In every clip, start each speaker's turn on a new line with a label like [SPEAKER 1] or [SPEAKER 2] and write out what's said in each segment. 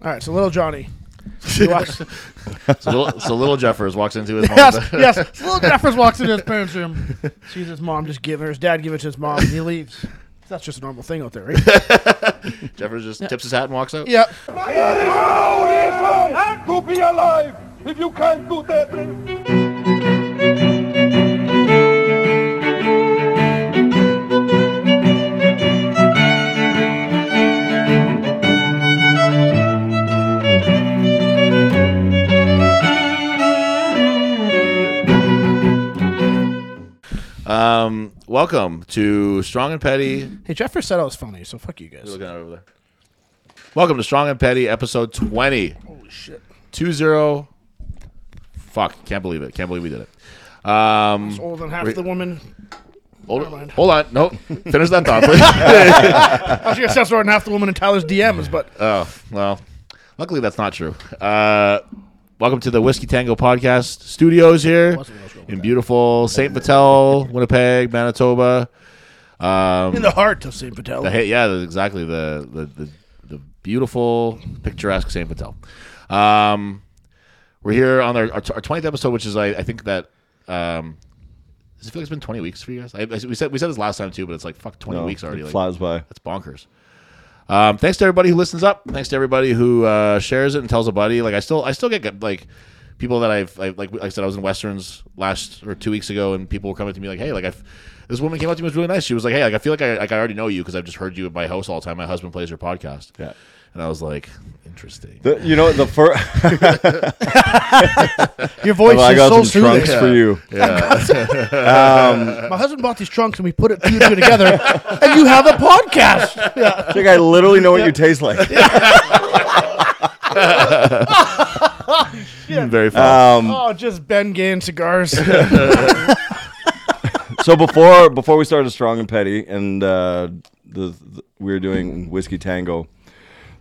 [SPEAKER 1] All right, so little Johnny. You watch-
[SPEAKER 2] So, little, so little Jeffers walks into his mom's.
[SPEAKER 1] yes, yes. So little Jeffers walks into his parents' room, sees his mom just give her his dad give it to his mom, and he leaves. That's just a normal thing out there, right?
[SPEAKER 2] Jeffers just tips his hat and walks out.
[SPEAKER 1] yeah.
[SPEAKER 3] to be alive if you can't do that.
[SPEAKER 2] Um, welcome to Strong and Petty.
[SPEAKER 1] Hey, Jeffers said I was funny, so fuck you
[SPEAKER 2] You're
[SPEAKER 1] guys.
[SPEAKER 2] looking at it over there. Welcome to Strong and Petty, episode twenty.
[SPEAKER 1] Holy shit.
[SPEAKER 2] Two zero. Fuck! Can't believe it. Can't believe we did it. Um,
[SPEAKER 1] It's older than half
[SPEAKER 2] Wait.
[SPEAKER 1] the woman.
[SPEAKER 2] hold,
[SPEAKER 1] mind.
[SPEAKER 2] hold on. Nope. Finish that thought. please.
[SPEAKER 1] I was gonna say it's older than half the woman in Tyler's DMs, but
[SPEAKER 4] Uh,
[SPEAKER 2] oh well. Luckily, that's not true. Uh, welcome to the Whiskey Tango Podcast Studios here
[SPEAKER 1] what I was going
[SPEAKER 2] in beautiful Saint Patel, Winnipeg, Manitoba.
[SPEAKER 1] in the heart of Saint Patel.
[SPEAKER 2] The, hey, yeah, the- exactly. The, the the the beautiful, picturesque San Patel. Um, we're here on our, our, our 20th episode, which is I, I think that um, does it feel like it's been 20 weeks for you guys? I, I- we said we said this last time too, but it's like fuck 20
[SPEAKER 4] No,
[SPEAKER 2] weeks already.
[SPEAKER 4] It
[SPEAKER 2] Like,
[SPEAKER 4] flies by.
[SPEAKER 2] that's bonkers. Um, thanks to everybody who listens up. Thanks to everybody who uh, shares it and tells a buddy. Like I still, I still get like people that I've I, like, like I said, I was in Westerns last or two weeks ago, and people were coming to me like, "Hey, like I, this woman came up to me was really nice. She was like, "Hey, like I feel like I, like I already know you because I've just heard you at my house all the time. My husband plays your podcast."
[SPEAKER 4] Yeah.
[SPEAKER 2] and I was like, "Interesting."
[SPEAKER 4] The- you know the first.
[SPEAKER 1] Your voice
[SPEAKER 4] I
[SPEAKER 1] is
[SPEAKER 4] got
[SPEAKER 1] so
[SPEAKER 4] some trunks
[SPEAKER 1] soothing.
[SPEAKER 4] for you.
[SPEAKER 1] My husband bought these trunks and we put it two and two together, and you have a podcast. Yeah.
[SPEAKER 4] I think I literally know what you taste like.
[SPEAKER 2] Very fun.
[SPEAKER 4] Um,
[SPEAKER 1] Oh, just Ben Gann cigars.
[SPEAKER 4] so before before we started strong and petty, and uh, the, the- we were doing whiskey tango,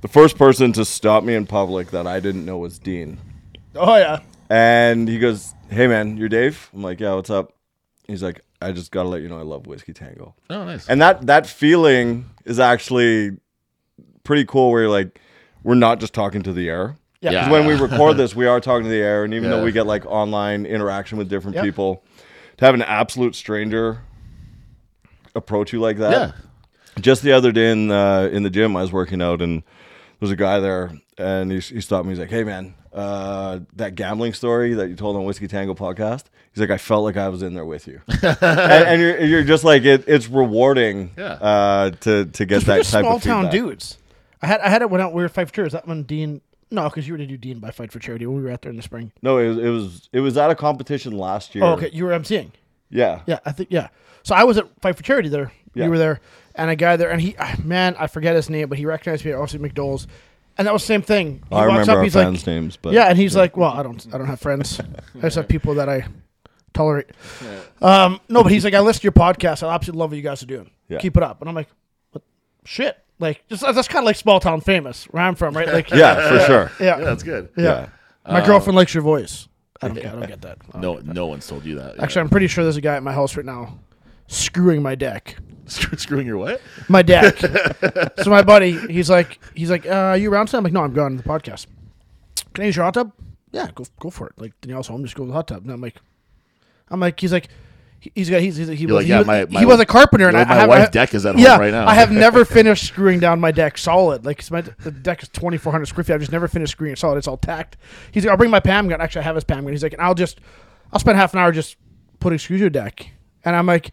[SPEAKER 4] the first person to stop me in public that I didn't know was Dean,
[SPEAKER 1] oh yeah.
[SPEAKER 4] and he goes, "Hey man, you're Dave." I'm like, "Yeah, what's up?" He's like, "I just gotta let you know I love whiskey tango."
[SPEAKER 2] oh, nice.
[SPEAKER 4] and that that feeling is actually pretty cool where you're like we're not just talking to the air
[SPEAKER 1] Yeah.
[SPEAKER 4] 'Cause when we record this we are talking to the air and even
[SPEAKER 2] Yeah.
[SPEAKER 4] though we get like online interaction with different
[SPEAKER 1] Yep.
[SPEAKER 4] people to have an absolute stranger approach you like that
[SPEAKER 2] yeah,
[SPEAKER 4] just the other day in the, in the gym, I was working out and there's a guy there and he, he stopped me. He's like, Hey man, uh, that gambling story that you told on Whiskey Tango podcast. He's like, I felt like I was in there with you. and, and you're, you're just like, it, it's rewarding
[SPEAKER 2] Yeah.
[SPEAKER 4] uh, to, to get
[SPEAKER 1] We're
[SPEAKER 4] that
[SPEAKER 1] just
[SPEAKER 4] type
[SPEAKER 1] small
[SPEAKER 4] of
[SPEAKER 1] town
[SPEAKER 4] feedback.
[SPEAKER 1] dudes. I had I had it when out we were fight for charity. Is that when Dean? No, because you were to do Dean by Fight for Charity when we were out there in the spring.
[SPEAKER 4] No, it was, it was, it was at a competition last year.
[SPEAKER 1] Oh, okay, you were emceeing.
[SPEAKER 4] Yeah.
[SPEAKER 1] Yeah, I think yeah. So I was at Fight for Charity there.
[SPEAKER 4] Yeah.
[SPEAKER 1] You were there, and a guy there, and he ah, man, I forget his name, but he recognized me at obviously McDowell's, and that was the same thing. He
[SPEAKER 4] I
[SPEAKER 1] walks
[SPEAKER 4] remember
[SPEAKER 1] up,
[SPEAKER 4] our
[SPEAKER 1] he's
[SPEAKER 4] fans'
[SPEAKER 1] like,
[SPEAKER 4] names, but
[SPEAKER 1] yeah, and he's like, well, I don't, I don't have friends. I just have people that I tolerate. Um, no, but he's like, I listen to your podcast. I absolutely love what you guys are doing.
[SPEAKER 4] Yeah.
[SPEAKER 1] Keep it up. And I'm like, what? shit. Like, just, that's kind of like small town famous where I'm from, right? Like,
[SPEAKER 4] yeah, for sure.
[SPEAKER 1] yeah,
[SPEAKER 2] yeah,
[SPEAKER 1] yeah.
[SPEAKER 2] that's good.
[SPEAKER 1] My girlfriend likes your voice. I don't, get- I don't get that.
[SPEAKER 2] No, no one's told you that.
[SPEAKER 1] Actually, I'm pretty sure there's a guy at my house right now screwing my deck.
[SPEAKER 2] I'm screwing your what?
[SPEAKER 1] my deck. so my buddy, he's like, he's like, uh, are you around tonight? I'm like, no, I'm going to the podcast. Can I use your hot tub? Yeah, go go for it. Like Danielle's home, just go to the hot tub. And I'm like, I'm like, he's like, he- he's got, he's, he's he was,
[SPEAKER 2] You're like,
[SPEAKER 1] he,
[SPEAKER 2] yeah,
[SPEAKER 1] was
[SPEAKER 2] my- my-
[SPEAKER 1] he was a carpenter, and
[SPEAKER 2] my
[SPEAKER 1] I, I have,
[SPEAKER 2] wife's
[SPEAKER 1] I have-
[SPEAKER 2] deck is at home
[SPEAKER 1] yeah,
[SPEAKER 2] right now.
[SPEAKER 1] I have never finished screwing down my deck solid. Like 'cause my the deck is 2,400 square feet. I've just never finished screwing it solid. It's all tacked. He's like, I'll bring my Pam gun. Actually, I have his Pam gun. He's like, and I'll just, I'll spend half an hour just putting screws to your deck. And I'm like,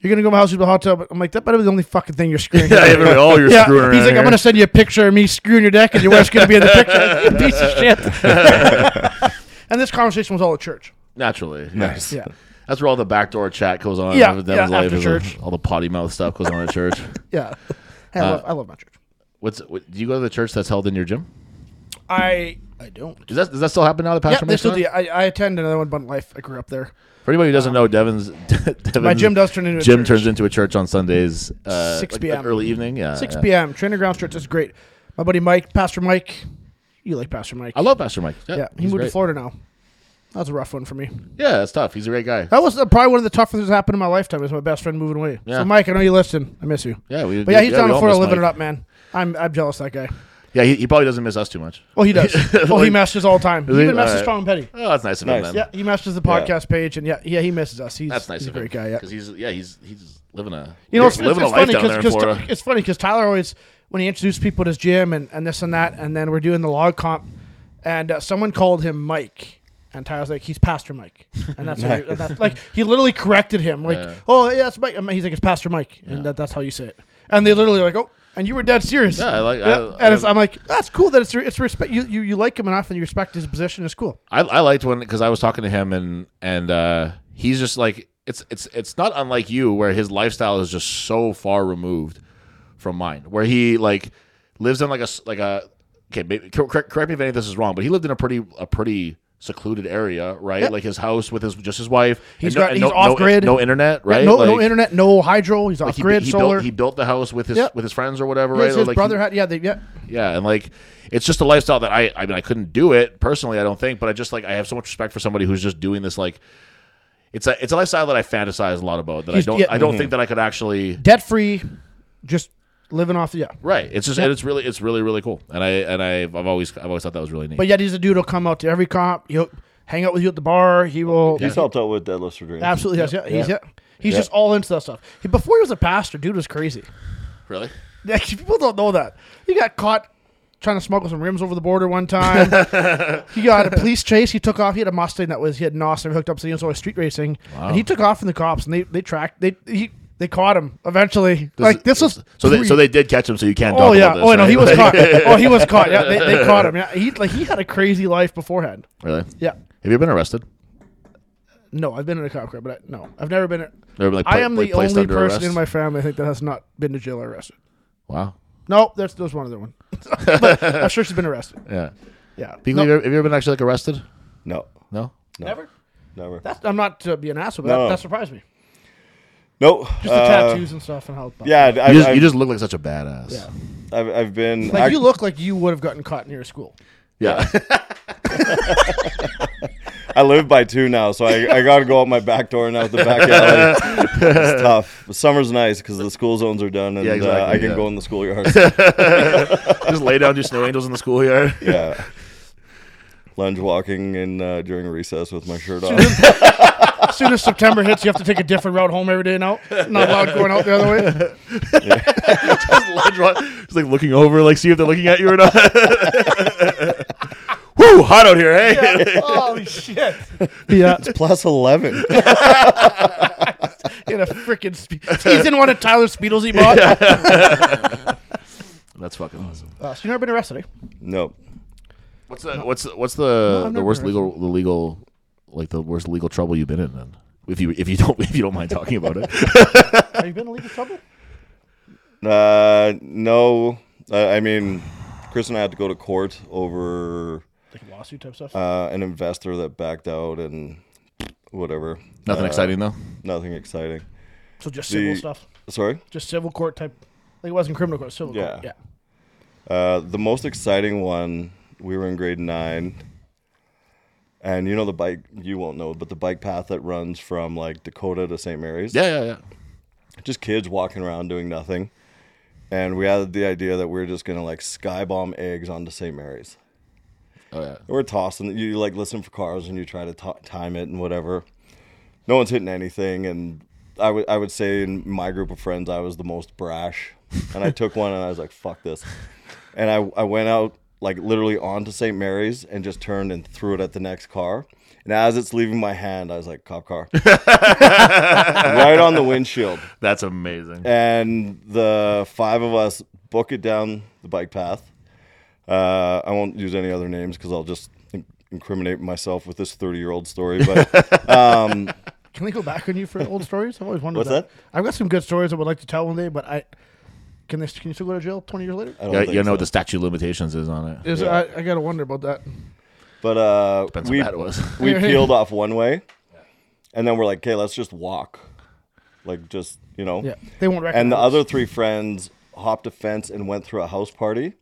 [SPEAKER 1] you're gonna go to my house with the hot tub. I'm like, that better be the only fucking thing you're screwing.
[SPEAKER 2] Yeah, everybody, oh, you're
[SPEAKER 1] Yeah, he's
[SPEAKER 2] screwing. around
[SPEAKER 1] like,
[SPEAKER 2] here.
[SPEAKER 1] I'm gonna send you a picture of me screwing your deck, and your wife's gonna be in the picture. Like, you piece of shit. and this conversation was all at church.
[SPEAKER 2] naturally. yeah.
[SPEAKER 4] Nice.
[SPEAKER 1] Yeah,
[SPEAKER 2] That's where all the backdoor chat goes on.
[SPEAKER 1] Yeah,
[SPEAKER 2] That
[SPEAKER 1] yeah,
[SPEAKER 2] was like-
[SPEAKER 1] after
[SPEAKER 2] it was like
[SPEAKER 1] church.
[SPEAKER 2] All the potty mouth stuff goes on at church.
[SPEAKER 1] yeah. Hey,
[SPEAKER 2] Uh,
[SPEAKER 1] I, love, I love my church.
[SPEAKER 2] What's what, do you go to the church that's held in your gym?
[SPEAKER 1] I I don't.
[SPEAKER 2] Does that does that still happen now? The
[SPEAKER 1] Yeah,
[SPEAKER 2] pastor
[SPEAKER 1] they still
[SPEAKER 2] mentioned
[SPEAKER 1] do.
[SPEAKER 2] that?
[SPEAKER 1] I, I attend another one, Bun Life. I grew up there.
[SPEAKER 2] For anybody who doesn't know, Devin's, Devin's
[SPEAKER 1] Uh-huh. My gym does turn into a
[SPEAKER 2] gym
[SPEAKER 1] church.
[SPEAKER 2] turns into a church on Sundays. Uh,
[SPEAKER 1] 6
[SPEAKER 2] like-
[SPEAKER 1] p.m..
[SPEAKER 2] like early evening. Yeah,
[SPEAKER 1] 6
[SPEAKER 2] yeah.
[SPEAKER 1] p.m. Trainer Ground Church is great. My buddy Mike, Pastor Mike. You like Pastor Mike?
[SPEAKER 2] I love Pastor Mike. Yeah,
[SPEAKER 1] Yeah, he
[SPEAKER 2] he's
[SPEAKER 1] moved
[SPEAKER 2] great.
[SPEAKER 1] to Florida now. That's a rough one for me.
[SPEAKER 2] Yeah, that's tough. He's a great guy.
[SPEAKER 1] That was uh, probably one of the toughest things that happened in my lifetime. Is my best friend moving away.
[SPEAKER 2] Yeah.
[SPEAKER 1] So Mike, I know you listen. I miss you.
[SPEAKER 2] Yeah, we.
[SPEAKER 1] But yeah, he's
[SPEAKER 2] we
[SPEAKER 1] down in
[SPEAKER 2] all
[SPEAKER 1] Florida
[SPEAKER 2] miss
[SPEAKER 1] living
[SPEAKER 2] Mike.
[SPEAKER 1] it up, man. I'm I'm jealous of that guy.
[SPEAKER 2] Yeah, he, he probably doesn't miss us too much.
[SPEAKER 1] Oh, he does. oh, he
[SPEAKER 2] Like-
[SPEAKER 1] masters all the time. He
[SPEAKER 2] Is he?
[SPEAKER 1] even masters
[SPEAKER 2] Alright.
[SPEAKER 1] Strong and Petty.
[SPEAKER 2] Oh, that's nice of him
[SPEAKER 4] Nice.
[SPEAKER 2] then.
[SPEAKER 1] Yeah, he masters the podcast page, and yeah, yeah, he misses us. He's,
[SPEAKER 2] That's nice
[SPEAKER 1] he's a
[SPEAKER 2] of him.
[SPEAKER 1] great guy. Yeah,
[SPEAKER 2] because he's yeah he's he's living a
[SPEAKER 1] you know, it's, it's,
[SPEAKER 2] living
[SPEAKER 1] it's
[SPEAKER 2] a life
[SPEAKER 1] funny
[SPEAKER 2] down there in
[SPEAKER 1] because
[SPEAKER 2] Florida.
[SPEAKER 1] it's funny because Tyler always when he introduced people to his gym and, and this and that, and then we're doing the log comp, and uh, someone called him Mike, and Tyler's like he's Pastor Mike, and that's, how he, and that's like he literally corrected him like
[SPEAKER 2] Yeah.
[SPEAKER 1] oh yeah that's Mike, and he's like it's Pastor Mike, and that, that's how you say it, and they literally like oh. And you were dead serious.
[SPEAKER 2] Yeah, I like- I-
[SPEAKER 1] and
[SPEAKER 2] I-
[SPEAKER 1] it's, I'm like, that's cool that it's re- it's respect. You, you you like him enough, and you respect his position. It's cool.
[SPEAKER 2] I, I liked when because I was talking to him and and uh, he's just like it's it's it's not unlike you where his lifestyle is just so far removed from mine where he like lives in like a s- like a okay maybe, cor- correct, correct me if any of this is wrong but he lived in a pretty a pretty secluded area right
[SPEAKER 1] Yeah.
[SPEAKER 2] like his house with his just his wife
[SPEAKER 1] He's
[SPEAKER 2] and
[SPEAKER 1] got-
[SPEAKER 2] and
[SPEAKER 1] he's off-grid.
[SPEAKER 2] no internet right
[SPEAKER 1] no, no
[SPEAKER 2] Like,
[SPEAKER 1] internet, no hydro. He's off
[SPEAKER 2] like, he,
[SPEAKER 1] grid,
[SPEAKER 2] he
[SPEAKER 1] solar.
[SPEAKER 2] built he built the house with his
[SPEAKER 1] Yeah.
[SPEAKER 2] with his friends or whatever
[SPEAKER 1] His,
[SPEAKER 2] right Or,
[SPEAKER 1] his
[SPEAKER 2] like, he-
[SPEAKER 1] brother had, yeah, they, yeah.
[SPEAKER 2] yeah, and like it's just a lifestyle that I I mean I couldn't do it personally, I don't think, but I just like I have so much respect for somebody who's just doing this like it's a it's a lifestyle that I fantasize a lot about that
[SPEAKER 1] He's-
[SPEAKER 2] I don't
[SPEAKER 1] yeah. mm-hmm.
[SPEAKER 2] I don't think that I could actually
[SPEAKER 1] debt free, just living off the yeah.
[SPEAKER 2] Right. It's just and it's really it's really really cool. And I and I I've always I've always thought that was really neat.
[SPEAKER 1] But yet he's a dude who'll come out to every comp. He'll hang out with you at the bar. He will
[SPEAKER 4] He's helped out with deadlifts for dreams.
[SPEAKER 1] absolutely has yeah. He's yeah.
[SPEAKER 4] Yeah.
[SPEAKER 1] He's
[SPEAKER 4] Yeah.
[SPEAKER 1] just all into that stuff. He, before he was a pastor, dude was crazy.
[SPEAKER 2] really?
[SPEAKER 1] Yeah, people don't know that. He got caught trying to smuggle some rims over the border one time. he got a police chase. He took off. He had a Mustang that was he had NOS and hooked up, so he was always street racing. And he took off from the cops, and they they tracked they he. They caught him eventually. like this was
[SPEAKER 2] so they,
[SPEAKER 1] three-
[SPEAKER 2] so they did catch him so you can't
[SPEAKER 1] Oh
[SPEAKER 2] talk
[SPEAKER 1] yeah.
[SPEAKER 2] about this.
[SPEAKER 1] oh no,
[SPEAKER 2] right?
[SPEAKER 1] he was
[SPEAKER 2] Like-
[SPEAKER 1] caught. Oh, he was caught. Yeah, they, they caught him. Yeah, he like he had a crazy life beforehand.
[SPEAKER 2] Really?
[SPEAKER 1] Yeah.
[SPEAKER 2] Have you been arrested?
[SPEAKER 1] No, I've been in a cop car, but I, no, I've never been.
[SPEAKER 2] Never been, like,
[SPEAKER 1] I
[SPEAKER 2] pla-
[SPEAKER 1] am
[SPEAKER 2] like,
[SPEAKER 1] the
[SPEAKER 2] placed
[SPEAKER 1] only
[SPEAKER 2] under
[SPEAKER 1] person
[SPEAKER 2] arrest?
[SPEAKER 1] in my family I think that has not been to jail or arrested.
[SPEAKER 2] Wow.
[SPEAKER 1] No, there's there's one other one. but I'm sure she's been arrested.
[SPEAKER 2] Yeah.
[SPEAKER 1] Yeah.
[SPEAKER 2] Peakley,
[SPEAKER 1] No,
[SPEAKER 2] have, you ever, have you ever been actually like arrested?
[SPEAKER 4] No,
[SPEAKER 2] No?
[SPEAKER 4] no,
[SPEAKER 1] never.
[SPEAKER 4] never.
[SPEAKER 1] That's, I'm not to be an asshole, but
[SPEAKER 4] No.
[SPEAKER 1] that, that surprised me.
[SPEAKER 4] no,
[SPEAKER 1] Just the
[SPEAKER 4] uh,
[SPEAKER 1] tattoos and stuff and how. It
[SPEAKER 4] Yeah, I,
[SPEAKER 2] You just,
[SPEAKER 4] I've,
[SPEAKER 2] you just look like such a badass.
[SPEAKER 1] Yeah.
[SPEAKER 4] I've, I've been.
[SPEAKER 1] Like
[SPEAKER 4] I-
[SPEAKER 1] you look like you would have gotten caught near school.
[SPEAKER 2] Yeah.
[SPEAKER 4] I live by two now, so I, I got to go out my back door and out the back alley. it's tough. But summer's nice because the school zones are done, and
[SPEAKER 2] Yeah,
[SPEAKER 4] uh,
[SPEAKER 2] exactly,
[SPEAKER 4] I can
[SPEAKER 2] yeah.
[SPEAKER 4] go in the schoolyard.
[SPEAKER 2] just lay down, do snow angels in the schoolyard.
[SPEAKER 4] yeah, lunge walking and uh, during recess with my shirt on.
[SPEAKER 1] As soon as September hits, you have to take a different route home every day now. Not allowed going out the other way.
[SPEAKER 2] just lunge walk- just like looking over, like see if they're looking at you or not. Woo, hot out here, hey!
[SPEAKER 1] Holy shit! Yeah.
[SPEAKER 4] Plus eleven.
[SPEAKER 1] in a freaking spe- he's in one of Tyler Speedles he bought.
[SPEAKER 2] That's fucking awesome.
[SPEAKER 1] Uh, so you never been arrested? Eh?
[SPEAKER 4] nope.
[SPEAKER 2] What's the what's the- what's the
[SPEAKER 1] I've
[SPEAKER 2] the
[SPEAKER 1] never
[SPEAKER 2] worst
[SPEAKER 1] heard
[SPEAKER 2] legal the legal like the worst legal trouble you've been in then? If you if you don't if you don't mind talking about it,
[SPEAKER 1] Have you been in legal trouble?
[SPEAKER 4] Uh, no. Uh, I mean, Chris and I had to go to court over
[SPEAKER 1] Like lawsuit type stuff.
[SPEAKER 4] uh, an investor that backed out and whatever.
[SPEAKER 2] nothing
[SPEAKER 4] Uh,
[SPEAKER 2] exciting though.
[SPEAKER 4] Nothing exciting.
[SPEAKER 1] so just civil
[SPEAKER 4] the-
[SPEAKER 1] stuff,
[SPEAKER 4] Sorry.
[SPEAKER 1] just civil court type. Like it wasn't criminal court, civil
[SPEAKER 4] Yeah.
[SPEAKER 1] court. Yeah.
[SPEAKER 4] Uh, the most exciting one, we were in grade nine. And you know the bike, you won't know, but the bike path that runs from like Dakota to St. Mary's.
[SPEAKER 2] Yeah, yeah, yeah.
[SPEAKER 4] Just kids walking around doing nothing. And we had the idea that we were just going to like sky bomb eggs onto St. Mary's.
[SPEAKER 2] Oh yeah.
[SPEAKER 4] We're tossing, you like listen for cars and you try to to time it and whatever. No one's hitting anything. And I would I would say in my group of friends, I was the most brash. And I took one and I was like, fuck this. And I, I went out like literally onto St. Mary's and just turned and threw it at the next car. And as it's leaving my hand, I was like, cop car. right on the windshield.
[SPEAKER 2] That's amazing.
[SPEAKER 4] And the five of us book it down the bike path. Uh, I won't use any other names because I'll just in- incriminate myself with this 30 year old story. But
[SPEAKER 1] Can we go back on you for old stories? I've always wondered
[SPEAKER 4] What's that?
[SPEAKER 1] I've got some good stories I would like to tell one day, but I can this can you still go to jail twenty years later?
[SPEAKER 4] I don't
[SPEAKER 2] Yeah,
[SPEAKER 4] think
[SPEAKER 2] you know
[SPEAKER 4] so.
[SPEAKER 2] what the statute of limitations is on it.
[SPEAKER 1] Is I, I gotta wonder about that.
[SPEAKER 4] But uh,
[SPEAKER 2] Depends
[SPEAKER 4] we,
[SPEAKER 2] how bad it was.
[SPEAKER 4] we peeled off one way, and then we're like, okay, let's just walk. Like, just, you know.
[SPEAKER 1] Yeah, they won't recognize.
[SPEAKER 4] And the
[SPEAKER 1] us.
[SPEAKER 4] other three friends hopped a fence and went through a house party.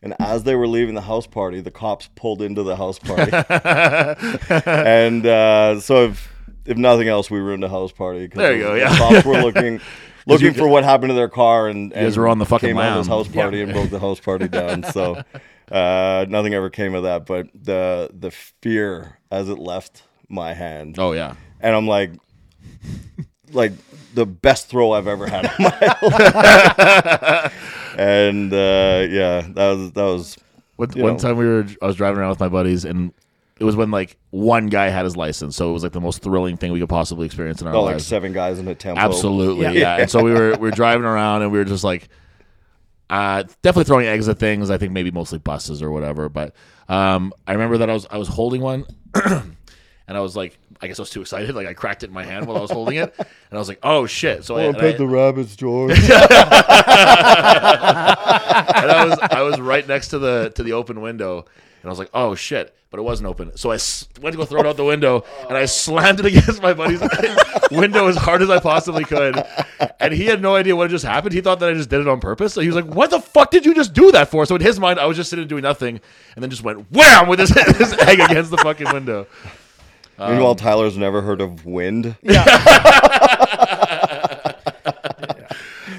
[SPEAKER 4] And as they were leaving the house party, the cops pulled into the house party. and uh, so, if, if nothing else, we ruined a house party. 'cause
[SPEAKER 2] There you go,
[SPEAKER 4] the
[SPEAKER 2] yeah.
[SPEAKER 4] cops were looking. looking for what happened to their car, and, and
[SPEAKER 2] guys were on the fucking
[SPEAKER 4] came out of his
[SPEAKER 2] lam.
[SPEAKER 4] house party and broke the house party down. So uh, nothing ever came of that, but the the fear as it left my hand,
[SPEAKER 2] Oh yeah.
[SPEAKER 4] and I'm like, like the best throw I've ever had in my life. and uh, yeah, that was that was
[SPEAKER 2] One,
[SPEAKER 4] You
[SPEAKER 2] one
[SPEAKER 4] know.
[SPEAKER 2] time we were, I was driving around with my buddies, and it was when like one guy had his license, so it was like the most thrilling thing we could possibly experience in our
[SPEAKER 4] oh, like
[SPEAKER 2] lives.
[SPEAKER 4] seven guys in a tempo.
[SPEAKER 2] Absolutely,
[SPEAKER 1] Yeah.
[SPEAKER 2] yeah. And so we were we were driving around, and we were just like, uh, definitely throwing eggs at things. I think maybe mostly buses or whatever. But um, I remember that I was I was holding one, and I was like, I guess I was too excited. Like I cracked it in my hand while I was holding it, and I was like, oh shit! So I, and I,
[SPEAKER 4] rabbits, George.
[SPEAKER 2] and I was I was right next to the to the open window, and I was like, "Oh shit!" But it wasn't open, so I s- went to go throw it out the window, and I slammed it against my buddy's window as hard as I possibly could, and he had no idea what had just happened. He thought that I just did it on purpose, so he was like, "What the fuck did you just do that for?" So in his mind, I was just sitting doing nothing, and then just went wham with his, his egg against the fucking window. Um,
[SPEAKER 4] Meanwhile, Tyler's never heard of wind.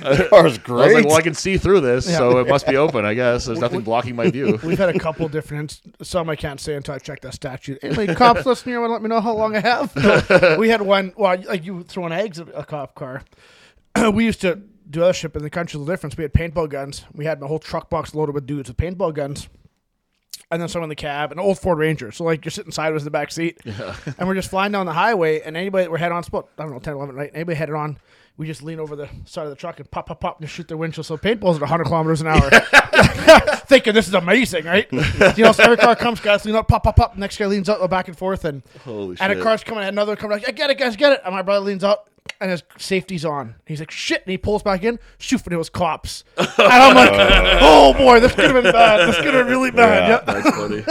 [SPEAKER 4] Car's
[SPEAKER 2] I was like,
[SPEAKER 4] great.
[SPEAKER 2] "Well, I can see through this, so it must be open, I guess." There's nothing blocking my view.
[SPEAKER 1] We've had a couple different. inst- Some I can't say until I check that statute. Any cops listening, you want to let me know how long I have? we had one. Well, like you throwing eggs at a cop car. we used to do other shit, but in the country, the difference. We had paintball guns. We had a whole truck box loaded with dudes with paintball guns. And then someone in the cab, an old Ford Ranger. So, like, you're sitting sideways in the back seat. And we're just flying down the highway. And anybody that we're head on, it's about, I don't know, 10, 11, right? Anybody headed on, we just lean over the side of the truck and pop, pop, pop, and shoot their windshield. So, paintballs at 100 kilometers an hour. thinking this is amazing, right? you know, so every car comes, guys lean up, pop, pop, pop. Next guy leans out, go back and forth, and
[SPEAKER 4] Holy
[SPEAKER 1] and a
[SPEAKER 4] shit.
[SPEAKER 1] car's coming, another coming, like, I get it, guys, get it. And my brother leans out, and his safety's on. He's like, shit, and he pulls back in, shoot, and it was cops. and I'm like, oh boy, this could have been bad. This could have been really bad.
[SPEAKER 4] Yeah.
[SPEAKER 1] Yeah, that
[SPEAKER 2] That's funny.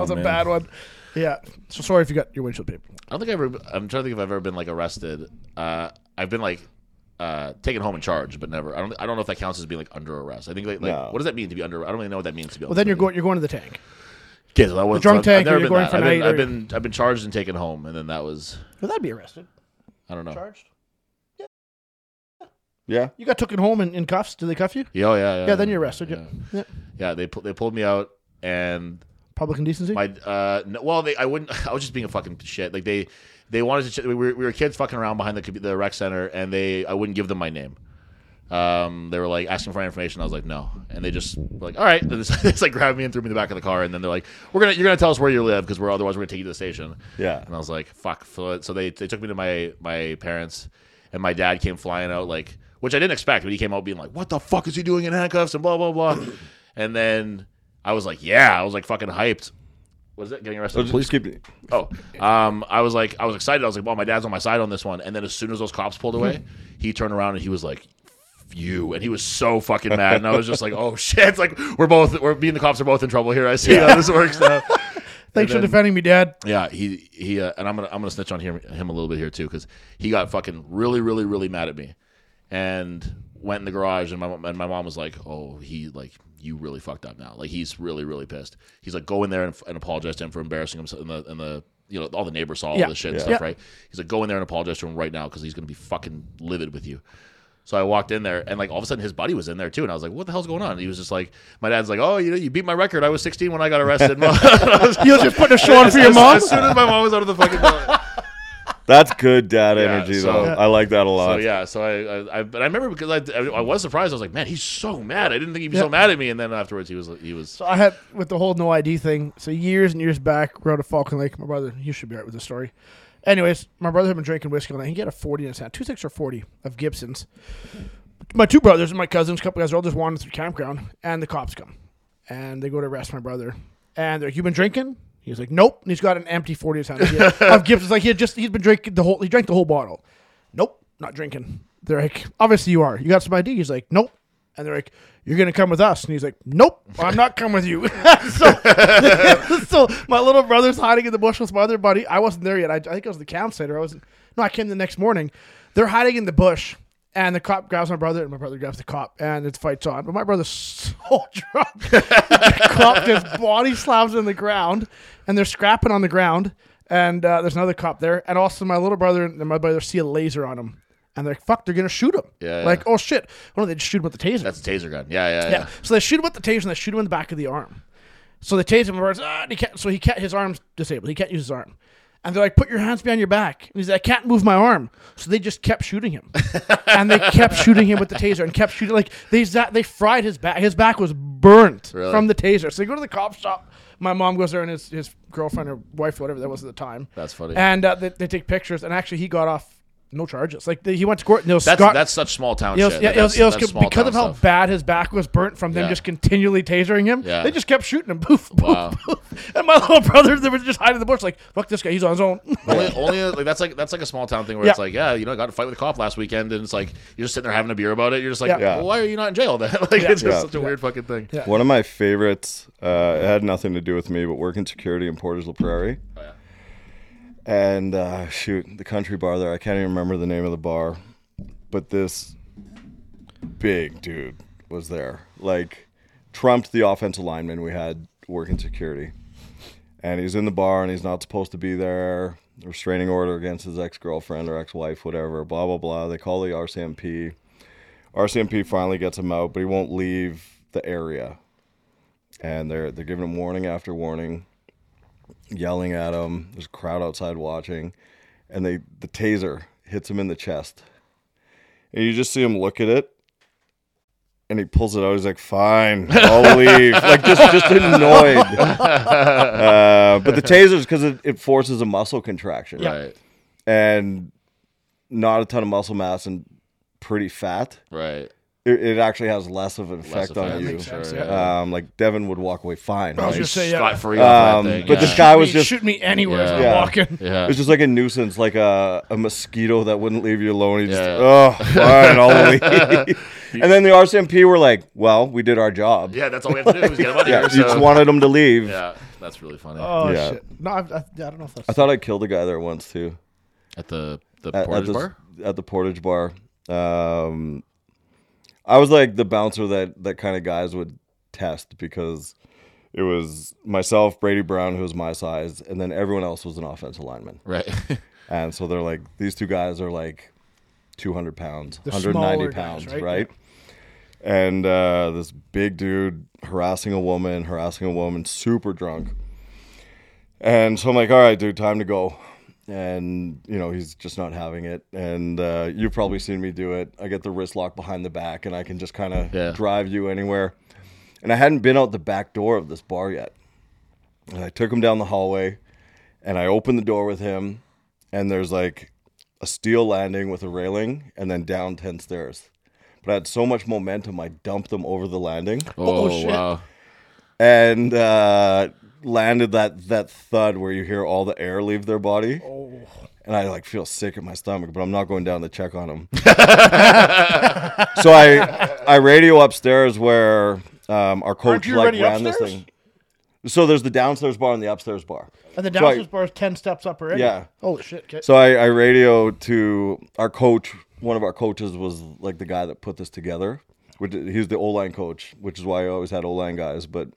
[SPEAKER 1] was a bad one. Yeah. So sorry if you got your windshield paper.
[SPEAKER 2] I don't think I've ever. I'm trying to think if I've ever been like arrested. Uh, I've been like uh, taken home and charged, but never. I don't. I don't know if that counts as being like under arrest. I think like, like
[SPEAKER 4] No.
[SPEAKER 2] what does that mean to be under? I don't really know what that means to be.
[SPEAKER 1] Well, then you're going, you're going to the tank.
[SPEAKER 2] Okay, so that was
[SPEAKER 1] drunk tank or
[SPEAKER 2] I've never
[SPEAKER 1] you're
[SPEAKER 2] been
[SPEAKER 1] going
[SPEAKER 2] that.
[SPEAKER 1] for
[SPEAKER 2] I've been,
[SPEAKER 1] night or-
[SPEAKER 2] I've been. I've been charged and taken home, and then that was.
[SPEAKER 1] Would that be arrested?
[SPEAKER 2] I don't know.
[SPEAKER 1] Charged?
[SPEAKER 4] yeah.
[SPEAKER 1] You got taken home in, in cuffs. Do they cuff you?
[SPEAKER 2] Yeah, oh, yeah, yeah.
[SPEAKER 1] Yeah, then you're arrested, yeah. Yeah.
[SPEAKER 2] Yeah, they pu- they pulled me out and
[SPEAKER 1] Public indecency.
[SPEAKER 2] My uh, no, well, they I wouldn't. I was just being a fucking shit. Like they, they wanted to. Ch- we, were, we were kids fucking around behind the compu- the rec center, and they I wouldn't give them my name. Um, they were like asking for my information. I was like, no, and they just were like, all right, and it's, it's like grabbed me and threw me in the back of the car, and then they're like, we're gonna you're gonna tell us where you live because we're otherwise we're gonna take you to the station.
[SPEAKER 4] Yeah.
[SPEAKER 2] and I was like, fuck. So so they they took me to my my parents, and my dad came flying out like, which I didn't expect, but he came out being like, what the fuck is he doing in handcuffs and blah blah blah, and then. I was like, yeah, I was like fucking hyped was it getting arrested?
[SPEAKER 4] Please keep it.
[SPEAKER 2] Oh, um, I was like, I was excited. I was like, well, my dad's on my side on this one. And then as soon as those cops pulled away, he turned around and he was like, "F you. And he was so fucking mad. And I was just like, oh shit. It's like, we're both, we're, me and the cops are both in trouble here. I see how this works now.
[SPEAKER 1] Thanks for
[SPEAKER 2] then-
[SPEAKER 1] defending me, Dad.
[SPEAKER 2] Yeah, he he, uh, and I'm gonna I'm gonna snitch on him, him a little bit here too because he got fucking really really really mad at me, and went in the garage and my mom- and my mom was like, oh he like you really fucked up now like he's really really pissed. He's like go in there and, f- and apologize to him for embarrassing himself in the in the you know all the neighbors saw all
[SPEAKER 1] Yeah.
[SPEAKER 2] this shit and
[SPEAKER 1] Yeah.
[SPEAKER 2] stuff
[SPEAKER 1] Yeah.
[SPEAKER 2] right. He's like go in there and apologize to him right now because he's gonna be fucking livid with you. So I walked in there, and like all of a sudden, his buddy was in there too, and I was like, "What the hell's going on?" And he was just like, "My dad's like, oh, you know, you beat my record. I was 16 when I got arrested." And I was
[SPEAKER 1] You was just putting a show on for your
[SPEAKER 2] as-
[SPEAKER 1] mom?
[SPEAKER 2] As soon as my mom was out of the fucking door.
[SPEAKER 4] That's good dad
[SPEAKER 2] Yeah,
[SPEAKER 4] energy,
[SPEAKER 2] so-
[SPEAKER 4] though. I like that a lot.
[SPEAKER 2] so Oh, yeah, so I, I, I, but I remember because I, I, was surprised. I was like, man, he's so mad. I didn't think he'd be so
[SPEAKER 1] Yeah.
[SPEAKER 2] mad at me. And then afterwards, he was, he was.
[SPEAKER 1] So I had with the whole no ID thing. So years and years back, we're out of Falcon Lake. My brother, you should be right with the story. Anyways, my brother had been drinking whiskey all night. He had a forty in his hand, two six or forty of Gibsons. My two brothers and my cousins, a couple guys, are all just wandering through campground, and the cops come, and they go to arrest my brother. And they're, like, "You been drinking?" He was like, "Nope." And he's got an empty forty in his hand He had- of Gibsons. Like he had just he'd been drinking the whole. He drank the whole bottle. Nope, not drinking. They're like, obviously you are. You got some ID. He's like, nope. And they're like, you're gonna come with us. And he's like, nope, I'm not coming with you. so, so my little brother's hiding in the bush with my other buddy. I wasn't there yet. I, I think I was the counselor. I was no, I came the next morning. They're hiding in the bush. And the cop grabs my brother, and my brother grabs the cop, and it's fights on. But my brother's so drunk, the cop just body slams in the ground, and they're scrapping on the ground. And uh, there's another cop there, and also my little brother and my brother see a laser on him, and they're like, fuck, they're gonna shoot him.
[SPEAKER 2] Yeah,
[SPEAKER 1] Like,
[SPEAKER 2] yeah.
[SPEAKER 1] oh shit. Oh no, they just shoot him with the taser.
[SPEAKER 2] That's a taser gun. Yeah, yeah, yeah.
[SPEAKER 1] yeah. So they shoot him with the taser and they shoot him in the back of the arm. So they tase him and he's, ah, and he can't, so he can't his arm's disabled. He can't use his arm. And they're like, put your hands behind your back. And he's like, I can't move my arm. So they just kept shooting him. and they kept shooting him with the taser and kept shooting like they za- they fried his back. His back was burnt
[SPEAKER 2] Really?
[SPEAKER 1] from the taser. So they go to the cop shop. My mom goes there and his, his girlfriend or wife, whatever that was at the time.
[SPEAKER 2] That's funny.
[SPEAKER 1] And uh, they, they take pictures. And actually, he got off no charges. Like they, he went to court. And they
[SPEAKER 2] That's that's such small town
[SPEAKER 1] it was,
[SPEAKER 2] shit.
[SPEAKER 1] yeah, it was,
[SPEAKER 2] That's-
[SPEAKER 1] it was
[SPEAKER 2] that's
[SPEAKER 1] co-
[SPEAKER 2] small
[SPEAKER 1] because
[SPEAKER 2] town
[SPEAKER 1] of how
[SPEAKER 2] stuff.
[SPEAKER 1] bad his back was burnt from them
[SPEAKER 2] Yeah.
[SPEAKER 1] just continually tasering him.
[SPEAKER 2] Yeah.
[SPEAKER 1] They just kept shooting him. Poof, poof,
[SPEAKER 2] Wow.
[SPEAKER 1] poof. And my little brother, they were just hiding in the bush, like, fuck this guy, he's on his own.
[SPEAKER 2] only, only like that's like that's like a small town thing where
[SPEAKER 1] Yeah.
[SPEAKER 2] it's like, yeah, you know, I got in a fight with a cop last weekend, and it's like you're just sitting there having a beer about it. You're just like,
[SPEAKER 1] Yeah.
[SPEAKER 4] Yeah.
[SPEAKER 2] well, why are you not in jail? Then like it's just
[SPEAKER 4] Yeah.
[SPEAKER 2] such a weird fucking thing.
[SPEAKER 1] Yeah.
[SPEAKER 4] One of my favorites, uh, it had nothing to do with me, but working security in Portage La Prairie.
[SPEAKER 2] yeah.
[SPEAKER 4] And uh, shoot, the country bar there, I can't even remember the name of the bar, but this big dude was there. Like, trumped the offensive lineman we had working security. And he's in the bar and he's not supposed to be there. Restraining order against his ex girlfriend or ex wife, whatever, blah, blah, blah. They call the RCMP. RCMP finally gets him out, but he won't leave the area. And they're they're giving him warning after warning, yelling at him. There's a crowd outside watching, and they the taser hits him in the chest. And you just see him look at it, and he pulls it out. He's like, "Fine, I'll leave." like just just annoyed. uh, but the taser's because it, it forces a muscle contraction
[SPEAKER 2] Right,
[SPEAKER 4] and not a ton of muscle mass and pretty fat
[SPEAKER 2] right.
[SPEAKER 4] it, it actually has less of an
[SPEAKER 2] Less
[SPEAKER 4] effect
[SPEAKER 2] offense,
[SPEAKER 4] on you.
[SPEAKER 2] sure,
[SPEAKER 1] sense,
[SPEAKER 2] yeah.
[SPEAKER 4] Um, like, Devin would walk away fine.
[SPEAKER 1] I was
[SPEAKER 4] right?
[SPEAKER 1] gonna say, yeah.
[SPEAKER 2] Scot free. on
[SPEAKER 4] Um,
[SPEAKER 2] that thing,
[SPEAKER 4] but this
[SPEAKER 2] yeah.
[SPEAKER 4] guy was
[SPEAKER 1] He
[SPEAKER 4] just
[SPEAKER 1] shoot me anywhere as I'm
[SPEAKER 2] Yeah.
[SPEAKER 1] walking.
[SPEAKER 2] yeah.
[SPEAKER 4] it was just like a nuisance, like a, a mosquito that wouldn't leave you alone. He just,
[SPEAKER 2] Yeah.
[SPEAKER 4] oh, fine, I'll leave. and then the RCMP were like, well, we did our job.
[SPEAKER 2] Yeah, that's all we have to do is get him out of here.
[SPEAKER 4] Yeah, you just
[SPEAKER 2] so-
[SPEAKER 4] wanted him to leave.
[SPEAKER 2] yeah, that's really funny.
[SPEAKER 1] Oh,
[SPEAKER 4] Yeah.
[SPEAKER 1] shit. No, I, I, I don't know if that's.
[SPEAKER 4] I thought I killed a guy there once too.
[SPEAKER 2] at the the
[SPEAKER 4] at,
[SPEAKER 2] Portage
[SPEAKER 4] at the,
[SPEAKER 2] bar.
[SPEAKER 4] At the Portage bar. Um, I was like the bouncer that that kind of guys would test because it was myself, Brady Brown, who was my size, and then everyone else was an offensive lineman.
[SPEAKER 2] Right.
[SPEAKER 4] And so they're like, these two guys are like 200 pounds,
[SPEAKER 1] The
[SPEAKER 4] 190
[SPEAKER 1] smaller
[SPEAKER 4] pounds,
[SPEAKER 1] guys,
[SPEAKER 4] right?
[SPEAKER 1] right?
[SPEAKER 4] And uh, this big dude harassing a woman, harassing a woman, super drunk. And so I'm like, all right, dude, time to go. And, you know, he's just not having it. And uh, you've probably seen me do it. I get the wrist lock behind the back and I can just kind of
[SPEAKER 2] Yeah.
[SPEAKER 4] drive you anywhere. And I hadn't been out the back door of this bar yet. And I took him down the hallway and I opened the door with him. And there's like a steel landing with a railing and then down 10 stairs. But I had so much momentum, I dumped them over the landing
[SPEAKER 2] Oh,
[SPEAKER 1] shit.
[SPEAKER 2] wow.
[SPEAKER 4] and uh, landed that, that thud where you hear all the air leave their body.
[SPEAKER 1] Oh.
[SPEAKER 4] And I like feel sick at my stomach, but I'm not going down to check on him. so I I radio upstairs where um, our coach
[SPEAKER 1] Aren't you
[SPEAKER 4] like
[SPEAKER 1] already
[SPEAKER 4] ran this
[SPEAKER 1] upstairs?
[SPEAKER 4] thing. So there's the downstairs bar and the upstairs bar.
[SPEAKER 1] And the
[SPEAKER 4] So I-
[SPEAKER 1] downstairs bar is 10 steps up already.
[SPEAKER 4] Yeah.
[SPEAKER 1] Holy shit. Okay.
[SPEAKER 4] So I, I radio to our coach. One of our coaches was like the guy that put this together. Which he's the O line coach, which is why I always had O line guys. But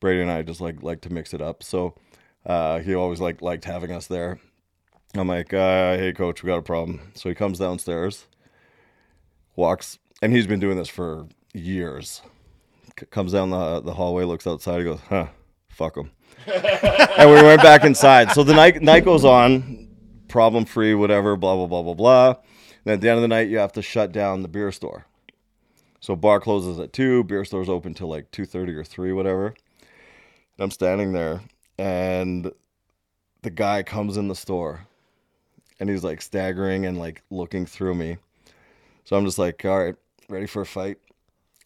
[SPEAKER 4] Brady and I just like like to mix it up. So uh, he always like liked having us there. I'm like, uh, hey coach, we got a problem. So he comes downstairs, walks, and he's been doing this for years. C- comes down the the hallway, looks outside, he goes, huh, fuck him. and we went back inside. So the night night goes on, problem free, whatever, blah blah blah blah blah. And at the end of the night, you have to shut down the beer store. So bar closes at two, beer store's open till like two thirty or three, whatever. And I'm standing there, and the guy comes in the store, and he's like staggering and like looking through me. So I'm just like, all right, ready for a fight.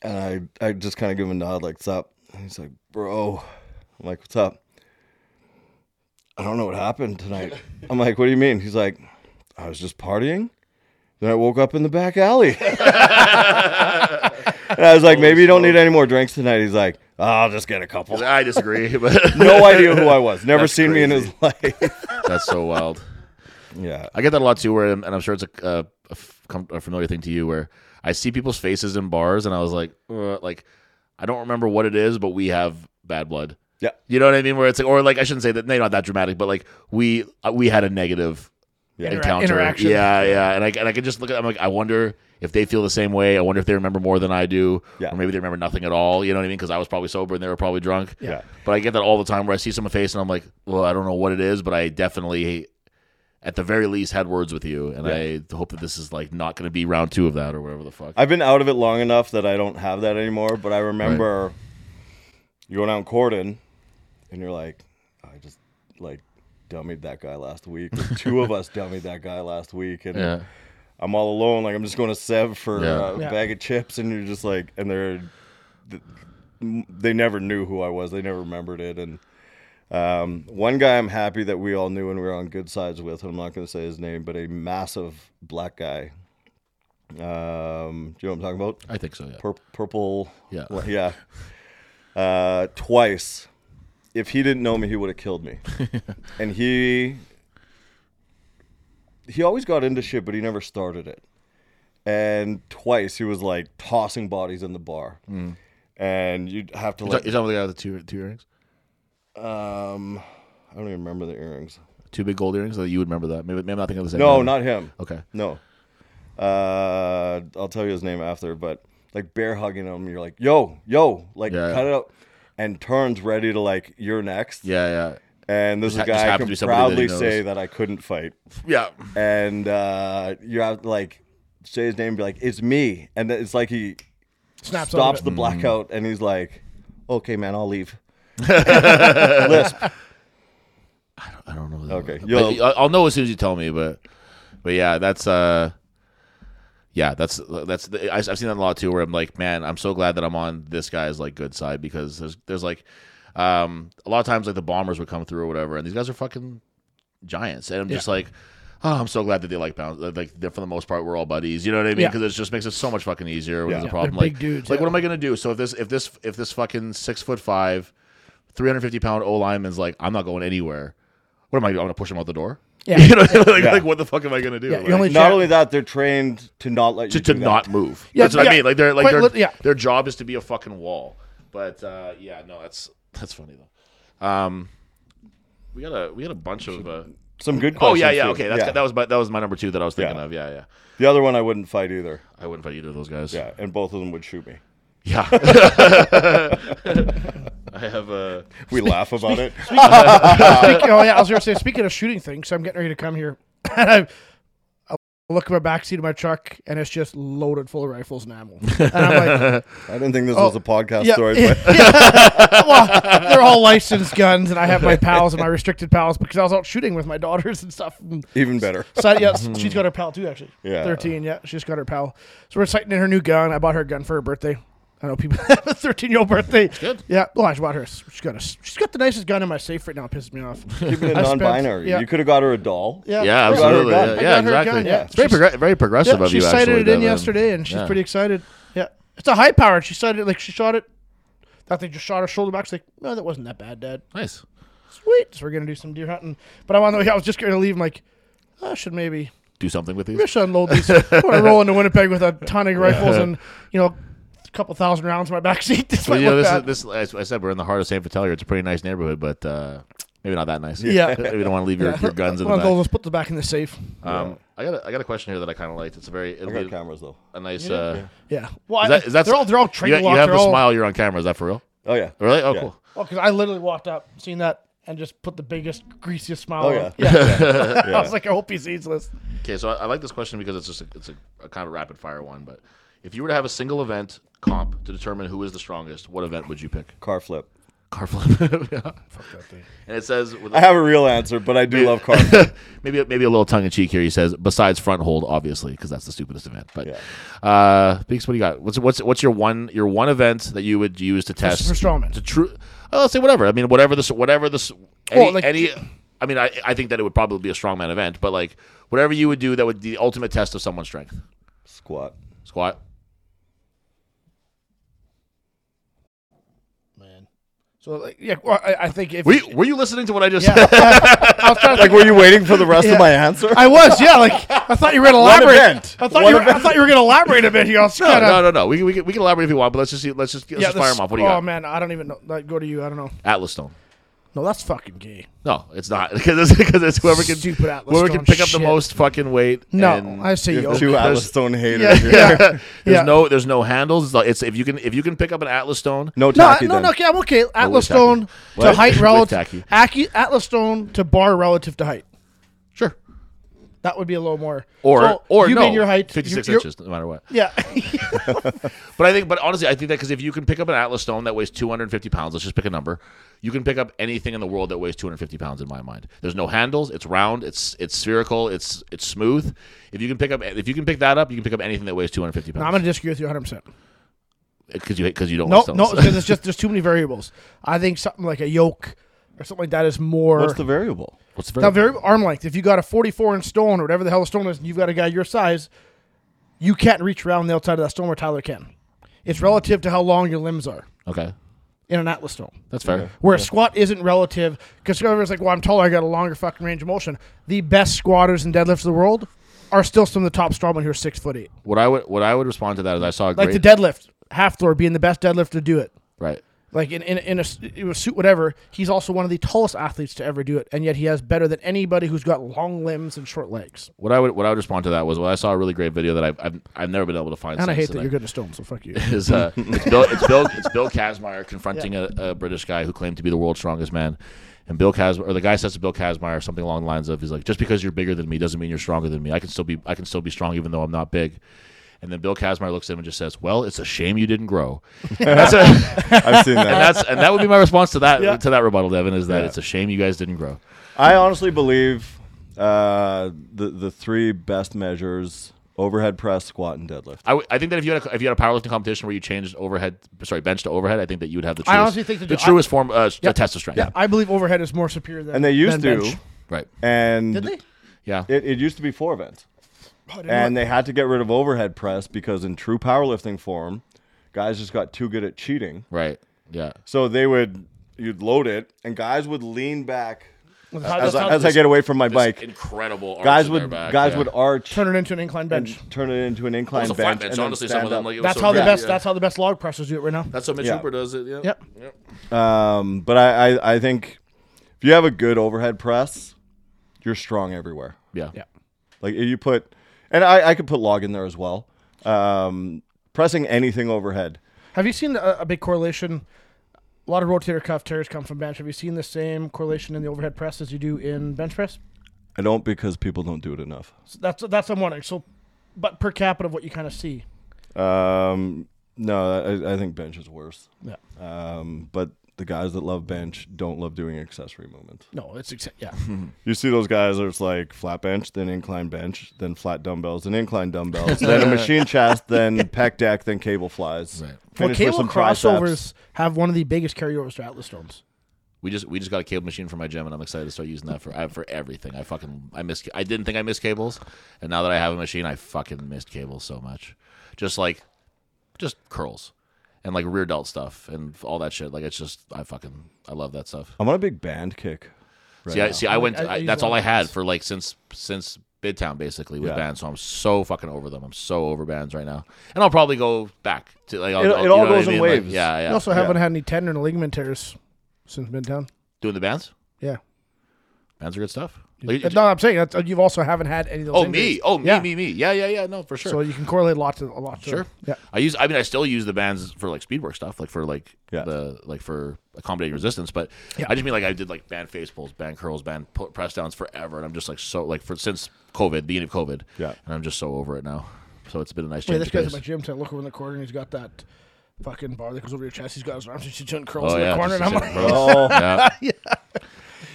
[SPEAKER 4] And I, I just kind of give him a nod, like, what's up? And he's like, bro. I'm like, what's up? I don't know what happened tonight. I'm like, what do you mean? He's like, I was just partying. Then I woke up in the back alley. and I was like, maybe you don't need any more drinks tonight. He's like, "Ah, I'll just get a couple.
[SPEAKER 2] I disagree, but
[SPEAKER 4] No idea who I was. Never
[SPEAKER 2] That's
[SPEAKER 4] seen me in his life.
[SPEAKER 2] that's so wild.
[SPEAKER 4] yeah.
[SPEAKER 2] I get that a lot too, where and I'm sure it's a, a- a f- com- a familiar thing to you, where I see people's faces in bars, and I was like, uh, like I don't remember what it is, but we have bad blood.
[SPEAKER 4] Yeah.
[SPEAKER 2] You know what I mean? Where it's like, or like I shouldn't say that, no, not that dramatic, but like we uh, we had a negative
[SPEAKER 4] Yeah.
[SPEAKER 1] Intera-
[SPEAKER 2] encounter.
[SPEAKER 1] interaction.
[SPEAKER 2] Yeah, yeah. And I and I can just look at. I'm like, I wonder if they feel the same way. I wonder if they remember more than I do,
[SPEAKER 4] Yeah.
[SPEAKER 2] or maybe they remember nothing at all. You know what I mean? Because I was probably sober and they were probably drunk.
[SPEAKER 4] Yeah.
[SPEAKER 2] But I get that all the time where I see someone's face and I'm like, well, I don't know what it is, but I definitely, at the very least, had words with you, and I hope that this is like not going to be round two of that or whatever the fuck.
[SPEAKER 4] I've been out of it long enough that I don't have that anymore. But I remember you going out in Corden, and you're like, I just like dummied that guy last week. or Two of us dummied that guy last week, and
[SPEAKER 2] yeah.
[SPEAKER 4] I'm all alone. Like I'm just going to Sev for
[SPEAKER 2] Yeah.
[SPEAKER 4] uh, a
[SPEAKER 1] Yeah.
[SPEAKER 4] bag of chips, and you're just like, and they're th- they never knew who I was. They never remembered it. And um, one guy I'm happy that we all knew and we were on good sides with. And I'm not going to say his name, but a massive black guy. Um, do you know what I'm talking about?
[SPEAKER 2] I think so. Yeah.
[SPEAKER 4] Pur- purple.
[SPEAKER 2] Yeah.
[SPEAKER 4] Well, yeah. Uh, twice. If he didn't know me, he would have killed me. and he he always got into shit, but he never started it. And twice he was like tossing bodies in the bar. And you'd have to
[SPEAKER 2] Mm. You're
[SPEAKER 4] like
[SPEAKER 2] talking about the guy with the two two earrings,
[SPEAKER 4] um I don't even remember the earrings.
[SPEAKER 2] two big gold earrings. That you would remember that. Maybe, maybe I'm not thinking of the same.
[SPEAKER 4] No,
[SPEAKER 2] guy.
[SPEAKER 4] not him.
[SPEAKER 2] okay.
[SPEAKER 4] No. Uh, I'll tell you his name after, but like bear hugging him, you're like, yo, yo, like
[SPEAKER 2] Yeah,
[SPEAKER 4] cut
[SPEAKER 2] yeah.
[SPEAKER 4] it out, and turns ready to like, you're next.
[SPEAKER 2] Yeah, yeah,
[SPEAKER 4] And this is a
[SPEAKER 2] ha- just
[SPEAKER 4] guy I
[SPEAKER 2] happened to
[SPEAKER 4] can
[SPEAKER 2] be somebody that he
[SPEAKER 4] proudly say
[SPEAKER 2] knows.
[SPEAKER 4] that I couldn't fight.
[SPEAKER 2] yeah.
[SPEAKER 4] And uh, you're out like, say his name, be like, it's me. And then it's like he
[SPEAKER 1] Snaps out of
[SPEAKER 4] stops
[SPEAKER 1] it.
[SPEAKER 4] the
[SPEAKER 2] Mm.
[SPEAKER 4] blackout and he's like, okay, man, I'll leave. Lisp.
[SPEAKER 2] I don't know.
[SPEAKER 4] Okay,
[SPEAKER 2] Like,
[SPEAKER 4] you'll-
[SPEAKER 2] I- I'll know as soon as you tell me. But, but yeah, that's uh, yeah, that's that's. The, I, I've seen that a lot too, where I'm like, man, I'm so glad that I'm on this guy's like good side because there's there's like, um, a lot of times like the bombers would come through or whatever, and these guys are fucking giants, and I'm just like. Oh, I'm so glad that they like bounce. Like, they're, for the most part, we're all buddies. You know what I mean?
[SPEAKER 1] Yeah.
[SPEAKER 2] Because it just makes it so much fucking easier when
[SPEAKER 4] Yeah.
[SPEAKER 2] there's a
[SPEAKER 4] Yeah,
[SPEAKER 2] problem.
[SPEAKER 1] they're
[SPEAKER 2] Like,
[SPEAKER 1] big dudes,
[SPEAKER 2] like
[SPEAKER 1] yeah.
[SPEAKER 2] what am I gonna do? So if this, if this, if this fucking six foot five, 350 pound O lineman's like, I'm not going anywhere. What am I? I'm gonna push him out the door.
[SPEAKER 1] Yeah.
[SPEAKER 2] you know, like, like, what the fuck am I gonna do?
[SPEAKER 1] Yeah,
[SPEAKER 2] Like,
[SPEAKER 1] you only
[SPEAKER 4] Not
[SPEAKER 1] chat-
[SPEAKER 4] only that, they're trained to not let you
[SPEAKER 2] to, to
[SPEAKER 4] do that.
[SPEAKER 2] not move.
[SPEAKER 1] Yeah,
[SPEAKER 2] that's what
[SPEAKER 1] yeah.
[SPEAKER 2] I mean. Like they're like
[SPEAKER 1] Quite
[SPEAKER 2] their
[SPEAKER 1] lit- yeah.
[SPEAKER 2] their job is to be a fucking wall. But uh, yeah, no, that's that's funny though. Um, we got a we got a bunch of. Uh,
[SPEAKER 4] Some good
[SPEAKER 2] oh
[SPEAKER 4] questions.
[SPEAKER 2] yeah, yeah,
[SPEAKER 4] too.
[SPEAKER 2] okay. That's that was my, that was my number two that I was thinking
[SPEAKER 4] Yeah.
[SPEAKER 2] of. Yeah, yeah.
[SPEAKER 4] the other one I wouldn't fight either.
[SPEAKER 2] I wouldn't fight either of those guys.
[SPEAKER 4] Yeah, and both of them would shoot me.
[SPEAKER 2] yeah. I have uh, a.
[SPEAKER 4] We laugh about it.
[SPEAKER 1] Speak- oh yeah, I was gonna say. Speaking of shooting things, so I'm getting ready to come here, and I, I look at my backseat of my truck, and it's just loaded full of rifles and ammo. And I'm like,
[SPEAKER 4] I didn't think this
[SPEAKER 1] Oh,
[SPEAKER 4] was a podcast
[SPEAKER 1] yeah,
[SPEAKER 4] story,
[SPEAKER 1] yeah,
[SPEAKER 4] but
[SPEAKER 1] yeah. Well, they're all licensed guns, and I have my pals and my restricted pals because I was out shooting with my daughters and stuff. And
[SPEAKER 4] even better.
[SPEAKER 1] so, yeah, she's got her pal too, actually.
[SPEAKER 4] Mm-hmm. Yeah.
[SPEAKER 1] thirteen. Yeah, she's got her pal. So we're sighting in her new gun. I bought her a gun for her birthday. I know people have a thirteen-year-old birthday.
[SPEAKER 2] good.
[SPEAKER 1] Yeah. Well, I just bought her. a- She's got a. She's got the nicest gun in my safe right now. It pisses me off.
[SPEAKER 4] Even a
[SPEAKER 1] I spent-
[SPEAKER 4] non-binary,
[SPEAKER 1] yeah.
[SPEAKER 4] you could have got her a doll.
[SPEAKER 1] Yeah.
[SPEAKER 2] Yeah,
[SPEAKER 1] I got her
[SPEAKER 2] absolutely.
[SPEAKER 4] gun.
[SPEAKER 2] Yeah,
[SPEAKER 4] I
[SPEAKER 1] got
[SPEAKER 2] yeah,
[SPEAKER 1] her
[SPEAKER 2] exactly.
[SPEAKER 1] gun, yeah.
[SPEAKER 2] It's very
[SPEAKER 1] She's-
[SPEAKER 2] progr- very progressive of
[SPEAKER 1] she
[SPEAKER 2] you. actually,
[SPEAKER 1] sighted it in
[SPEAKER 2] Devin.
[SPEAKER 1] yesterday, and she's
[SPEAKER 2] Yeah.
[SPEAKER 1] pretty excited. Yeah, it's a high powered. She sighted it like she shot it. That they just shot her shoulder back. She's like, no, that wasn't that bad, Dad.
[SPEAKER 2] nice.
[SPEAKER 1] Sweet. So we're gonna do some deer hunting. But I'm on the way. I was just gonna leave. I'm like, I should maybe
[SPEAKER 2] Do something with these.
[SPEAKER 1] maybe I should unload these. I'm gonna roll into Winnipeg with a ton of rifles and you know a couple thousand rounds in my back seat. This
[SPEAKER 2] But
[SPEAKER 1] might
[SPEAKER 2] you know,
[SPEAKER 1] look
[SPEAKER 2] this
[SPEAKER 1] bad.
[SPEAKER 2] is this. As I said, we're in the heart of San Vitellier. It's a pretty nice neighborhood, but uh, maybe not that nice.
[SPEAKER 1] Yeah.
[SPEAKER 2] maybe don't want to leave your, your guns in
[SPEAKER 1] One
[SPEAKER 2] the
[SPEAKER 1] of those.
[SPEAKER 2] back.
[SPEAKER 1] Let's put the back in the safe.
[SPEAKER 2] Um, I got a, I got a question here that I kind of liked. It's a very it'll
[SPEAKER 4] I got
[SPEAKER 2] be
[SPEAKER 4] cameras though.
[SPEAKER 2] a nice. Uh,
[SPEAKER 1] Yeah. Well,
[SPEAKER 2] is that, is that
[SPEAKER 1] they're all they're all train
[SPEAKER 2] You, you
[SPEAKER 1] walked,
[SPEAKER 2] have
[SPEAKER 1] they're
[SPEAKER 2] the
[SPEAKER 1] all-
[SPEAKER 2] smile. You're on camera. Is that for real?
[SPEAKER 4] Oh yeah,
[SPEAKER 2] Really? Oh,
[SPEAKER 4] Yeah.
[SPEAKER 2] cool.
[SPEAKER 1] Well, because I literally walked up, seen that, and just put the biggest, greasiest smile.
[SPEAKER 4] Oh,
[SPEAKER 1] on.
[SPEAKER 4] yeah.
[SPEAKER 1] I was like, I hope he's easeless.
[SPEAKER 2] Okay, so I, I like this question because it's just a, it's a, a kind of rapid fire one. But if you were to have a single event comp to determine who is the strongest, what event would you pick?
[SPEAKER 4] car flip.
[SPEAKER 2] Car flip. yeah. And it says with
[SPEAKER 4] I have a real answer, but I do love car. flip.
[SPEAKER 2] maybe maybe a little tongue in cheek here. He says, besides front hold, obviously, because that's the stupidest event. But uh, Beaks, what do you got? What's what's what's your one your one event that you would use to test
[SPEAKER 1] for strongman.
[SPEAKER 2] To true, oh, let's say whatever. I mean, whatever this, whatever this, any,
[SPEAKER 1] Well, like-
[SPEAKER 2] any. I mean, I I think that it would probably be a strongman event, but like whatever you would do, that would be the ultimate test of someone's strength.
[SPEAKER 4] Squat.
[SPEAKER 2] Squat.
[SPEAKER 1] So, like, yeah, well, I, I think if
[SPEAKER 2] Were you, were you listening to what I just
[SPEAKER 1] yeah,
[SPEAKER 2] said?
[SPEAKER 1] I was trying to.
[SPEAKER 4] Like, were you waiting for the rest
[SPEAKER 1] Yeah.
[SPEAKER 4] of my answer?
[SPEAKER 1] I was, yeah. Like, I thought you were gonna elaborate.
[SPEAKER 4] event.
[SPEAKER 1] I thought
[SPEAKER 4] One
[SPEAKER 1] you. Were, I thought you were gonna elaborate a bit. You all
[SPEAKER 2] No, no, no, no. We, can- we, can- we can elaborate if you want, but let's just see, let's just let's
[SPEAKER 1] Yeah,
[SPEAKER 2] just fire
[SPEAKER 1] this-
[SPEAKER 2] them off. What do you
[SPEAKER 1] oh
[SPEAKER 2] got?
[SPEAKER 1] man, I don't even know. Like, go to you. I don't know.
[SPEAKER 2] Atlas Stone.
[SPEAKER 1] No, that's fucking gay.
[SPEAKER 2] No, it's not because it's, because it's whoever can
[SPEAKER 1] Stupid Atlas
[SPEAKER 2] whoever
[SPEAKER 1] Stone
[SPEAKER 2] can pick up the
[SPEAKER 1] shit.
[SPEAKER 2] most fucking weight.
[SPEAKER 1] No,
[SPEAKER 2] and
[SPEAKER 1] I say yo.
[SPEAKER 4] Two
[SPEAKER 2] there's-
[SPEAKER 4] Atlas Stone haters.
[SPEAKER 1] Yeah,
[SPEAKER 4] here.
[SPEAKER 1] yeah.
[SPEAKER 2] there's
[SPEAKER 1] Yeah.
[SPEAKER 2] no there's no handles. It's, like, it's if you can if you can pick up an Atlas stone.
[SPEAKER 4] No
[SPEAKER 1] No, I-
[SPEAKER 4] tacky
[SPEAKER 1] no,
[SPEAKER 4] then.
[SPEAKER 1] no, okay, I'm okay. Atlas
[SPEAKER 2] tacky.
[SPEAKER 1] Stone to
[SPEAKER 2] What?
[SPEAKER 1] height
[SPEAKER 2] With
[SPEAKER 1] relative.
[SPEAKER 2] tacky.
[SPEAKER 1] Aki, Atlas Stone to bar relative to height.
[SPEAKER 2] Sure.
[SPEAKER 1] That would be a little more.
[SPEAKER 2] Or
[SPEAKER 1] So
[SPEAKER 2] or
[SPEAKER 1] you
[SPEAKER 2] no,
[SPEAKER 1] being your height,
[SPEAKER 2] fifty six
[SPEAKER 1] you're- you're-
[SPEAKER 2] inches, no matter what.
[SPEAKER 1] Yeah,
[SPEAKER 2] But I think, but honestly, I think that because if you can pick up an Atlas stone that weighs 250 pounds, let's just pick a number, you can pick up anything in the world that weighs 250 pounds. In my mind, there's no handles. It's round. It's it's spherical. It's it's smooth. If you can pick up if you can pick that up, you can pick up anything that weighs 250
[SPEAKER 1] No, I'm going
[SPEAKER 2] pounds.
[SPEAKER 1] to disagree with you 100. percent
[SPEAKER 2] Because you because you don't.
[SPEAKER 1] No,
[SPEAKER 2] want
[SPEAKER 1] no,
[SPEAKER 2] stones.
[SPEAKER 1] because it's just there's too many variables. I think something like a yoke or something like that is more.
[SPEAKER 4] What's the variable?
[SPEAKER 2] What's
[SPEAKER 1] now,
[SPEAKER 2] the very?
[SPEAKER 1] very arm length. If you got a 44 inch stone or whatever the hell a stone is, and you've got a guy your size, you can't reach around the outside of that stone where Tyler can. It's relative to how long your limbs are
[SPEAKER 2] Okay,
[SPEAKER 1] in an atlas stone.
[SPEAKER 2] that's fair.
[SPEAKER 1] Where a squat isn't relative, because everyone's like, well, I'm taller, I got a longer fucking range of motion. The best squatters and deadlifts of the world are still some of the top strongmen who are six foot eight.
[SPEAKER 2] What I would what I would respond to that is I saw a
[SPEAKER 1] Like
[SPEAKER 2] great
[SPEAKER 1] the deadlift, half Thor being the best deadlifter to do it.
[SPEAKER 2] right.
[SPEAKER 1] like in in, in, a, s- in a suit, whatever. He's also one of the tallest athletes to ever do it, and yet he has better than anybody who's got long limbs and short legs.
[SPEAKER 2] What I would what I would respond to that was well, I saw a really great video that I've I've, I've never been able to find.
[SPEAKER 1] And I
[SPEAKER 2] since,
[SPEAKER 1] hate that you're good at stone, so fuck you.
[SPEAKER 2] is uh, it's Bill it's Bill it's Bill Kazmaier confronting a, a British guy who claimed to be the world's strongest man, and Bill Kas or the guy says to Bill Kazmaier something along the lines of he's like just because you're bigger than me doesn't mean you're stronger than me. I can still be I can still be strong even though I'm not big. And then Bill Kazmaier looks at him and just says, "Well, it's a shame you didn't grow." And that's, a, and
[SPEAKER 4] I've seen that.
[SPEAKER 2] that's and that would be my response to that
[SPEAKER 1] Yeah.
[SPEAKER 2] to that rebuttal, Devin, is that
[SPEAKER 4] Yeah.
[SPEAKER 2] it's a shame you guys didn't grow.
[SPEAKER 4] I honestly believe uh, the the three best measures: overhead press, squat, and deadlift.
[SPEAKER 2] I, w- I think that if you had a, if you had a powerlifting competition where you changed overhead sorry bench to overhead, I think that you would have the
[SPEAKER 1] I
[SPEAKER 2] truest,
[SPEAKER 1] honestly think that
[SPEAKER 2] the
[SPEAKER 1] you- I-
[SPEAKER 2] truest form uh, s- test of strength.
[SPEAKER 1] I believe overhead is more superior than
[SPEAKER 4] And they used
[SPEAKER 1] than
[SPEAKER 4] to,
[SPEAKER 1] bench.
[SPEAKER 2] right.
[SPEAKER 4] and
[SPEAKER 1] Did they?
[SPEAKER 2] Yeah,
[SPEAKER 4] It, it used to be four events,
[SPEAKER 1] Oh, I didn't
[SPEAKER 4] and
[SPEAKER 1] know.
[SPEAKER 4] they had to get rid of overhead press because in true powerlifting form, guys just got too good at cheating.
[SPEAKER 2] right. Yeah.
[SPEAKER 4] So they would you'd load it, and guys would lean back
[SPEAKER 1] How-
[SPEAKER 4] as,
[SPEAKER 1] that's how
[SPEAKER 4] I, as I
[SPEAKER 1] this-
[SPEAKER 4] get away from my
[SPEAKER 2] This
[SPEAKER 4] bike.
[SPEAKER 2] Incredible. arch
[SPEAKER 4] Guys
[SPEAKER 2] in their
[SPEAKER 4] would
[SPEAKER 2] back,
[SPEAKER 4] guys
[SPEAKER 2] yeah.
[SPEAKER 4] would arch
[SPEAKER 1] turn it into an incline
[SPEAKER 4] and
[SPEAKER 1] bench.
[SPEAKER 4] turn it into an
[SPEAKER 2] It
[SPEAKER 4] incline
[SPEAKER 2] was a flat
[SPEAKER 4] bench.
[SPEAKER 2] bench.
[SPEAKER 4] and then
[SPEAKER 2] Honestly, some
[SPEAKER 4] stand
[SPEAKER 2] of them
[SPEAKER 4] up.
[SPEAKER 2] like it was
[SPEAKER 1] That's
[SPEAKER 2] so
[SPEAKER 1] how the
[SPEAKER 2] bad.
[SPEAKER 1] best.
[SPEAKER 2] Yeah.
[SPEAKER 1] That's how the best log pressers do it right now.
[SPEAKER 2] That's how Mitch
[SPEAKER 4] Yeah.
[SPEAKER 2] Hooper does it. Yeah.
[SPEAKER 1] Yep.
[SPEAKER 4] Um, but I, I, I think if you have a good overhead press, you're strong everywhere.
[SPEAKER 2] Yeah.
[SPEAKER 1] Yeah.
[SPEAKER 4] Like if you put, and I, I could put log in there as well. Um, pressing anything overhead.
[SPEAKER 1] Have you seen uh, a, a big correlation? A lot of rotator cuff tears come from bench. Have you seen the same correlation in the overhead press as you do in bench press?
[SPEAKER 4] I don't because people don't do it enough.
[SPEAKER 1] So that's that's what I'm wondering. So, but per capita, what you kind of see.
[SPEAKER 4] Um, no, I, I think bench is worse.
[SPEAKER 1] Yeah.
[SPEAKER 4] Um, but the guys that love bench don't love doing accessory movements.
[SPEAKER 1] No, it's exa- yeah.
[SPEAKER 4] You see those guys that it's like flat bench, then incline bench, then flat dumbbells, then incline dumbbells, then a machine chest, then pec deck, then cable flies.
[SPEAKER 2] Right.
[SPEAKER 1] Well,
[SPEAKER 4] Finish with
[SPEAKER 1] cable
[SPEAKER 4] some
[SPEAKER 1] crossovers
[SPEAKER 4] triceps.
[SPEAKER 1] have one of the biggest carryovers to Atlas Stones.
[SPEAKER 2] We just we just got a cable machine for my gym, and I'm excited to start using that for I- for everything. I fucking I miss I didn't think I missed cables, and now that I have a machine, I fucking missed cables so much. Just like, just curls, and like rear delt stuff and all that shit. Like it's just I fucking I love that stuff.
[SPEAKER 4] I'm on a big band kick. Right
[SPEAKER 2] see, I,
[SPEAKER 4] now.
[SPEAKER 2] see, I went.
[SPEAKER 1] I- I
[SPEAKER 2] I,
[SPEAKER 1] use
[SPEAKER 2] that's
[SPEAKER 1] a lot
[SPEAKER 2] all I
[SPEAKER 1] of
[SPEAKER 2] had
[SPEAKER 1] those.
[SPEAKER 2] for like since since Midtown basically with
[SPEAKER 4] Yeah.
[SPEAKER 2] bands. So I'm so fucking over them. I'm so over bands right now, and I'll probably go back to like. I'll,
[SPEAKER 4] It-
[SPEAKER 2] I'll-
[SPEAKER 4] it
[SPEAKER 2] you
[SPEAKER 4] all
[SPEAKER 2] know what I
[SPEAKER 4] goes in
[SPEAKER 2] mean? Like,
[SPEAKER 4] waves.
[SPEAKER 2] yeah, yeah.
[SPEAKER 1] You also haven't
[SPEAKER 4] yeah.
[SPEAKER 1] had any tendon and ligament tears since Midtown.
[SPEAKER 2] Doing the bands.
[SPEAKER 1] Yeah.
[SPEAKER 2] Bands are good stuff. Like,
[SPEAKER 1] But no, I'm saying that's, you've also haven't had any of those.
[SPEAKER 2] oh
[SPEAKER 1] injuries.
[SPEAKER 2] me, oh me,
[SPEAKER 1] Yeah.
[SPEAKER 2] me, me. Yeah, yeah, yeah. No, for sure.
[SPEAKER 1] So you can correlate a lot to a lot. To,
[SPEAKER 2] Sure.
[SPEAKER 1] Yeah.
[SPEAKER 2] I use. I mean, I still use the bands for like speed work stuff, like for like
[SPEAKER 4] Yeah.
[SPEAKER 2] the like for accommodating resistance. But
[SPEAKER 1] Yeah.
[SPEAKER 2] I just mean like I did like band face pulls, band curls, band pu- press downs forever, and I'm just like so like for since COVID, beginning of COVID.
[SPEAKER 4] Yeah.
[SPEAKER 2] And I'm just so over it now. So it's been a nice
[SPEAKER 1] Wait,
[SPEAKER 2] change.
[SPEAKER 1] this
[SPEAKER 2] of
[SPEAKER 1] guy's at
[SPEAKER 2] pace.
[SPEAKER 1] my gym tent. Look over in the corner, and he's got that fucking bar that goes over your chest. He's got his arms and she's doing curls
[SPEAKER 2] Oh,
[SPEAKER 1] in the
[SPEAKER 2] yeah,
[SPEAKER 1] corner, and
[SPEAKER 2] just
[SPEAKER 1] I'm
[SPEAKER 2] sit
[SPEAKER 1] like,
[SPEAKER 2] in rows.
[SPEAKER 4] Oh,
[SPEAKER 2] yeah.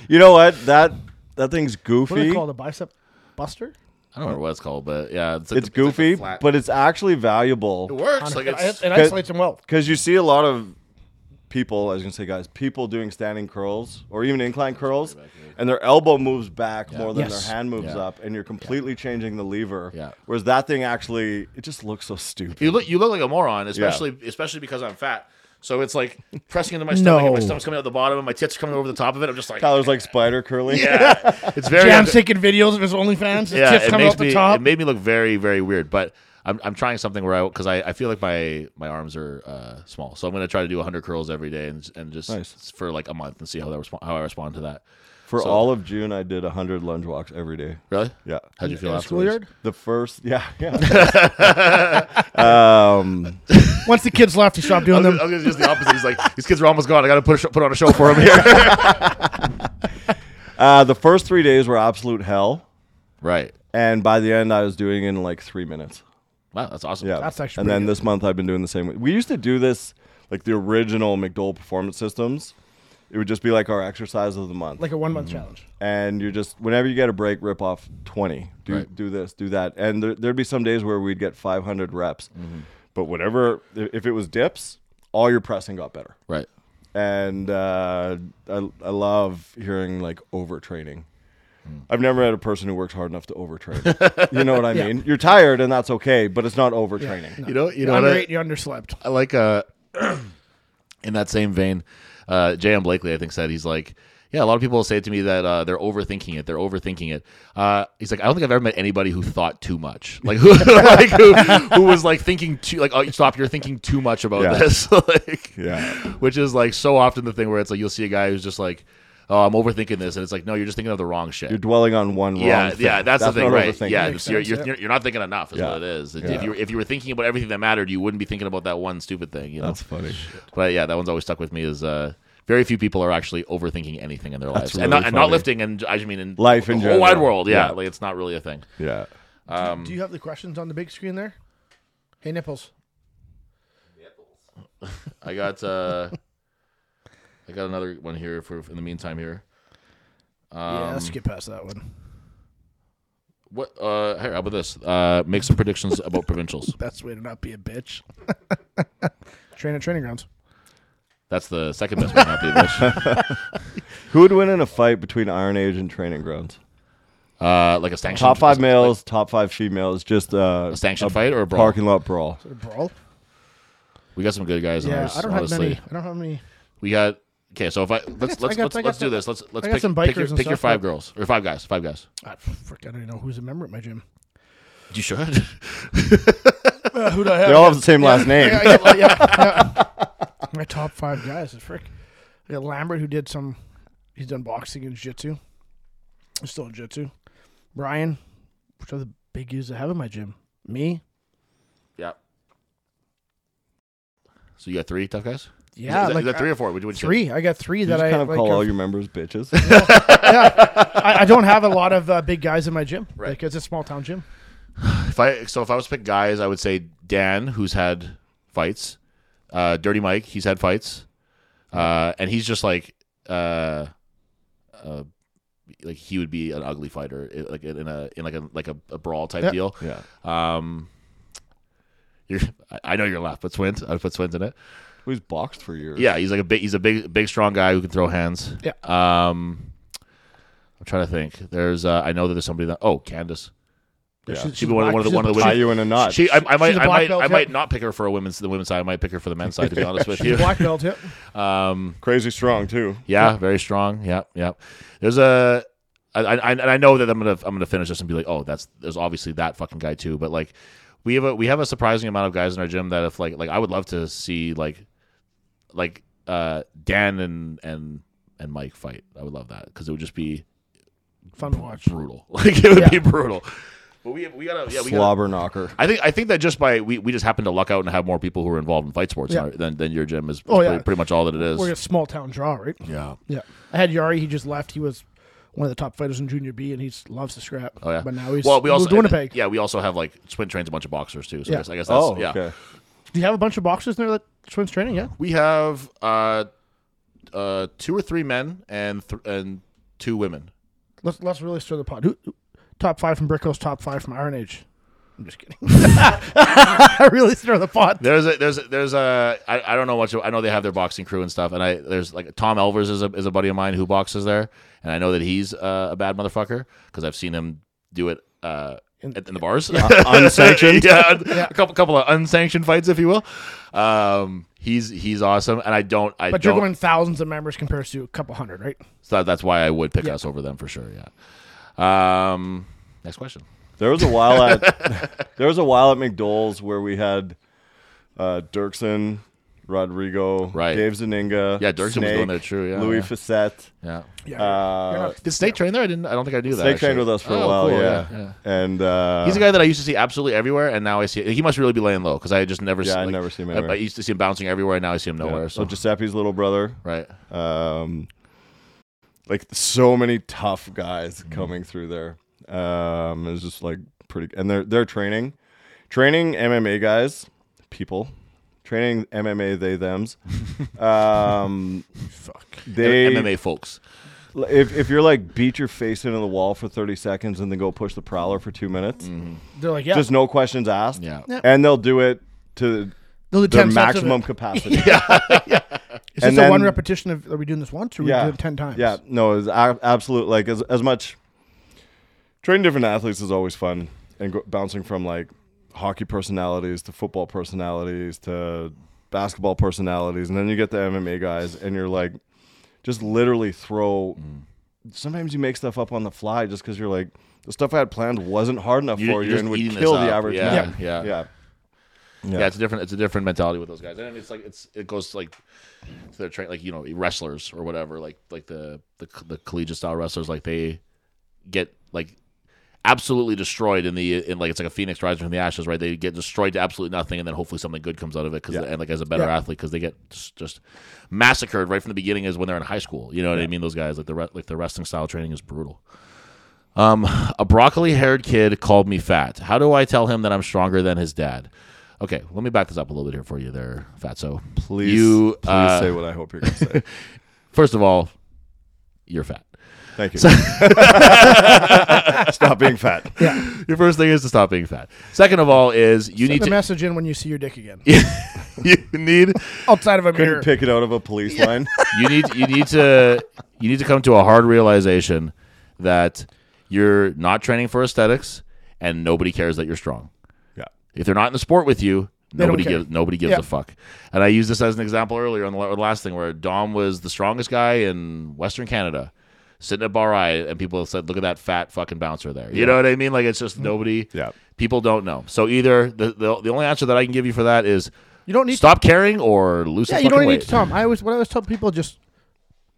[SPEAKER 4] you know what? That that thing's
[SPEAKER 1] what do
[SPEAKER 4] goofy.
[SPEAKER 1] they call the bicep buster?
[SPEAKER 2] I don't know what it's called, but yeah, it's, like
[SPEAKER 4] it's
[SPEAKER 2] a- like a
[SPEAKER 4] goofy,
[SPEAKER 2] flat-
[SPEAKER 4] but it's actually
[SPEAKER 2] it
[SPEAKER 4] valuable
[SPEAKER 2] works. Like
[SPEAKER 1] And I-
[SPEAKER 2] it's
[SPEAKER 1] it isolates him well.
[SPEAKER 4] because you see a lot of people. I was gonna say, guys, people doing standing curls or even incline curls, and their elbow moves back more than
[SPEAKER 1] Yes.
[SPEAKER 4] their hand moves
[SPEAKER 2] Yeah.
[SPEAKER 4] up, and you're completely changing the lever.
[SPEAKER 2] Yeah.
[SPEAKER 4] Whereas that thing actually, it just looks so stupid.
[SPEAKER 2] you look you look like a moron, especially especially because I'm fat. So it's like pressing into my stomach, and my
[SPEAKER 1] No.
[SPEAKER 2] stomach's coming out the bottom, and my tits are coming over the top of it. I'm just like,
[SPEAKER 4] Tyler's like spider curling.
[SPEAKER 2] yeah, it's very
[SPEAKER 1] Jam's taking videos of his OnlyFans. His
[SPEAKER 2] yeah,
[SPEAKER 1] tits
[SPEAKER 2] it
[SPEAKER 1] coming
[SPEAKER 2] makes
[SPEAKER 1] off
[SPEAKER 2] me
[SPEAKER 1] the top.
[SPEAKER 2] it made me look very very weird. But I'm, I'm trying something where I because I, I feel like my my arms are uh, small, so I'm gonna try to do 100 curls every day and and just
[SPEAKER 4] Nice.
[SPEAKER 2] for like a month and see how that resp- how I respond to that.
[SPEAKER 4] For
[SPEAKER 2] So-
[SPEAKER 4] all of June, I did 100 lunge walks every day.
[SPEAKER 2] Really?
[SPEAKER 4] Yeah.
[SPEAKER 2] How'd you feel
[SPEAKER 1] In the
[SPEAKER 2] afterwards?
[SPEAKER 1] schoolyard?
[SPEAKER 4] The first, yeah, yeah. um,
[SPEAKER 1] Once the kids left, he stopped
[SPEAKER 2] I
[SPEAKER 1] doing
[SPEAKER 2] was,
[SPEAKER 1] them.
[SPEAKER 2] gonna- I was gonna just the opposite. He's like, these kids are almost gone. I gotta put a sh- put on a show for them here.
[SPEAKER 4] uh, the first three days were absolute hell,
[SPEAKER 2] right.
[SPEAKER 4] and by the end, I was doing it in like three minutes.
[SPEAKER 2] Wow, that's awesome.
[SPEAKER 4] Yeah,
[SPEAKER 1] That's actually
[SPEAKER 4] And
[SPEAKER 1] pretty
[SPEAKER 4] then this month, I've been doing the same. We used to do this like the original McDowell Performance Systems. It would just be like our exercise of the month,
[SPEAKER 1] Like a one month challenge.
[SPEAKER 4] and you're just whenever you get a break, rip off 20. Do
[SPEAKER 2] Right.
[SPEAKER 4] do this, do that, and there, there'd be some days where we'd get 500 reps, but whatever. If it was dips, all your pressing got better.
[SPEAKER 2] Right.
[SPEAKER 4] and uh, I, I love hearing like overtraining.
[SPEAKER 2] Hmm.
[SPEAKER 4] I've never had a person who works hard enough to overtrain. you know what I
[SPEAKER 1] Yeah.
[SPEAKER 4] mean? You're tired, and that's okay, but it's not overtraining.
[SPEAKER 2] You know. You know.
[SPEAKER 1] You
[SPEAKER 2] what I-
[SPEAKER 1] under eight, you underslept.
[SPEAKER 2] I like uh in that same vein, uh J.M. Blakely I think said he's like yeah, a lot of people say to me that uh, they're overthinking it. They're overthinking it. Uh, he's like, I don't think I've ever met anybody who thought too much, like who, like who, who was like thinking too, like, oh, stop, you're thinking too much about
[SPEAKER 4] Yeah.
[SPEAKER 2] this, like,
[SPEAKER 4] Yeah.
[SPEAKER 2] which is like so often the thing where it's like you'll see a guy who's just like, oh, I'm overthinking this, and it's like, no, you're just thinking of the wrong shit.
[SPEAKER 4] You're dwelling on one wrong
[SPEAKER 2] yeah,
[SPEAKER 4] thing.
[SPEAKER 2] yeah, that's, the thing,
[SPEAKER 4] not
[SPEAKER 2] right?
[SPEAKER 4] overthinking.
[SPEAKER 2] Yeah,
[SPEAKER 1] Makes
[SPEAKER 2] it's- you're,
[SPEAKER 1] sense,
[SPEAKER 2] you're,
[SPEAKER 1] yeah.
[SPEAKER 2] you're not thinking enough, is
[SPEAKER 4] Yeah.
[SPEAKER 2] what it is.
[SPEAKER 4] Yeah.
[SPEAKER 2] If you were- if you were thinking about everything that mattered, you wouldn't be thinking about that one stupid thing. You know,
[SPEAKER 4] that's funny.
[SPEAKER 2] but yeah, that one's always stuck with me. Is uh, very few people are actually overthinking anything in their lives,
[SPEAKER 4] really
[SPEAKER 2] and not, and not
[SPEAKER 4] funny.
[SPEAKER 2] lifting, and I just mean in
[SPEAKER 4] Life
[SPEAKER 2] the
[SPEAKER 4] in
[SPEAKER 2] whole
[SPEAKER 4] general.
[SPEAKER 2] wide world. Yeah,
[SPEAKER 4] Yeah.
[SPEAKER 2] like it's not really a thing.
[SPEAKER 4] Yeah.
[SPEAKER 2] um,
[SPEAKER 1] Do you have the questions on the big screen there? Hey, nipples.
[SPEAKER 2] I got uh, I got another one here for in the meantime here.
[SPEAKER 1] yeah, let's get past that one.
[SPEAKER 2] What uh, here? How about this? Uh, make some predictions about provincials.
[SPEAKER 1] Best way to not be a bitch. Train at training grounds.
[SPEAKER 2] That's the second best one. Not the English.
[SPEAKER 4] Who would win in a fight between Iron Age and Training Grounds?
[SPEAKER 2] Uh, like a sanction.
[SPEAKER 4] Top five males, top five females, just uh,
[SPEAKER 2] a sanctioned fight or a brawl?
[SPEAKER 4] parking lot brawl.
[SPEAKER 1] A brawl?
[SPEAKER 2] We got some good guys. in
[SPEAKER 1] Yeah,
[SPEAKER 2] ours,
[SPEAKER 1] I don't
[SPEAKER 2] honestly.
[SPEAKER 1] have many. I don't have many.
[SPEAKER 2] We got okay. So if I let's
[SPEAKER 1] I
[SPEAKER 2] let's
[SPEAKER 1] got-
[SPEAKER 2] let's,
[SPEAKER 1] I got
[SPEAKER 2] let's do
[SPEAKER 1] some-
[SPEAKER 2] this. Let's let's
[SPEAKER 1] I got
[SPEAKER 2] pick,
[SPEAKER 1] some
[SPEAKER 2] pick your,
[SPEAKER 1] bikers and
[SPEAKER 2] pick your
[SPEAKER 1] stuff, but-
[SPEAKER 2] five girls or five guys. Five guys.
[SPEAKER 1] I, Ah, frick, I don't even know who's a member at my gym.
[SPEAKER 2] You should.
[SPEAKER 1] who do I
[SPEAKER 4] They all have the same last name.
[SPEAKER 1] yeah, yeah, yeah, yeah. My top five guys is frick. We got Lambert, who did some, he's done boxing and jiu-jitsu. He's still in jiu-jitsu. Brian, which are the big dudes I have in my gym? Me?
[SPEAKER 2] yeah. So you got three tough guys. Is
[SPEAKER 1] Yeah,
[SPEAKER 2] that- is
[SPEAKER 1] like uh,
[SPEAKER 2] that three or four? Would you would you say?
[SPEAKER 1] three. I got three
[SPEAKER 4] You
[SPEAKER 1] that
[SPEAKER 4] just
[SPEAKER 1] I
[SPEAKER 4] kind of
[SPEAKER 1] like,
[SPEAKER 4] call
[SPEAKER 1] are-
[SPEAKER 4] all your members bitches.
[SPEAKER 1] I, I don't have a lot of uh, big guys in my gym.
[SPEAKER 2] Right.
[SPEAKER 1] Like, it's a small town gym.
[SPEAKER 2] If I so if I was to pick guys, I would say Dan, who's had fights. Uh, Dirty Mike, he's had fights, uh, and he's just like. Uh, uh, like he would be an ugly fighter, i- like in a in like a like a, a brawl type
[SPEAKER 1] Yeah.
[SPEAKER 2] deal.
[SPEAKER 4] yeah.
[SPEAKER 2] Um, you're, I- I know you're laughing, but Swint, I'd put Swint in it.
[SPEAKER 4] He's boxed for years.
[SPEAKER 2] Yeah, he's like a big, he's a big, big, strong guy who can throw hands.
[SPEAKER 1] Yeah.
[SPEAKER 2] Um, I'm trying to think. There's, uh, I know that there's somebody that. Oh, Candace.
[SPEAKER 4] Yeah.
[SPEAKER 1] She's-
[SPEAKER 2] She'd be one, of-
[SPEAKER 1] black.
[SPEAKER 2] one of
[SPEAKER 1] She's
[SPEAKER 2] the
[SPEAKER 1] a-
[SPEAKER 2] one of the
[SPEAKER 4] Tie
[SPEAKER 2] women.
[SPEAKER 4] you in a knot.
[SPEAKER 2] She, I, I might,
[SPEAKER 1] Uh, a
[SPEAKER 2] I
[SPEAKER 1] black
[SPEAKER 2] might,
[SPEAKER 1] belt,
[SPEAKER 2] I
[SPEAKER 1] yeah.
[SPEAKER 2] might not pick her for a women's the women's side. I might pick her for the men's side. To be honest with
[SPEAKER 1] She's
[SPEAKER 2] you.
[SPEAKER 1] a black belt, yep.
[SPEAKER 2] Um,
[SPEAKER 4] Crazy strong too.
[SPEAKER 2] yeah, very strong. Yeah, yeah. There's a, I, I, and I know that I'm gonna, I'm gonna finish this and be like, oh, that's there's obviously that fucking guy too. But like, we have a, we have a surprising amount of guys in our gym that if like, like I would love to see like, like uh Dan and and and Mike fight. I would love that because it would just be
[SPEAKER 1] Fun to watch.
[SPEAKER 2] brutal. Like it would
[SPEAKER 1] Yeah.
[SPEAKER 2] be brutal. But we we gotta yeah we gotta,
[SPEAKER 4] Slobber knocker.
[SPEAKER 2] I think I think that just by we, we just happen to luck out and have more people who are involved in fight sports
[SPEAKER 1] Yeah.
[SPEAKER 2] than than your gym is, is
[SPEAKER 1] Oh,
[SPEAKER 2] pretty,
[SPEAKER 1] yeah.
[SPEAKER 2] pretty much all that it is.
[SPEAKER 1] We're a small town draw, right?
[SPEAKER 2] yeah.
[SPEAKER 1] Yeah. I had Yari. He just left. He was one of the top fighters in Junior B, and he loves to scrap.
[SPEAKER 2] Oh yeah.
[SPEAKER 1] But now he's
[SPEAKER 2] well, we also
[SPEAKER 1] moved to Winnipeg.
[SPEAKER 2] Yeah, we also have like Swin trains a bunch of boxers too. So I
[SPEAKER 1] Yeah.
[SPEAKER 2] guess, I guess that's
[SPEAKER 4] Oh,
[SPEAKER 2] yeah.
[SPEAKER 4] okay.
[SPEAKER 1] Do you have a bunch of boxers in there that Swin's training? Yeah.
[SPEAKER 2] We have uh, uh, two or three men and th- and two women.
[SPEAKER 1] Let's let's really stir the pot. Who, who- top five from Brickhouse, top five from Iron Age. I'm just kidding. I really stir the pot.
[SPEAKER 2] There's a there's a, there's a I, I don't know much. I know they have their boxing crew and stuff. And I there's like Tom Elvers is a is a buddy of mine who boxes there, and I know that he's uh, a bad motherfucker because I've seen him do it. Uh, in, in the bars,
[SPEAKER 4] unsanctioned.
[SPEAKER 2] yeah, un- a couple couple of unsanctioned fights, if you will. Um, he's he's awesome, and I don't, I
[SPEAKER 1] But you're
[SPEAKER 2] don't.
[SPEAKER 1] going thousands of members compared to a couple hundred, right?
[SPEAKER 2] So that's why I would pick us over them for sure. Yeah. Um, next question.
[SPEAKER 4] There was a while at there was a while at McDowell's where we had uh, Dirksen, Rodrigo,
[SPEAKER 2] Right.
[SPEAKER 4] Dave Zaninga,
[SPEAKER 2] Yeah, Dirksen was
[SPEAKER 4] Snake,
[SPEAKER 2] going there, true, yeah,
[SPEAKER 4] Louis
[SPEAKER 2] yeah.
[SPEAKER 4] Facette.
[SPEAKER 2] Yeah.
[SPEAKER 1] Yeah.
[SPEAKER 4] Uh,
[SPEAKER 1] You're not-
[SPEAKER 2] Did Snake train there? I didn't. I don't think I knew that.
[SPEAKER 4] Snake trained
[SPEAKER 2] actually.
[SPEAKER 4] with us for a
[SPEAKER 2] Oh,
[SPEAKER 4] while,
[SPEAKER 2] cool,
[SPEAKER 4] yeah.
[SPEAKER 2] yeah.
[SPEAKER 4] And uh,
[SPEAKER 2] He's a guy that I used to see absolutely everywhere, and now I see. He must really be laying low because I just never.
[SPEAKER 4] Yeah,
[SPEAKER 2] see,
[SPEAKER 4] I never see him
[SPEAKER 2] I- I,
[SPEAKER 4] anywhere.
[SPEAKER 2] used to see him bouncing everywhere, and now I see him
[SPEAKER 4] yeah. Oh,
[SPEAKER 2] nowhere.
[SPEAKER 4] so
[SPEAKER 2] So,
[SPEAKER 4] Giuseppe's little brother.
[SPEAKER 2] right.
[SPEAKER 4] Um, like so many tough guys coming through there. Um, it's just like pretty, and they're they're training, training MMA guys, people, training MMA they them's. Um,
[SPEAKER 1] Fuck.
[SPEAKER 4] they
[SPEAKER 2] MMA folks.
[SPEAKER 4] if if you're like beat your face into the wall for thirty seconds and then go push the prowler for two minutes,
[SPEAKER 1] They're like, yeah.
[SPEAKER 4] just no questions aast.
[SPEAKER 2] Yeah.
[SPEAKER 1] Yeah.
[SPEAKER 4] and they'll do it to
[SPEAKER 1] They'll do
[SPEAKER 4] their
[SPEAKER 1] 10 sets of
[SPEAKER 4] maximum
[SPEAKER 1] it.
[SPEAKER 4] capacity.
[SPEAKER 1] Is
[SPEAKER 4] and
[SPEAKER 1] this a one
[SPEAKER 4] then-
[SPEAKER 1] repetition of, are we doing this once or are we doing it 10 times?
[SPEAKER 4] Yeah, no, it's a- absolute. Like as as much training different athletes is always fun, and go, bouncing from like hockey personalities to football personalities to basketball personalities, and then you get the MMA guys, and you're like, just literally throw.
[SPEAKER 2] Mm.
[SPEAKER 4] Sometimes you make stuff up on the fly just because you're like the stuff I had planned wasn't hard enough
[SPEAKER 2] You're-
[SPEAKER 4] for
[SPEAKER 2] you're
[SPEAKER 4] you
[SPEAKER 2] just
[SPEAKER 4] and would
[SPEAKER 2] eating this
[SPEAKER 4] kill the
[SPEAKER 2] up.
[SPEAKER 4] average
[SPEAKER 2] Yeah,
[SPEAKER 4] man.
[SPEAKER 2] yeah.
[SPEAKER 4] yeah.
[SPEAKER 2] yeah,
[SPEAKER 4] Yeah.
[SPEAKER 2] It's a different. It's a different mentality with those guys, and it's like it's it goes to like to their train, like you know wrestlers or whatever, like like the the, the collegiate style wrestlers, like they get like absolutely destroyed in the in like it's like a phoenix rising from the ashes, right? They get destroyed to absolutely nothing, and then hopefully something good comes out of it, because
[SPEAKER 4] Yeah.
[SPEAKER 2] and like as a better
[SPEAKER 1] Yeah.
[SPEAKER 2] athlete, because they get just, just massacred right from the beginning, is when they're in high school. You know what I mean? Those guys like the re- like the wrestling style training is brutal. Um, a broccoli haired kid called me fat. How do I tell him that I'm stronger than his dad? Okay, let me back this up a little bit here for you, there, Fatso.
[SPEAKER 4] Please,
[SPEAKER 2] You,
[SPEAKER 4] please
[SPEAKER 2] uh,
[SPEAKER 4] say what I hope you're gonna say.
[SPEAKER 2] First of all, you're fat.
[SPEAKER 4] Thank you. Stop being fat.
[SPEAKER 2] Your first thing is to stop being fat. Second of all, is you
[SPEAKER 1] Send
[SPEAKER 2] need
[SPEAKER 1] the
[SPEAKER 2] to
[SPEAKER 1] message in when you see your dick again.
[SPEAKER 2] you need
[SPEAKER 1] Outside of a mirror.
[SPEAKER 4] Couldn't pick it out of a police line.
[SPEAKER 2] you need you need to you need to come to a hard realization that you're not training for aesthetics and nobody cares that you're strong.
[SPEAKER 4] Yeah.
[SPEAKER 2] If they're not in the sport with you,
[SPEAKER 1] don't
[SPEAKER 2] nobody
[SPEAKER 1] care.
[SPEAKER 2] gives nobody gives
[SPEAKER 1] Yeah.
[SPEAKER 2] a fuck. And I used this as an example earlier on the la- last thing where Dom was the strongest guy in Western Canada, sitting at bar I, and people said, "Look at that fat fucking bouncer there." You know what I mean? Like it's just
[SPEAKER 1] Mm-hmm.
[SPEAKER 2] nobody.
[SPEAKER 4] Yeah.
[SPEAKER 2] People don't know. So either the, the the only answer that I can give you for that is
[SPEAKER 1] You don't need to,
[SPEAKER 2] stop caring or lose.
[SPEAKER 1] Yeah,
[SPEAKER 2] some
[SPEAKER 1] you don't
[SPEAKER 2] fucking
[SPEAKER 1] need
[SPEAKER 2] weight.
[SPEAKER 1] to tell 'em. I always, what I always tell people, just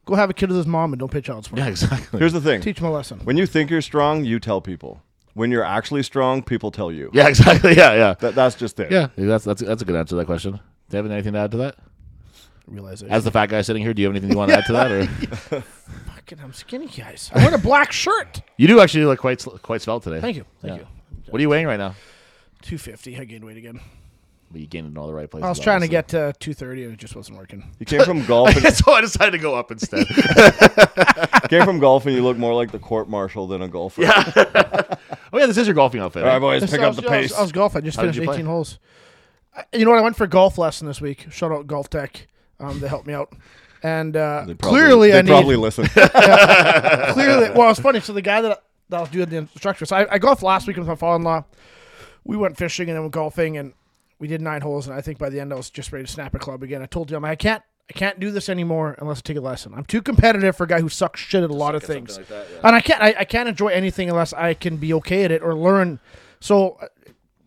[SPEAKER 1] go have a kid with his mom and don't pitch out.
[SPEAKER 2] Yeah, exactly.
[SPEAKER 4] Here's the thing.
[SPEAKER 1] Teach him a lesson.
[SPEAKER 4] When you think you're strong, you tell people. When you're actually strong, people tell you.
[SPEAKER 2] Yeah, exactly. Yeah, yeah.
[SPEAKER 4] That, that's just it.
[SPEAKER 2] Yeah, that's that's that's a good answer to that question. Do you have anything to add to that?
[SPEAKER 1] Realize it.
[SPEAKER 2] As the fat guy sitting here, do you have anything you want to add to that? Or
[SPEAKER 1] Fucking, I'm skinny, guys. I wearing a black shirt.
[SPEAKER 2] you do actually look quite sl- quite svelte today.
[SPEAKER 1] Thank you. Thank
[SPEAKER 2] Yeah.
[SPEAKER 1] you.
[SPEAKER 2] What are you weighing right now?
[SPEAKER 1] 250. I gained weight again.
[SPEAKER 2] But you gained in all the right places.
[SPEAKER 1] I was trying to
[SPEAKER 2] obviously.
[SPEAKER 1] get to 230 and it just wasn't working.
[SPEAKER 4] You came from golf. And,
[SPEAKER 2] so I decided to go up instead.
[SPEAKER 4] came from golf, and you look more like the court marshal than a golfer. Yeah.
[SPEAKER 2] oh yeah, this is your golfing outfit.
[SPEAKER 4] All right, boys,
[SPEAKER 1] So
[SPEAKER 4] pick
[SPEAKER 1] I
[SPEAKER 4] up
[SPEAKER 1] was-
[SPEAKER 4] the
[SPEAKER 1] I was-
[SPEAKER 4] pace.
[SPEAKER 1] I was golfing. I just
[SPEAKER 2] How did
[SPEAKER 1] finished
[SPEAKER 2] you play?
[SPEAKER 1] 18 holes. I, you know what? I went for a golf lesson this week. Shout out Golf Tech. Um, they helped me out. And uh,
[SPEAKER 4] They probably-
[SPEAKER 1] clearly,
[SPEAKER 4] they
[SPEAKER 1] I need
[SPEAKER 4] probably listen.
[SPEAKER 1] clearly. Well, it's funny. So the guy that that was doing the instructor. So I, I golfed last week with my father-in-law. We went fishing and then we golfing, and we did nine holes. And I think by the end, I was just ready to snap a club again. I told him I can't. I can't do this anymore unless I take a lesson. I'm too competitive for a guy who sucks shit at a lot of things, and I can't. I, I can't enjoy anything unless I can be okay at it or learn. So uh,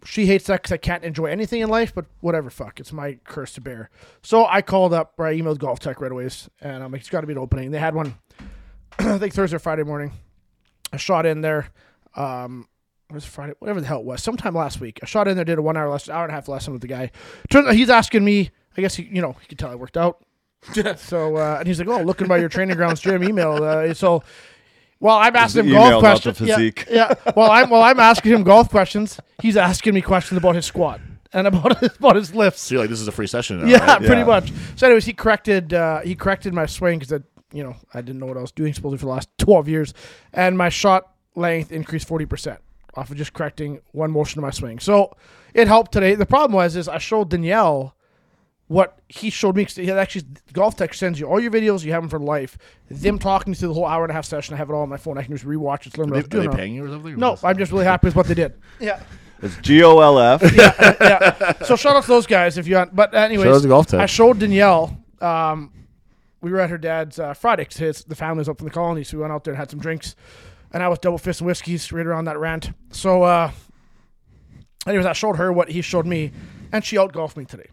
[SPEAKER 1] she hates that because I can't enjoy anything in life. But whatever, fuck, it's my curse to bear. So I called up, or I emailed Golf Tech right away, and I'm like, it's got to be an opening. They had one I think Thursday or Friday morning. I shot in there. Um, it was Friday, whatever the hell it was, sometime last week. I shot in there, did a one hour lesson, hour and a half lesson with the guy. Turns out he's asking me. I guess he, you know, he could tell I worked out. so uh, and he's like, "Oh, looking by your training grounds gym email." Uh, so, well, I'm asking
[SPEAKER 4] the
[SPEAKER 1] him
[SPEAKER 4] email,
[SPEAKER 1] golf
[SPEAKER 4] not the
[SPEAKER 1] questions. Yeah,
[SPEAKER 4] physique.
[SPEAKER 1] Yeah, Well, I'm well, I'm asking him golf questions. He's asking me questions about his squat and about his, about his lifts.
[SPEAKER 2] So you're like, this is a free session. Now,
[SPEAKER 1] Yeah,
[SPEAKER 2] right?
[SPEAKER 1] pretty
[SPEAKER 4] Yeah.
[SPEAKER 1] much. So, anyways, he corrected uh, he corrected my swing because you know I didn't know what I was doing supposedly for the last twelve years, and my shot length increased forty percent off of just correcting one motion of my swing. So it helped today. The problem was is I showed Danielle what he showed me. 'cause He had actually Golf Tech sends you all your videos you have them for life. Them talking through the whole hour and a half session. I have it all on my phone. I can just rewatch it. to Learn what I was
[SPEAKER 2] Are they, are
[SPEAKER 1] doing
[SPEAKER 2] they
[SPEAKER 1] wrong.
[SPEAKER 2] paying you or something?
[SPEAKER 1] No, I'm just really happy with what they did. Yeah.
[SPEAKER 4] It's G O L F.
[SPEAKER 1] yeah. So shout out to those guys if you want. But anyways,
[SPEAKER 2] Shout out to Golf Tech.
[SPEAKER 1] I showed Danielle. Um, we were at her dad's uh, Friday. 'cause His the family's up from the colony, so we went out there and had some drinks. and I was double fist and whiskeys right around that rant. So, uh, anyways, I showed her what he showed me, and she outgolfed me today.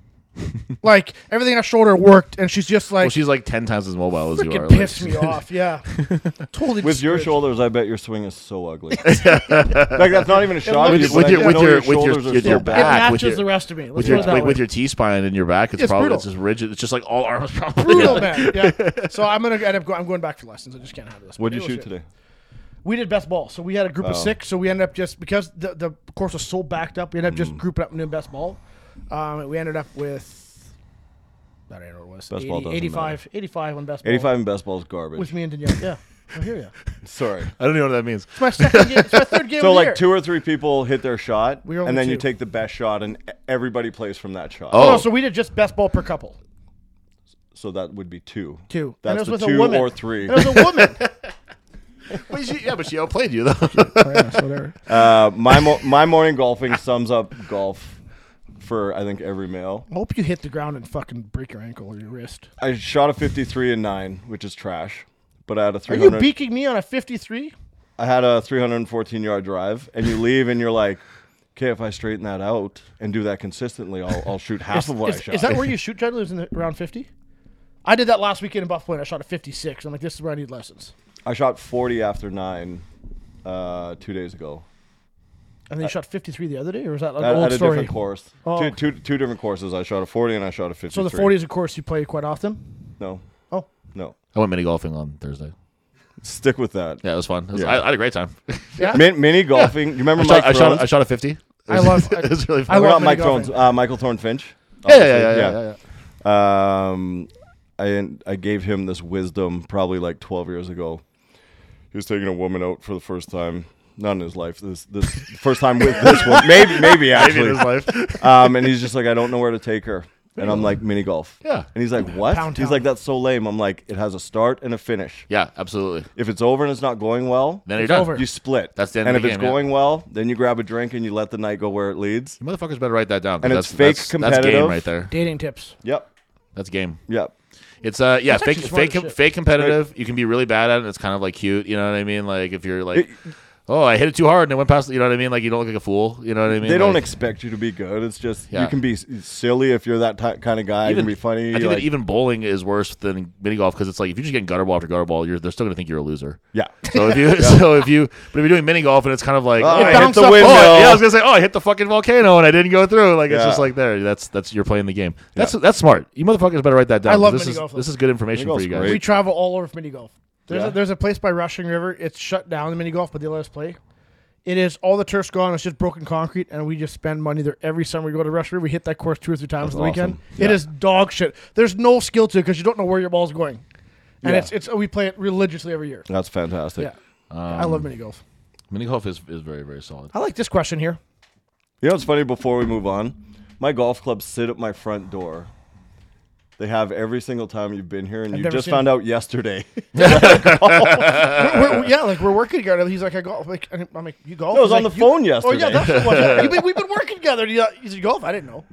[SPEAKER 1] like everything I showed her worked, and she's just like
[SPEAKER 2] Well, she's like ten times as mobile as you are.
[SPEAKER 1] freaking
[SPEAKER 2] like-
[SPEAKER 1] pissed me off. Yeah, totally.
[SPEAKER 4] With your
[SPEAKER 1] discouraged.
[SPEAKER 4] shoulders, I bet your swing is so ugly. like that's not even a shot.
[SPEAKER 2] With-
[SPEAKER 4] dude,
[SPEAKER 2] with
[SPEAKER 4] but I
[SPEAKER 2] your-
[SPEAKER 4] know
[SPEAKER 2] with your- with your-
[SPEAKER 4] shoulders are
[SPEAKER 2] with
[SPEAKER 4] so
[SPEAKER 2] your
[SPEAKER 1] it
[SPEAKER 4] bad.
[SPEAKER 2] back with
[SPEAKER 1] matches the
[SPEAKER 2] your-
[SPEAKER 1] rest of me. Let's
[SPEAKER 2] with
[SPEAKER 1] put
[SPEAKER 2] your
[SPEAKER 1] it that
[SPEAKER 2] like
[SPEAKER 1] way.
[SPEAKER 2] with your T spine and your back, it's,
[SPEAKER 1] It's
[SPEAKER 2] probably
[SPEAKER 1] brutal.
[SPEAKER 2] it's just rigid. It's just like all arms probably.
[SPEAKER 1] brutal,
[SPEAKER 2] like,
[SPEAKER 1] man. Yeah. So I'm gonna end up. Go, I'm going back for lessons. I just can't have this.
[SPEAKER 4] What'd
[SPEAKER 1] It
[SPEAKER 4] you
[SPEAKER 1] was
[SPEAKER 4] shoot
[SPEAKER 1] it.
[SPEAKER 4] today?
[SPEAKER 1] We did best ball, so we had a
[SPEAKER 4] Oh.
[SPEAKER 1] group of six. So we ended up just because the the course was so backed up, we ended up
[SPEAKER 4] Mm.
[SPEAKER 1] just grouping up and doing best ball. Um, and we ended up with. I don't know what it was.
[SPEAKER 4] Best ball
[SPEAKER 1] 80
[SPEAKER 4] doesn't
[SPEAKER 1] 85, 85 on best ball.
[SPEAKER 4] Eighty-five in best ball is garbage.
[SPEAKER 1] with me and Danielle. Yeah, Oh, I hear you.
[SPEAKER 4] Sorry.
[SPEAKER 2] I don't even know what that means.
[SPEAKER 1] It's my second. game, it's my third game.
[SPEAKER 4] So
[SPEAKER 1] of the
[SPEAKER 4] like
[SPEAKER 1] year.
[SPEAKER 4] two or three people hit their shot,
[SPEAKER 1] We were
[SPEAKER 4] and
[SPEAKER 1] only
[SPEAKER 4] then you
[SPEAKER 1] two.
[SPEAKER 4] take the best shot, and everybody plays from that shot.
[SPEAKER 2] Oh.
[SPEAKER 1] No, so we did just best ball per couple.
[SPEAKER 4] so that would be two.
[SPEAKER 1] Two. and it
[SPEAKER 4] That's
[SPEAKER 1] was
[SPEAKER 4] the
[SPEAKER 1] with
[SPEAKER 4] two
[SPEAKER 1] a woman.
[SPEAKER 4] or three.
[SPEAKER 1] And it was a woman.
[SPEAKER 2] But she, yeah, but she outplayed you though.
[SPEAKER 4] Uh, my mo- my morning golfing sums up golf for I think every male.
[SPEAKER 1] I hope you hit the ground and fucking break your ankle or your wrist.
[SPEAKER 4] I shot a fifty-three and nine, which is trash. But I had a
[SPEAKER 1] Are you
[SPEAKER 4] 300,
[SPEAKER 1] beaking me on a 53?
[SPEAKER 4] I had a 314 yard drive, and you leave, and you're like, okay, if I straighten that out and do that consistently, I'll, I'll shoot half of what I
[SPEAKER 1] Is,
[SPEAKER 4] shot.
[SPEAKER 1] is that where you shoot jugglers in the, around 50? I did that last weekend in Buff Point. I shot a 56. I'm like, this is where I need lessons.
[SPEAKER 4] I shot 40 after nine uh, two days ago.
[SPEAKER 1] And then you shot 53 the other day, or was that an
[SPEAKER 4] At,
[SPEAKER 1] old
[SPEAKER 4] at Uh, a
[SPEAKER 1] story?
[SPEAKER 4] different course.
[SPEAKER 1] Oh.
[SPEAKER 4] Two, two, two different courses. I shot a 40 and I shot a 53.
[SPEAKER 1] So the 40 is a course you play quite often.
[SPEAKER 4] No,
[SPEAKER 1] Oh,
[SPEAKER 4] no.
[SPEAKER 2] I went mini golfing on Thursday.
[SPEAKER 4] Stick with that.
[SPEAKER 2] Yeah, it was fun. It was-
[SPEAKER 4] Yeah.
[SPEAKER 2] I, I had a great time.
[SPEAKER 1] yeah.
[SPEAKER 4] Min, mini golfing. You remember
[SPEAKER 2] I
[SPEAKER 4] Mike
[SPEAKER 2] shot, I
[SPEAKER 4] Thrones?
[SPEAKER 2] shot, I shot a fifty. It
[SPEAKER 1] I
[SPEAKER 2] was-
[SPEAKER 1] love-
[SPEAKER 2] it was really
[SPEAKER 1] I
[SPEAKER 2] fun.
[SPEAKER 4] Or
[SPEAKER 1] love
[SPEAKER 4] not
[SPEAKER 1] mini
[SPEAKER 4] Mike
[SPEAKER 1] golfing.
[SPEAKER 4] Thrones. Uh, Michael Thorne Finch.
[SPEAKER 2] yeah, yeah, yeah, yeah, yeah, yeah.
[SPEAKER 4] Um, I I gave him this wisdom probably like 12 years ago. He was taking a woman out for the first time, not in his life. This this first time with this one, maybe maybe
[SPEAKER 2] Maybe in
[SPEAKER 4] actually.
[SPEAKER 2] his life.
[SPEAKER 4] Um, and he's just like, I don't know where to take her, and I'm like mini golf.
[SPEAKER 2] Yeah.
[SPEAKER 4] And he's like, what?
[SPEAKER 1] Pound
[SPEAKER 4] he's
[SPEAKER 1] town.
[SPEAKER 4] like, that's so lame. I'm like, it has a start and a finish.
[SPEAKER 2] Yeah, absolutely.
[SPEAKER 4] If it's over and it's not going well,
[SPEAKER 2] Then you're
[SPEAKER 1] It's
[SPEAKER 2] done.
[SPEAKER 1] over.
[SPEAKER 4] you split.
[SPEAKER 2] That's the end
[SPEAKER 4] And
[SPEAKER 2] of
[SPEAKER 4] if
[SPEAKER 2] the
[SPEAKER 4] it's
[SPEAKER 2] game, yeah.
[SPEAKER 4] going well, then you grab a drink and you let the night go where it leads.
[SPEAKER 2] You motherfuckers better write that down. 'cause
[SPEAKER 4] And
[SPEAKER 2] that's,
[SPEAKER 4] it's fake
[SPEAKER 2] that's, That's game
[SPEAKER 4] competitive.
[SPEAKER 2] right there.
[SPEAKER 1] dating tips.
[SPEAKER 4] Yep.
[SPEAKER 2] That's game.
[SPEAKER 4] Yep.
[SPEAKER 2] It's uh yeah
[SPEAKER 1] That's
[SPEAKER 2] fake
[SPEAKER 1] actually smart
[SPEAKER 2] fake
[SPEAKER 1] as
[SPEAKER 2] com-
[SPEAKER 1] shit.
[SPEAKER 2] fake competitive. You can be really bad at it. and It's kind of like cute. You know what I mean? Like if you're like, oh, I hit it too hard and it went past. You know what I mean? Like you don't look like a fool. You know what I mean?
[SPEAKER 4] They don't
[SPEAKER 2] Like,
[SPEAKER 4] expect you to be good. It's just
[SPEAKER 2] Yeah.
[SPEAKER 4] you can be s- silly if you're that ty- kind of guy. you can be funny.
[SPEAKER 2] I think
[SPEAKER 4] like-
[SPEAKER 2] that even bowling is worse than mini golf because it's like if you're just getting gutter ball after gutter ball, you're they're still gonna think you're a loser.
[SPEAKER 4] yeah.
[SPEAKER 2] So if you, so if you, but if you're doing mini golf and it's kind of like,
[SPEAKER 4] Oh,
[SPEAKER 2] oh,
[SPEAKER 4] I
[SPEAKER 2] I
[SPEAKER 4] hit
[SPEAKER 2] hit
[SPEAKER 4] the
[SPEAKER 2] the
[SPEAKER 4] windmill.
[SPEAKER 2] oh, yeah, I was gonna say, oh, I hit the fucking volcano and I didn't go through. Like it's
[SPEAKER 4] Yeah.
[SPEAKER 2] just like there, that's that's you're playing the game. That's that's smart. You motherfuckers better write that down.
[SPEAKER 1] I love
[SPEAKER 2] this
[SPEAKER 1] mini
[SPEAKER 2] is
[SPEAKER 1] golf, though.
[SPEAKER 2] this is good information
[SPEAKER 4] Mini
[SPEAKER 2] for you
[SPEAKER 4] golf's
[SPEAKER 2] guys.
[SPEAKER 1] We
[SPEAKER 4] great.
[SPEAKER 1] travel all over for mini golf. There's,
[SPEAKER 4] Yeah.
[SPEAKER 1] a, there's a place by Rushing River. It's shut down, the mini golf, but they let us play. It is all the turf's gone. It's just broken concrete, and we just spend money there every summer. We go to Rushing River. We hit that course two or three times
[SPEAKER 4] That's
[SPEAKER 1] on the weekend.
[SPEAKER 4] awesome.
[SPEAKER 1] It
[SPEAKER 4] Yeah.
[SPEAKER 1] is dog shit. There's no skill to it because you don't know where your ball's going, and
[SPEAKER 4] Yeah.
[SPEAKER 1] it's it's we play it religiously every year.
[SPEAKER 4] That's fantastic.
[SPEAKER 1] Yeah, I love mini golf.
[SPEAKER 2] Mini golf is is very very solid.
[SPEAKER 1] um, I like this question here.
[SPEAKER 4] You know what's funny? Before we move on, my golf clubs sit at my front door. They have every single time you've been here, and you
[SPEAKER 1] never
[SPEAKER 4] just
[SPEAKER 1] seen
[SPEAKER 4] found out yesterday.
[SPEAKER 1] We're- we're- yeah, like we're working together. He's like, I golf. Like, and I'm like, you golf.
[SPEAKER 4] No, it was
[SPEAKER 1] He's
[SPEAKER 4] on
[SPEAKER 1] like,
[SPEAKER 4] the
[SPEAKER 1] "You-"
[SPEAKER 4] phone
[SPEAKER 1] Oh yeah,
[SPEAKER 4] yesterday.
[SPEAKER 1] that's the one. You've been- we've been working together. He's like, "You golf. I didn't know.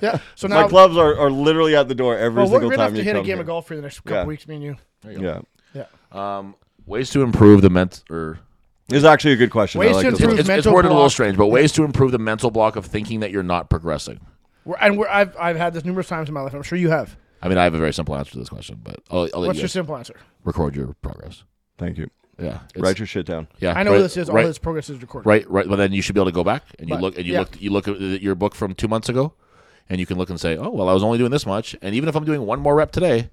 [SPEAKER 1] yeah. So now
[SPEAKER 4] my clubs are, are literally at the door every
[SPEAKER 1] Well, we're
[SPEAKER 4] single
[SPEAKER 1] gonna
[SPEAKER 4] time
[SPEAKER 1] have to
[SPEAKER 4] you
[SPEAKER 1] hit a
[SPEAKER 4] come
[SPEAKER 1] game
[SPEAKER 4] here.
[SPEAKER 1] of golf for the next couple
[SPEAKER 4] Yeah.
[SPEAKER 1] weeks, me and you.
[SPEAKER 4] Yeah,
[SPEAKER 1] Yeah.
[SPEAKER 2] Ways to improve the ment or
[SPEAKER 4] it's actually a good question. I
[SPEAKER 1] Ways
[SPEAKER 4] like
[SPEAKER 1] to
[SPEAKER 4] this
[SPEAKER 1] improve-
[SPEAKER 4] one.
[SPEAKER 2] it's, it's
[SPEAKER 1] mental
[SPEAKER 2] worded a little
[SPEAKER 1] block.
[SPEAKER 2] strange, but ways to improve the mental block of thinking that you're not progressing.
[SPEAKER 1] We're, and we're, I've I've had this numerous times in my life. I'm sure you have.
[SPEAKER 2] I mean, I have a very simple answer to this question, but I'll, I'll let
[SPEAKER 1] What's your
[SPEAKER 2] you guys
[SPEAKER 1] simple answer?
[SPEAKER 2] record your progress.
[SPEAKER 4] Thank you.
[SPEAKER 2] Yeah, it's-
[SPEAKER 4] Write your shit down.
[SPEAKER 2] yeah.
[SPEAKER 1] I know
[SPEAKER 2] right-
[SPEAKER 1] this is
[SPEAKER 2] right-
[SPEAKER 1] all this progress is recorded.
[SPEAKER 2] Right, right. But then you should be able to go back and you
[SPEAKER 1] But-
[SPEAKER 2] look and you
[SPEAKER 1] yeah.
[SPEAKER 2] look you look at your book from two months ago, and you can look and say, oh well, I was only doing this much, and even if I'm doing one more rep today,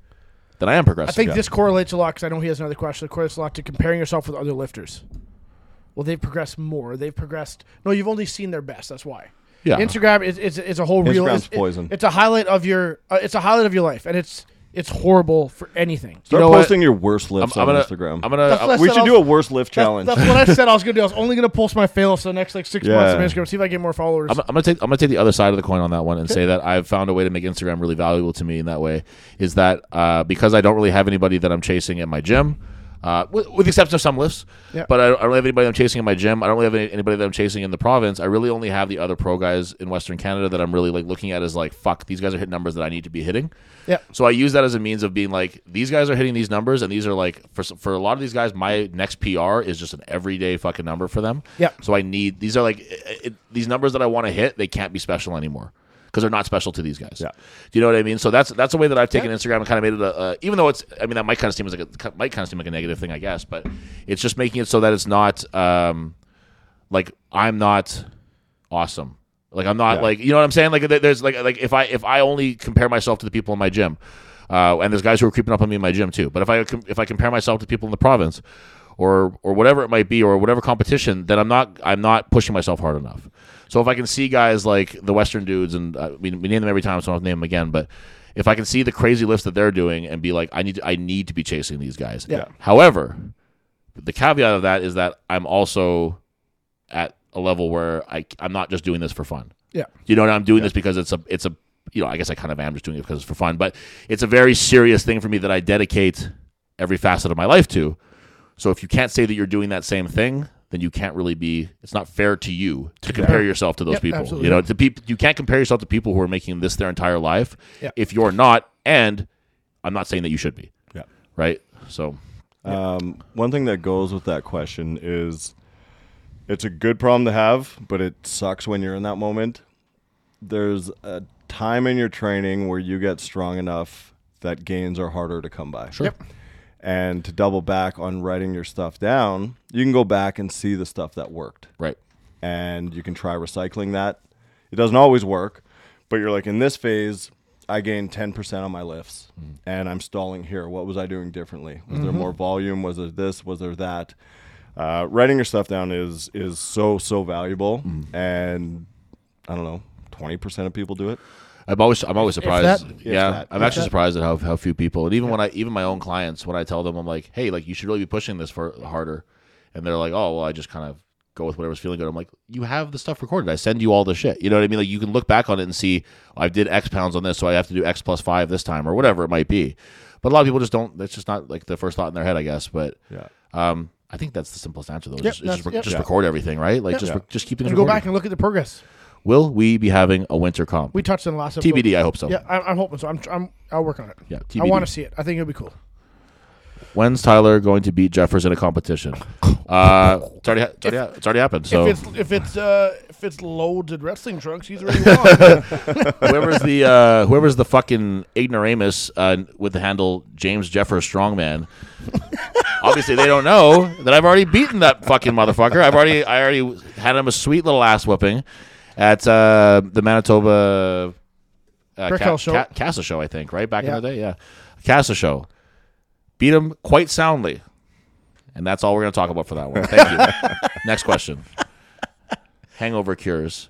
[SPEAKER 2] then I am progressing.
[SPEAKER 1] I think this correlates a lot because I know he has another question. It correlates a lot to comparing yourself with other lifters. Well, they've progressed more. They've progressed. No, you've only seen their best. That's why.
[SPEAKER 2] Yeah.
[SPEAKER 1] Instagram is, is, is a whole real.
[SPEAKER 4] Instagram's
[SPEAKER 1] it's- it-
[SPEAKER 4] poison.
[SPEAKER 1] it's a highlight of your. Uh, it's a highlight of your life, and it's it's horrible for anything.
[SPEAKER 4] Start
[SPEAKER 2] know what?
[SPEAKER 4] posting your worst
[SPEAKER 2] I'm,
[SPEAKER 4] lifts
[SPEAKER 2] I'm
[SPEAKER 4] on
[SPEAKER 2] gonna,
[SPEAKER 4] Instagram.
[SPEAKER 2] I'm gonna.
[SPEAKER 1] That's what I
[SPEAKER 4] we
[SPEAKER 1] said
[SPEAKER 4] should
[SPEAKER 1] I
[SPEAKER 4] do a
[SPEAKER 1] was-
[SPEAKER 4] worst lift
[SPEAKER 1] That's-
[SPEAKER 4] challenge.
[SPEAKER 1] That's, what I said I was gonna do. I was only gonna post my fails for the next like six months on
[SPEAKER 4] Yeah.
[SPEAKER 1] Instagram. See if I get more followers.
[SPEAKER 2] I'm, I'm gonna take I'm gonna take the other side of the coin on that one and say that I've found a way to make Instagram really valuable to me in that way is that uh, because I don't really have anybody that I'm chasing at my gym. Uh, with, with the exception of some lifts,
[SPEAKER 1] Yeah.
[SPEAKER 2] but I, I don't really have anybody I'm chasing in my gym. I don't really have any, anybody that I'm chasing in the province. I really only have the other pro guys in Western Canada that I'm really like looking at as like fuck. These guys are hitting numbers that I need to be hitting.
[SPEAKER 1] Yeah.
[SPEAKER 2] So I use that as a means of being like, these guys are hitting these numbers, and these are like for s- for a lot of these guys, my next PR is just an everyday fucking number for them.
[SPEAKER 1] Yeah.
[SPEAKER 2] So I need these are like it, it, these numbers that I want to hit. They can't be special anymore because they're not special to these guys.
[SPEAKER 4] Yeah.
[SPEAKER 2] Do you know what I mean? So that's that's the way that I've taken Instagram and kind of made it a, a even though it's I mean that might kind of seem as like a, might kind of seem like a negative thing I guess, but it's just making it so that it's not um like I'm not awesome. Like I'm not
[SPEAKER 4] Yeah.
[SPEAKER 2] like you know what I'm saying. Like there- there's like like if I if I only compare myself to the people in my gym, uh, and there's guys who are creeping up on me in my gym too. But if I com- if I compare myself to people in the province, or or whatever it might be, or whatever competition, then I'm not I'm not pushing myself hard enough. So if I can see guys like the Western dudes, and uh, we, we name them every time, so I'll name them again, but. If I can see the crazy lifts that they're doing and be like, I need to, I need to be chasing these guys.
[SPEAKER 1] Yeah.
[SPEAKER 2] However, the caveat of that is that I'm also at a level where I I'm not just doing this for fun.
[SPEAKER 1] Yeah.
[SPEAKER 2] You know what I'm doing this because it's a it's a you know I guess I kind of am just doing it because it's for fun, but it's a very serious thing for me that I dedicate every facet of my life to. So if you can't say that you're doing that same thing, then you can't really be. It's not fair to you to compare yourself to those
[SPEAKER 1] Yep,
[SPEAKER 2] people.
[SPEAKER 1] absolutely.
[SPEAKER 2] You know, to people you can't compare yourself to people who are making this their entire life.
[SPEAKER 1] Yeah.
[SPEAKER 2] If you're not, and I'm not saying that you should be,
[SPEAKER 4] Yeah.
[SPEAKER 2] right? So
[SPEAKER 4] Um, one thing that goes with that question is it's a good problem to have, but it sucks when you're in that moment. There's a time in your training where you get strong enough that gains are harder to come by. Sure.
[SPEAKER 1] Yep.
[SPEAKER 4] And to double back on writing your stuff down, you can go back and see the stuff that worked
[SPEAKER 2] right,
[SPEAKER 4] and you can try recycling that. It doesn't always work, but you're like in this phase, I gained 10% on my lifts
[SPEAKER 2] Mm.
[SPEAKER 4] and I'm stalling here. What was I doing differently? Was
[SPEAKER 2] Mm-hmm.
[SPEAKER 4] there more volume? Was there this? Was there that? Uh, writing your stuff down is is so so valuable
[SPEAKER 2] Mm.
[SPEAKER 4] and I don't know, 20% of people do it.
[SPEAKER 2] I'm always I'm always surprised.
[SPEAKER 1] that.
[SPEAKER 2] yeah,
[SPEAKER 4] that.
[SPEAKER 2] I'm
[SPEAKER 4] If
[SPEAKER 2] actually surprised at how how few people and even when I even my own clients when I tell them I'm like, hey, like you should really be pushing this for harder, and they're like, oh, well, I just kind of go with whatever's feeling good. I'm like, you have the stuff recorded. I send you all the shit. You know what I mean? Like you can look back on it and see I did X pounds on this, so I have to do X plus five this time or whatever it might be. But a lot of people just don't. That's just not like the first thought in their head, I guess. But
[SPEAKER 4] Yeah.
[SPEAKER 2] um, I think that's the simplest answer though. just
[SPEAKER 1] that's-
[SPEAKER 2] just, re-
[SPEAKER 1] yep.
[SPEAKER 2] just
[SPEAKER 1] Yeah.
[SPEAKER 2] record everything, right? Like just
[SPEAKER 4] Yeah.
[SPEAKER 2] re- just keep things
[SPEAKER 1] And go
[SPEAKER 2] recorded.
[SPEAKER 1] back and look at the progress.
[SPEAKER 2] Will we be having a winter comp?
[SPEAKER 1] We touched on the last episode.
[SPEAKER 2] TBD. I hope so.
[SPEAKER 1] Yeah, I, I'm hoping so. I'm, tr- I'm I'll work on it.
[SPEAKER 2] Yeah,
[SPEAKER 1] I
[SPEAKER 2] TBD.
[SPEAKER 1] want to see it. I think it'll be cool.
[SPEAKER 2] When's Tyler going to beat Jeffers in a competition? Uh, it's, already ha- it's, already ha- it's already happened. So
[SPEAKER 1] If it's if it's uh, if it's loaded wrestling trunks, he's already won.
[SPEAKER 2] whoever's the uh, whoever's the fucking ignoramus uh, with the handle James Jeffers Strongman. Obviously, they don't know that I've already beaten that fucking motherfucker. I've already I already had him a sweet little ass whooping at uh, the Manitoba uh,
[SPEAKER 1] Brick Hill Show.
[SPEAKER 2] Castle Show, I think, right back
[SPEAKER 1] Yeah.
[SPEAKER 2] in the day. Yeah, Castle Show beat him quite soundly, and that's all we're going to talk about for that one. Thank you. Next question. Hangover cures.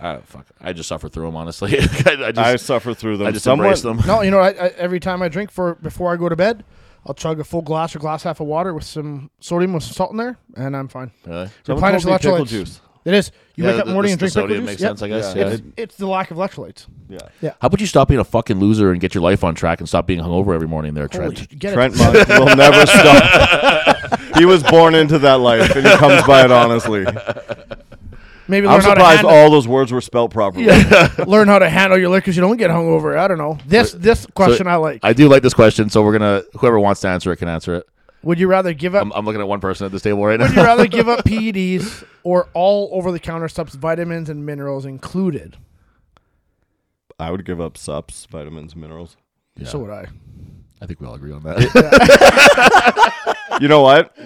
[SPEAKER 2] Uh, fuck. I just suffer through them, honestly. I, I just,
[SPEAKER 4] I
[SPEAKER 2] I,
[SPEAKER 4] suffer through them.
[SPEAKER 2] just
[SPEAKER 4] somewhat.
[SPEAKER 2] embrace them.
[SPEAKER 1] no, you know, I, I, every time I drink for before I go to bed, I'll chug a full glass or glass half of water with some sodium with some salt in there, and I'm fine.
[SPEAKER 2] Really?
[SPEAKER 4] Someone
[SPEAKER 1] Replenish
[SPEAKER 4] told me pickle
[SPEAKER 1] electrolytes.
[SPEAKER 4] juice.
[SPEAKER 1] It is. You
[SPEAKER 2] Yeah,
[SPEAKER 1] wake up in
[SPEAKER 2] the-
[SPEAKER 1] the morning
[SPEAKER 2] the-
[SPEAKER 1] and
[SPEAKER 2] the
[SPEAKER 1] drink
[SPEAKER 2] sodium
[SPEAKER 1] pickle
[SPEAKER 2] makes
[SPEAKER 1] juice?
[SPEAKER 2] sense, I guess,
[SPEAKER 1] It's,
[SPEAKER 4] yeah.
[SPEAKER 1] it's the lack of electrolytes.
[SPEAKER 4] Yeah.
[SPEAKER 2] How about you stop being a fucking loser and get your life on track and stop being hungover every morning there,
[SPEAKER 1] Holy
[SPEAKER 2] Trent?
[SPEAKER 1] sh- get
[SPEAKER 4] Trent
[SPEAKER 1] it.
[SPEAKER 4] Munk will never stop. he was born into that life and he comes by it honestly.
[SPEAKER 1] Maybe
[SPEAKER 4] I'm
[SPEAKER 1] learn how, to
[SPEAKER 4] surprised
[SPEAKER 1] handle,
[SPEAKER 4] all those words were spelled properly.
[SPEAKER 1] learn how to handle your liquors. You don't get hungover. I don't know. This this question I like.
[SPEAKER 2] I do like this question, so we're going to, whoever wants to answer it can answer it.
[SPEAKER 1] Would you rather give up
[SPEAKER 2] I'm, I'm looking at one person at this table right
[SPEAKER 1] Would you
[SPEAKER 2] now.
[SPEAKER 1] rather give up PEDs or all over the counter subs, vitamins and minerals included?
[SPEAKER 4] I would give up sups, vitamins, minerals.
[SPEAKER 1] So would I.
[SPEAKER 2] I think we all agree on that.
[SPEAKER 4] You know what?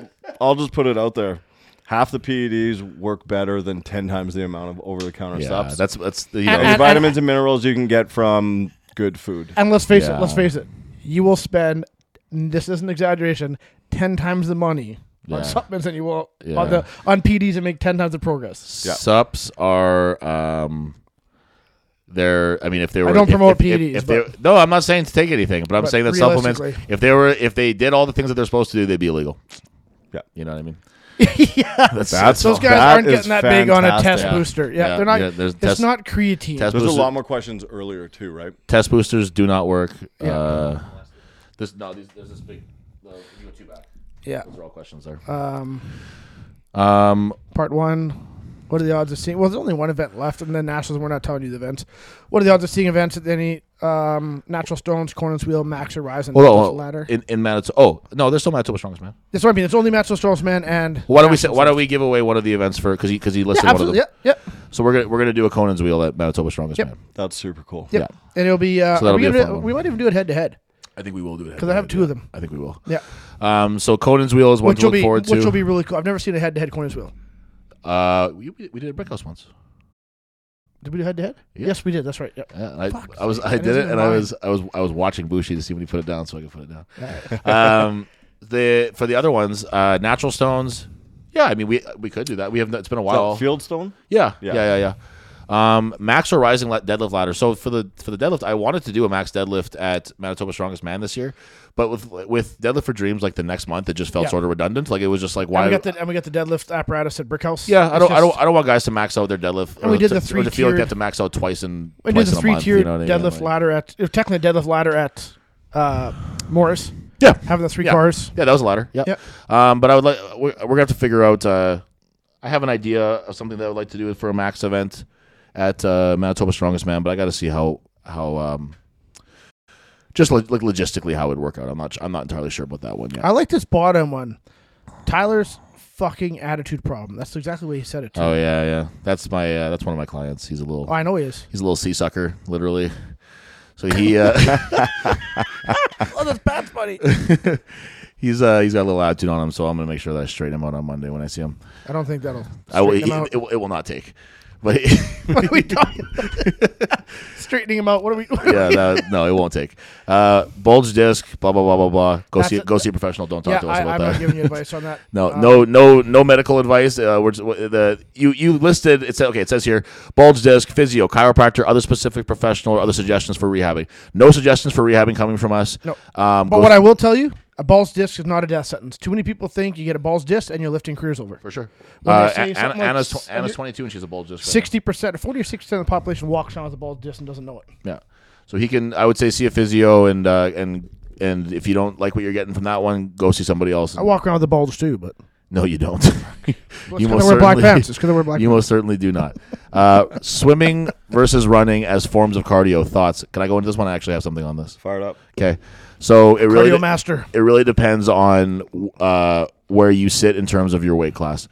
[SPEAKER 4] I'll just put it out there. Half the PEDs work better than 10 times the amount of over the counter
[SPEAKER 2] yeah,
[SPEAKER 4] sups.
[SPEAKER 2] that's, that's, the,
[SPEAKER 1] And-
[SPEAKER 4] the
[SPEAKER 1] and-
[SPEAKER 4] vitamins and minerals you can get from good food.
[SPEAKER 1] And let's face
[SPEAKER 2] Yeah.
[SPEAKER 1] it, let's face it. You will spend and this isn't exaggeration, ten times the money
[SPEAKER 2] Yeah.
[SPEAKER 1] on supplements than you will
[SPEAKER 2] Yeah.
[SPEAKER 1] on the on PEDs and make ten times the progress.
[SPEAKER 4] Yeah.
[SPEAKER 2] Sups are um they're I mean if they were
[SPEAKER 1] don't
[SPEAKER 2] if-
[SPEAKER 1] promote
[SPEAKER 2] if- if-
[SPEAKER 1] PEDs,
[SPEAKER 2] if they- no, I'm not saying to take anything, but I'm
[SPEAKER 1] But
[SPEAKER 2] saying that supplements
[SPEAKER 1] realistically-
[SPEAKER 2] if they were if they did all the things that they're supposed to do, they'd be illegal.
[SPEAKER 4] Yeah.
[SPEAKER 2] You know what I mean?
[SPEAKER 1] yeah.
[SPEAKER 4] That's-
[SPEAKER 1] Those guys
[SPEAKER 4] that
[SPEAKER 1] aren't
[SPEAKER 4] is
[SPEAKER 1] getting that big on a test
[SPEAKER 4] fantastic.
[SPEAKER 2] Yeah.
[SPEAKER 1] booster. Yeah,
[SPEAKER 2] Yeah,
[SPEAKER 1] they're not
[SPEAKER 2] yeah, there's
[SPEAKER 1] it's
[SPEAKER 2] test-
[SPEAKER 1] not creatine.
[SPEAKER 2] Test
[SPEAKER 4] There's a
[SPEAKER 2] boosters,
[SPEAKER 4] lot more questions earlier too, right?
[SPEAKER 2] test boosters do not work.
[SPEAKER 1] Yeah.
[SPEAKER 2] Uh, this no, these, there's this big the you two back.
[SPEAKER 1] Yeah.
[SPEAKER 2] Those are all questions there.
[SPEAKER 1] Um,
[SPEAKER 2] Um,
[SPEAKER 1] part one. What are the odds of seeing? Well, there's only one event left, and then nationals. We're not telling you the events. What are the odds of seeing events at any um, natural stones, Cornyn's wheel, Max or Rise and
[SPEAKER 2] hold on,
[SPEAKER 1] Nationals
[SPEAKER 2] hold on.
[SPEAKER 1] ladder?
[SPEAKER 2] In in Manitoba. Oh no, there's still Manitoba Strongest Man.
[SPEAKER 1] That's what I mean. It's only natural stones, man. And
[SPEAKER 2] Why don't we say, why don't we give away one of the events for because he because he listed
[SPEAKER 1] Yeah,
[SPEAKER 2] one of them.
[SPEAKER 1] absolutely. Yep. Yep.
[SPEAKER 2] So we're gonna we're gonna do a Conan's wheel at Manitoba Strongest
[SPEAKER 1] Yep.
[SPEAKER 2] Man.
[SPEAKER 4] That's super cool.
[SPEAKER 1] Yep.
[SPEAKER 2] Yeah.
[SPEAKER 1] And it'll be. Uh,
[SPEAKER 2] So that'll
[SPEAKER 1] are we,
[SPEAKER 2] be a
[SPEAKER 1] gonna do
[SPEAKER 2] fun
[SPEAKER 1] it-
[SPEAKER 2] one.
[SPEAKER 1] we might even do it head to head,
[SPEAKER 2] I think we will do it
[SPEAKER 1] Because I have two of them.
[SPEAKER 2] I think we will.
[SPEAKER 1] Yeah.
[SPEAKER 2] Um, so Conan's wheel is one
[SPEAKER 1] which
[SPEAKER 2] to
[SPEAKER 1] will
[SPEAKER 2] look
[SPEAKER 1] be
[SPEAKER 2] forward
[SPEAKER 1] which
[SPEAKER 2] to.
[SPEAKER 1] will be really cool. I've never seen a head to head Cornyn's wheel.
[SPEAKER 2] uh, we, we did a brick house once.
[SPEAKER 1] Did we do head to head?
[SPEAKER 2] Yeah.
[SPEAKER 1] Yes, we did. That's right. Yep.
[SPEAKER 2] Yeah, I,
[SPEAKER 1] Fuck
[SPEAKER 2] I was
[SPEAKER 1] sake,
[SPEAKER 2] I
[SPEAKER 1] that
[SPEAKER 2] did
[SPEAKER 1] isn't
[SPEAKER 2] it, and I
[SPEAKER 1] mine.
[SPEAKER 2] was I was I was watching Bushi to see when he put it down, so I could put it down. um, the for the other ones, uh, natural stones. Yeah, I mean we we could do that. We have it's been a
[SPEAKER 4] Is that
[SPEAKER 2] while.
[SPEAKER 4] Fieldstone?
[SPEAKER 2] Yeah, yeah,
[SPEAKER 4] Yeah.
[SPEAKER 2] yeah, yeah. Um, max or rising la- deadlift ladder. So for the for the deadlift, I wanted to do a max deadlift at Manitoba Strongest Man this year, but with with deadlift for dreams, like the next month, it just felt
[SPEAKER 1] Yeah.
[SPEAKER 2] sort of redundant. Like it was just like
[SPEAKER 1] And
[SPEAKER 2] why?
[SPEAKER 1] we got the and we got the deadlift apparatus at Brickhouse.
[SPEAKER 2] yeah,
[SPEAKER 1] It's
[SPEAKER 2] I don't, I
[SPEAKER 1] just-
[SPEAKER 2] don't, I don't want guys to max out their deadlift.
[SPEAKER 1] And we
[SPEAKER 2] or
[SPEAKER 1] did the
[SPEAKER 2] to- or to feel like
[SPEAKER 1] three-tiered-
[SPEAKER 2] they have to max out twice in.
[SPEAKER 1] I did
[SPEAKER 2] twice
[SPEAKER 1] the
[SPEAKER 2] in a
[SPEAKER 1] three
[SPEAKER 2] month,
[SPEAKER 1] tier
[SPEAKER 2] you know what I mean?
[SPEAKER 1] deadlift
[SPEAKER 2] Like-
[SPEAKER 1] ladder at uh, technically deadlift ladder at uh, Morris.
[SPEAKER 2] Yeah,
[SPEAKER 1] Having the three
[SPEAKER 2] Yeah.
[SPEAKER 1] cars.
[SPEAKER 2] Yeah, that was a ladder. Yeah.
[SPEAKER 1] Yep.
[SPEAKER 2] Um, but I would like we're, we're gonna have to figure out. Uh, I have an idea of something that I would like to do for a max event at uh, Manitoba Strongest Man, but I got to see how how um, just lo- like logistically how it would work out. I'm not su- I'm not entirely sure about that one yet.
[SPEAKER 1] I like this bottom one. Tyler's fucking attitude problem. That's exactly what he said it to.
[SPEAKER 2] oh yeah, yeah. That's my uh, that's one of my clients. He's a little
[SPEAKER 1] Oh, I know he is.
[SPEAKER 2] he's a little sea sucker, literally. So he uh,
[SPEAKER 1] oh, that's bad, buddy.
[SPEAKER 2] he's uh, he's got a little attitude on him. So I'm gonna make sure that I straighten him out on Monday when I see him.
[SPEAKER 1] I don't think that'll.
[SPEAKER 2] I will,
[SPEAKER 1] straighten
[SPEAKER 2] he,
[SPEAKER 1] him out.
[SPEAKER 2] it, will- it will not take, but.
[SPEAKER 1] what are we talking? straightening him out. What are we? What are
[SPEAKER 2] yeah,
[SPEAKER 1] we-
[SPEAKER 2] no, no, it won't take. Uh, bulge disc, blah blah blah blah blah. Go
[SPEAKER 1] That's
[SPEAKER 2] see,
[SPEAKER 1] a-
[SPEAKER 2] go see a professional. Don't talk
[SPEAKER 1] yeah
[SPEAKER 2] to us
[SPEAKER 1] I,
[SPEAKER 2] about
[SPEAKER 1] I'm not
[SPEAKER 2] that.
[SPEAKER 1] giving you advice on that.
[SPEAKER 2] No,
[SPEAKER 1] Uh,
[SPEAKER 2] no, no, no medical advice. Uh, we're just, w- the you you listed. It's okay. It says here bulge disc, physio, chiropractor, other specific professional, or other suggestions for rehabbing. No suggestions for rehabbing coming from us.
[SPEAKER 1] No.
[SPEAKER 2] um,
[SPEAKER 1] But
[SPEAKER 2] go-
[SPEAKER 1] what I will tell you, a balls disc is not a death sentence. Too many people think you get a balls disc and your lifting career's over.
[SPEAKER 2] for sure.
[SPEAKER 1] when
[SPEAKER 2] Uh,
[SPEAKER 1] they say
[SPEAKER 2] Anna,
[SPEAKER 1] something like
[SPEAKER 2] Anna's,
[SPEAKER 1] s-
[SPEAKER 2] tw- Anna's twenty two and she's a bulge disc. right
[SPEAKER 1] Sixty percent, forty or sixty percent of the population walks around with a balls disc and doesn't know it.
[SPEAKER 2] Yeah. So he can, I would say, see a physio and uh, and and if you don't like what you're getting from that one, go see somebody else.
[SPEAKER 1] I walk around with the balls too, but
[SPEAKER 2] No, you don't.
[SPEAKER 1] it's 'cause I wear black
[SPEAKER 2] certainly-
[SPEAKER 1] pants. It's 'cause I wear black
[SPEAKER 2] You most certainly do not. Uh, swimming versus running as forms of cardio. Thoughts? Can I go into this one? I actually have something on this.
[SPEAKER 4] Fired up.
[SPEAKER 2] Okay, so it really
[SPEAKER 1] cardio master.
[SPEAKER 2] it really depends on uh, where you sit in terms of your weight class.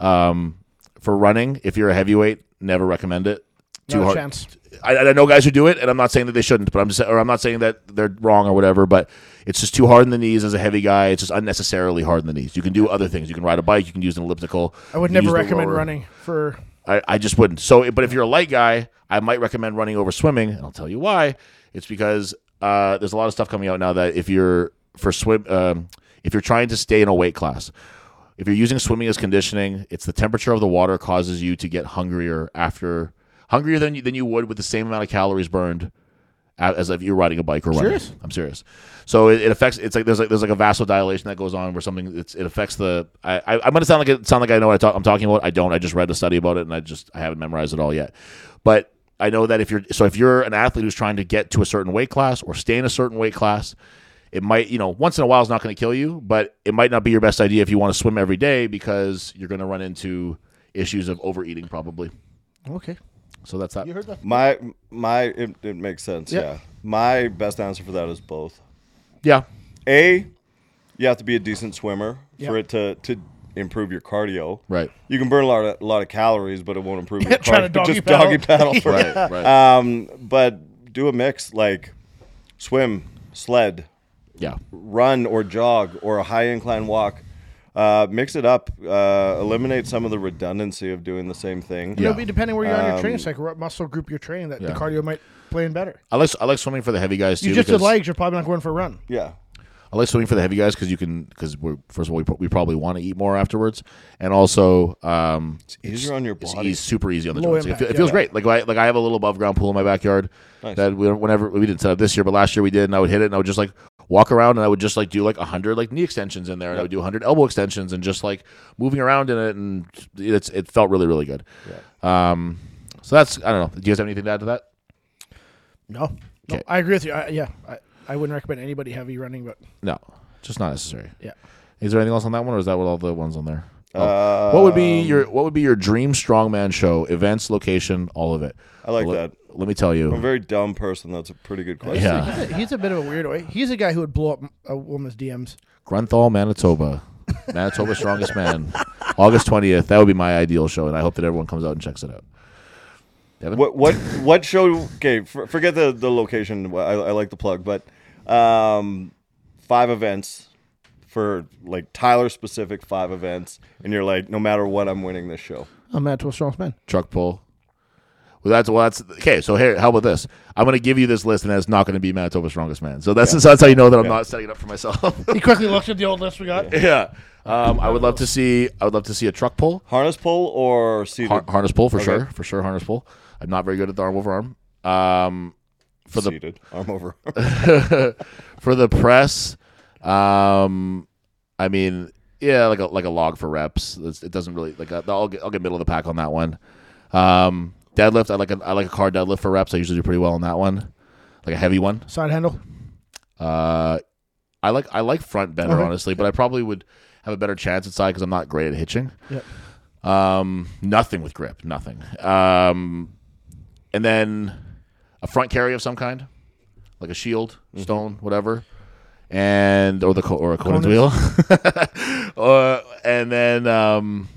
[SPEAKER 2] Um, for running, if you're a heavyweight, never recommend it.
[SPEAKER 1] Not a chance.
[SPEAKER 2] I, I know guys who do it, and I'm not saying that they shouldn't, but I'm just, or I'm not saying that they're wrong or whatever. But it's just too hard in the knees as a heavy guy. It's just unnecessarily hard in the knees. You can do other things. You can ride a bike. You can use an elliptical.
[SPEAKER 1] I would
[SPEAKER 2] you can
[SPEAKER 1] never
[SPEAKER 2] use the
[SPEAKER 1] recommend
[SPEAKER 2] rower.
[SPEAKER 1] running for.
[SPEAKER 2] I, I just wouldn't. So, but if you're a light guy, I might recommend running over swimming, and I'll tell you why. It's because uh, there's a lot of stuff coming out now that if you're for swim, um, if you're trying to stay in a weight class, if you're using swimming as conditioning, it's the temperature of the water causes you to get hungrier after hungrier than you, than you would with the same amount of calories burned a- as if you're riding a bike or running.
[SPEAKER 1] Serious?
[SPEAKER 2] I'm serious. So it, it affects. It's like there's like there's like a vasodilation that goes on where something it's, it affects the. I, I I'm gonna sound like it sound like I know what I talk, I'm talking about. I don't. I just read a study about it and I just I haven't memorized it all yet. But I know that if you're so if you're an athlete who's trying to get to a certain weight class or stay in a certain weight class. It might, you know, once in a while is not going to kill you, but it might not be your best idea if you want to swim every day because you're going to run into issues of overeating probably.
[SPEAKER 1] Okay,
[SPEAKER 2] So that's that.
[SPEAKER 1] you heard that.
[SPEAKER 4] My my it, it makes sense.
[SPEAKER 1] Yeah.
[SPEAKER 4] Yeah. My best answer for that is both.
[SPEAKER 2] Yeah.
[SPEAKER 4] A, you have to be a decent swimmer
[SPEAKER 1] Yeah.
[SPEAKER 4] for it to to improve your cardio.
[SPEAKER 2] Right.
[SPEAKER 4] You can burn a lot of, a lot of calories, but it won't improve your
[SPEAKER 1] Try to
[SPEAKER 4] cardio.
[SPEAKER 1] doggy
[SPEAKER 4] Just
[SPEAKER 1] paddle.
[SPEAKER 4] doggy paddle. for it.
[SPEAKER 2] Right. Right.
[SPEAKER 1] Uh,
[SPEAKER 4] Um, but do a mix like swim, sled,
[SPEAKER 2] yeah.
[SPEAKER 4] run or jog or a high incline walk. Uh, mix it up. Uh, eliminate some of the redundancy of doing the same thing.
[SPEAKER 1] It'll be depending where you're on your training cycle, what muscle group you're training, that the
[SPEAKER 2] Um, Yeah.
[SPEAKER 1] cardio might play in better.
[SPEAKER 2] I like I like swimming for the heavy guys too.
[SPEAKER 1] You just did
[SPEAKER 2] because-
[SPEAKER 1] legs, you're probably not going for a run.
[SPEAKER 4] Yeah.
[SPEAKER 2] I like swimming for the heavy guys because you can because we're first of all we, pro- we probably want to eat more afterwards and also um it's
[SPEAKER 4] easier on your body.
[SPEAKER 2] It's super easy on the
[SPEAKER 1] Low
[SPEAKER 2] joints. Like, it,
[SPEAKER 1] impact,
[SPEAKER 2] feel- it feels
[SPEAKER 1] yeah.
[SPEAKER 2] great. Like I like I have a little above ground pool in my backyard that we, whenever we didn't set up this year, but last year we did, and I would hit it and I would just like walk around and I would just like do like hundred like knee extensions in there and I would do hundred elbow extensions and just like moving around in it and it's it felt really really good. Um, so that's I don't know. Do you guys have anything to add to that?
[SPEAKER 1] No, no,
[SPEAKER 2] Okay.
[SPEAKER 1] I agree with you. I, yeah, I, I wouldn't recommend anybody heavy running, but
[SPEAKER 2] No. Just not necessary.
[SPEAKER 1] Yeah.
[SPEAKER 2] Is there anything else on that one, or is that what all the ones on there? Oh.
[SPEAKER 4] Um,
[SPEAKER 2] what would be your What would be your dream strongman show? Events, location, all of it.
[SPEAKER 4] I like
[SPEAKER 2] Let-
[SPEAKER 4] that.
[SPEAKER 2] Let me tell
[SPEAKER 4] I'm
[SPEAKER 2] you.
[SPEAKER 4] a very dumb person. That's a pretty good question.
[SPEAKER 2] Yeah.
[SPEAKER 1] He's a, he's a bit of a weirdo. He's a guy who would blow up a woman's DMs.
[SPEAKER 2] Grunthal, Manitoba. Manitoba's strongest man. August 20th. That would be my ideal show, and I hope that everyone comes out and checks it out. Devin?
[SPEAKER 4] What what what show? Okay, for, forget the the location. I, I like the plug, but um, five events for like Tyler specific five events, and you're like, no matter what, I'm winning this show.
[SPEAKER 1] A man to a strong man.
[SPEAKER 2] Truck pull. Well, that's well. That's okay. So here, how about this? I'm going to give you this list, and it's not going to be Manitoba's strongest man. So that's that's how you know that I'm not setting it up for myself.
[SPEAKER 1] He quickly looked at the old list we got.
[SPEAKER 2] yeah. Um, I would love to see. I would love to see a truck pull,
[SPEAKER 4] Harness pull or cedar?
[SPEAKER 2] Har- harness pull for
[SPEAKER 4] Okay.
[SPEAKER 2] sure, for sure. Harness pull. I'm not very good at the arm over arm. Um, for the Uh,
[SPEAKER 4] Seated. arm over.
[SPEAKER 2] for the press, um, I mean, yeah, like a like a log for reps. It's, it doesn't really like i I'll get I'll get middle of the pack on that one. Um, deadlift. I like a I like a car deadlift for reps. I usually do pretty well on that one, like a heavy one.
[SPEAKER 1] Side handle.
[SPEAKER 2] Uh, I like I like front better
[SPEAKER 1] Okay.
[SPEAKER 2] honestly, but I probably would have a better chance at side because I'm not great at hitching.
[SPEAKER 1] Yep.
[SPEAKER 2] Um, nothing with grip, nothing. Um, and then a front carry of some kind, like a shield,
[SPEAKER 1] Mm-hmm.
[SPEAKER 2] stone, whatever, and or the co- or a Conan's wheel. or and then um,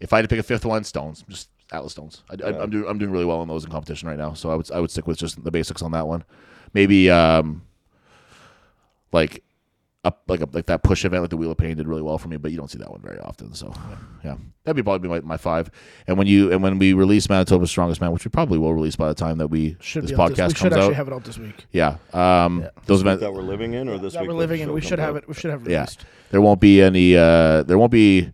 [SPEAKER 2] if I had to pick a fifth one, stones, just Atlas stones. I, I, I'm doing I'm doing really well on those in competition right now, so I would I would stick with just the basics on that one. Maybe um, like up like a, like that push event with the wheel of pain did really well for me, but you don't see that one very often. So yeah, that'd be probably my, my five. And when you and when we release Manitoba's Strongest Man, which we probably will release by the time that we
[SPEAKER 1] Should
[SPEAKER 2] this
[SPEAKER 1] be out this.
[SPEAKER 2] podcast
[SPEAKER 1] We should
[SPEAKER 2] comes
[SPEAKER 1] actually
[SPEAKER 2] out,
[SPEAKER 1] have it out this week.
[SPEAKER 2] yeah, um, those events
[SPEAKER 4] that we're living in, or this
[SPEAKER 1] That
[SPEAKER 4] week
[SPEAKER 1] we're
[SPEAKER 4] the
[SPEAKER 1] living in.
[SPEAKER 4] show
[SPEAKER 1] We should
[SPEAKER 4] comes
[SPEAKER 1] have
[SPEAKER 4] out?
[SPEAKER 1] it. We should have it
[SPEAKER 2] yeah,
[SPEAKER 1] released.
[SPEAKER 2] there won't be any uh, there won't be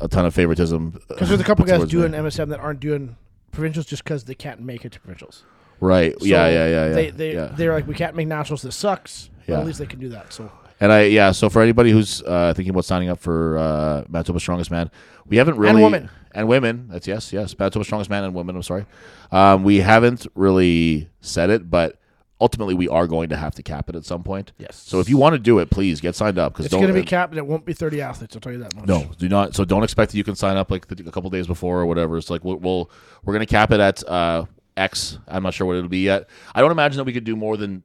[SPEAKER 2] a ton of favoritism uh,
[SPEAKER 1] Because there's a couple guys
[SPEAKER 2] towards
[SPEAKER 1] doing
[SPEAKER 2] me.
[SPEAKER 1] MSM that aren't doing provincials just because they can't make it to provincials.
[SPEAKER 2] right. yeah,
[SPEAKER 1] So
[SPEAKER 2] yeah, yeah, yeah.
[SPEAKER 1] They they
[SPEAKER 2] yeah.
[SPEAKER 1] they're like we can't make nationals. This sucks. But
[SPEAKER 2] Yeah.
[SPEAKER 1] at least they can do that. So
[SPEAKER 2] And I yeah, so for anybody who's uh, thinking about signing up for uh, Manitoba Strongest Man, we haven't really
[SPEAKER 1] women.
[SPEAKER 2] and women. That's yes, yes, Manitoba Strongest Man and women. I'm sorry, um, we haven't really said it, but ultimately we are going to have to cap it at some point.
[SPEAKER 1] Yes.
[SPEAKER 2] So if you want to do it, please get signed up because
[SPEAKER 1] it's going to be capped, and it won't be 30 athletes. I'll tell you that much.
[SPEAKER 2] no, do not. So don't expect that you can sign up like the, a couple days before or whatever. It's like we'll, we'll we're gonna cap it at uh, X. I'm not sure what it'll be yet. I don't imagine that we could do more than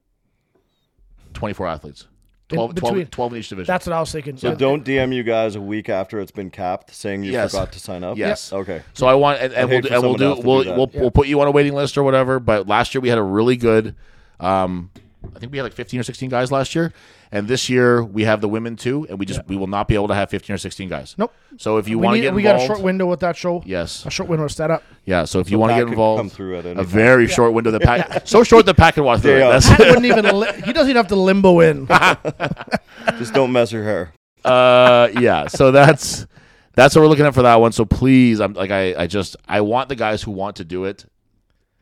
[SPEAKER 2] 24 athletes.
[SPEAKER 1] In
[SPEAKER 2] 12, 12
[SPEAKER 1] between.
[SPEAKER 2] 12 in each division.
[SPEAKER 1] That's what I was thinking.
[SPEAKER 4] So don't DM you guys a week after it's been capped saying you
[SPEAKER 2] Yes.
[SPEAKER 4] forgot to sign up.
[SPEAKER 2] Yes.
[SPEAKER 4] Okay.
[SPEAKER 2] So I want, and, and we'll
[SPEAKER 4] hate
[SPEAKER 2] do,
[SPEAKER 4] for
[SPEAKER 2] and we'll
[SPEAKER 4] someone
[SPEAKER 2] do,
[SPEAKER 4] else to do
[SPEAKER 2] we'll
[SPEAKER 4] that.
[SPEAKER 2] we'll, we'll put you on a waiting list or whatever. But last year we had a really good, um, I think we had like fifteen or sixteen guys last year, and this year we have the women too, and we just we will not be able to have fifteen or sixteen guys.
[SPEAKER 1] Nope.
[SPEAKER 2] So if you
[SPEAKER 1] we
[SPEAKER 2] want to
[SPEAKER 1] need,
[SPEAKER 2] get
[SPEAKER 1] we
[SPEAKER 2] involved,
[SPEAKER 1] got a short window with that show.
[SPEAKER 2] yes,
[SPEAKER 1] A short window to set up.
[SPEAKER 2] yeah. So if you want to
[SPEAKER 4] Pat
[SPEAKER 2] get
[SPEAKER 4] could
[SPEAKER 2] involved,
[SPEAKER 4] come through at any
[SPEAKER 2] a
[SPEAKER 4] time.
[SPEAKER 2] very short window. The pack so short the pack can walk through. it.
[SPEAKER 4] Yeah.
[SPEAKER 2] That's
[SPEAKER 1] Pat wouldn't even. Li- he doesn't even have to limbo in.
[SPEAKER 4] Just don't mess your hair.
[SPEAKER 2] uh yeah so that's that's what we're looking at for that one so please i'm like i i just i want the guys who want to do it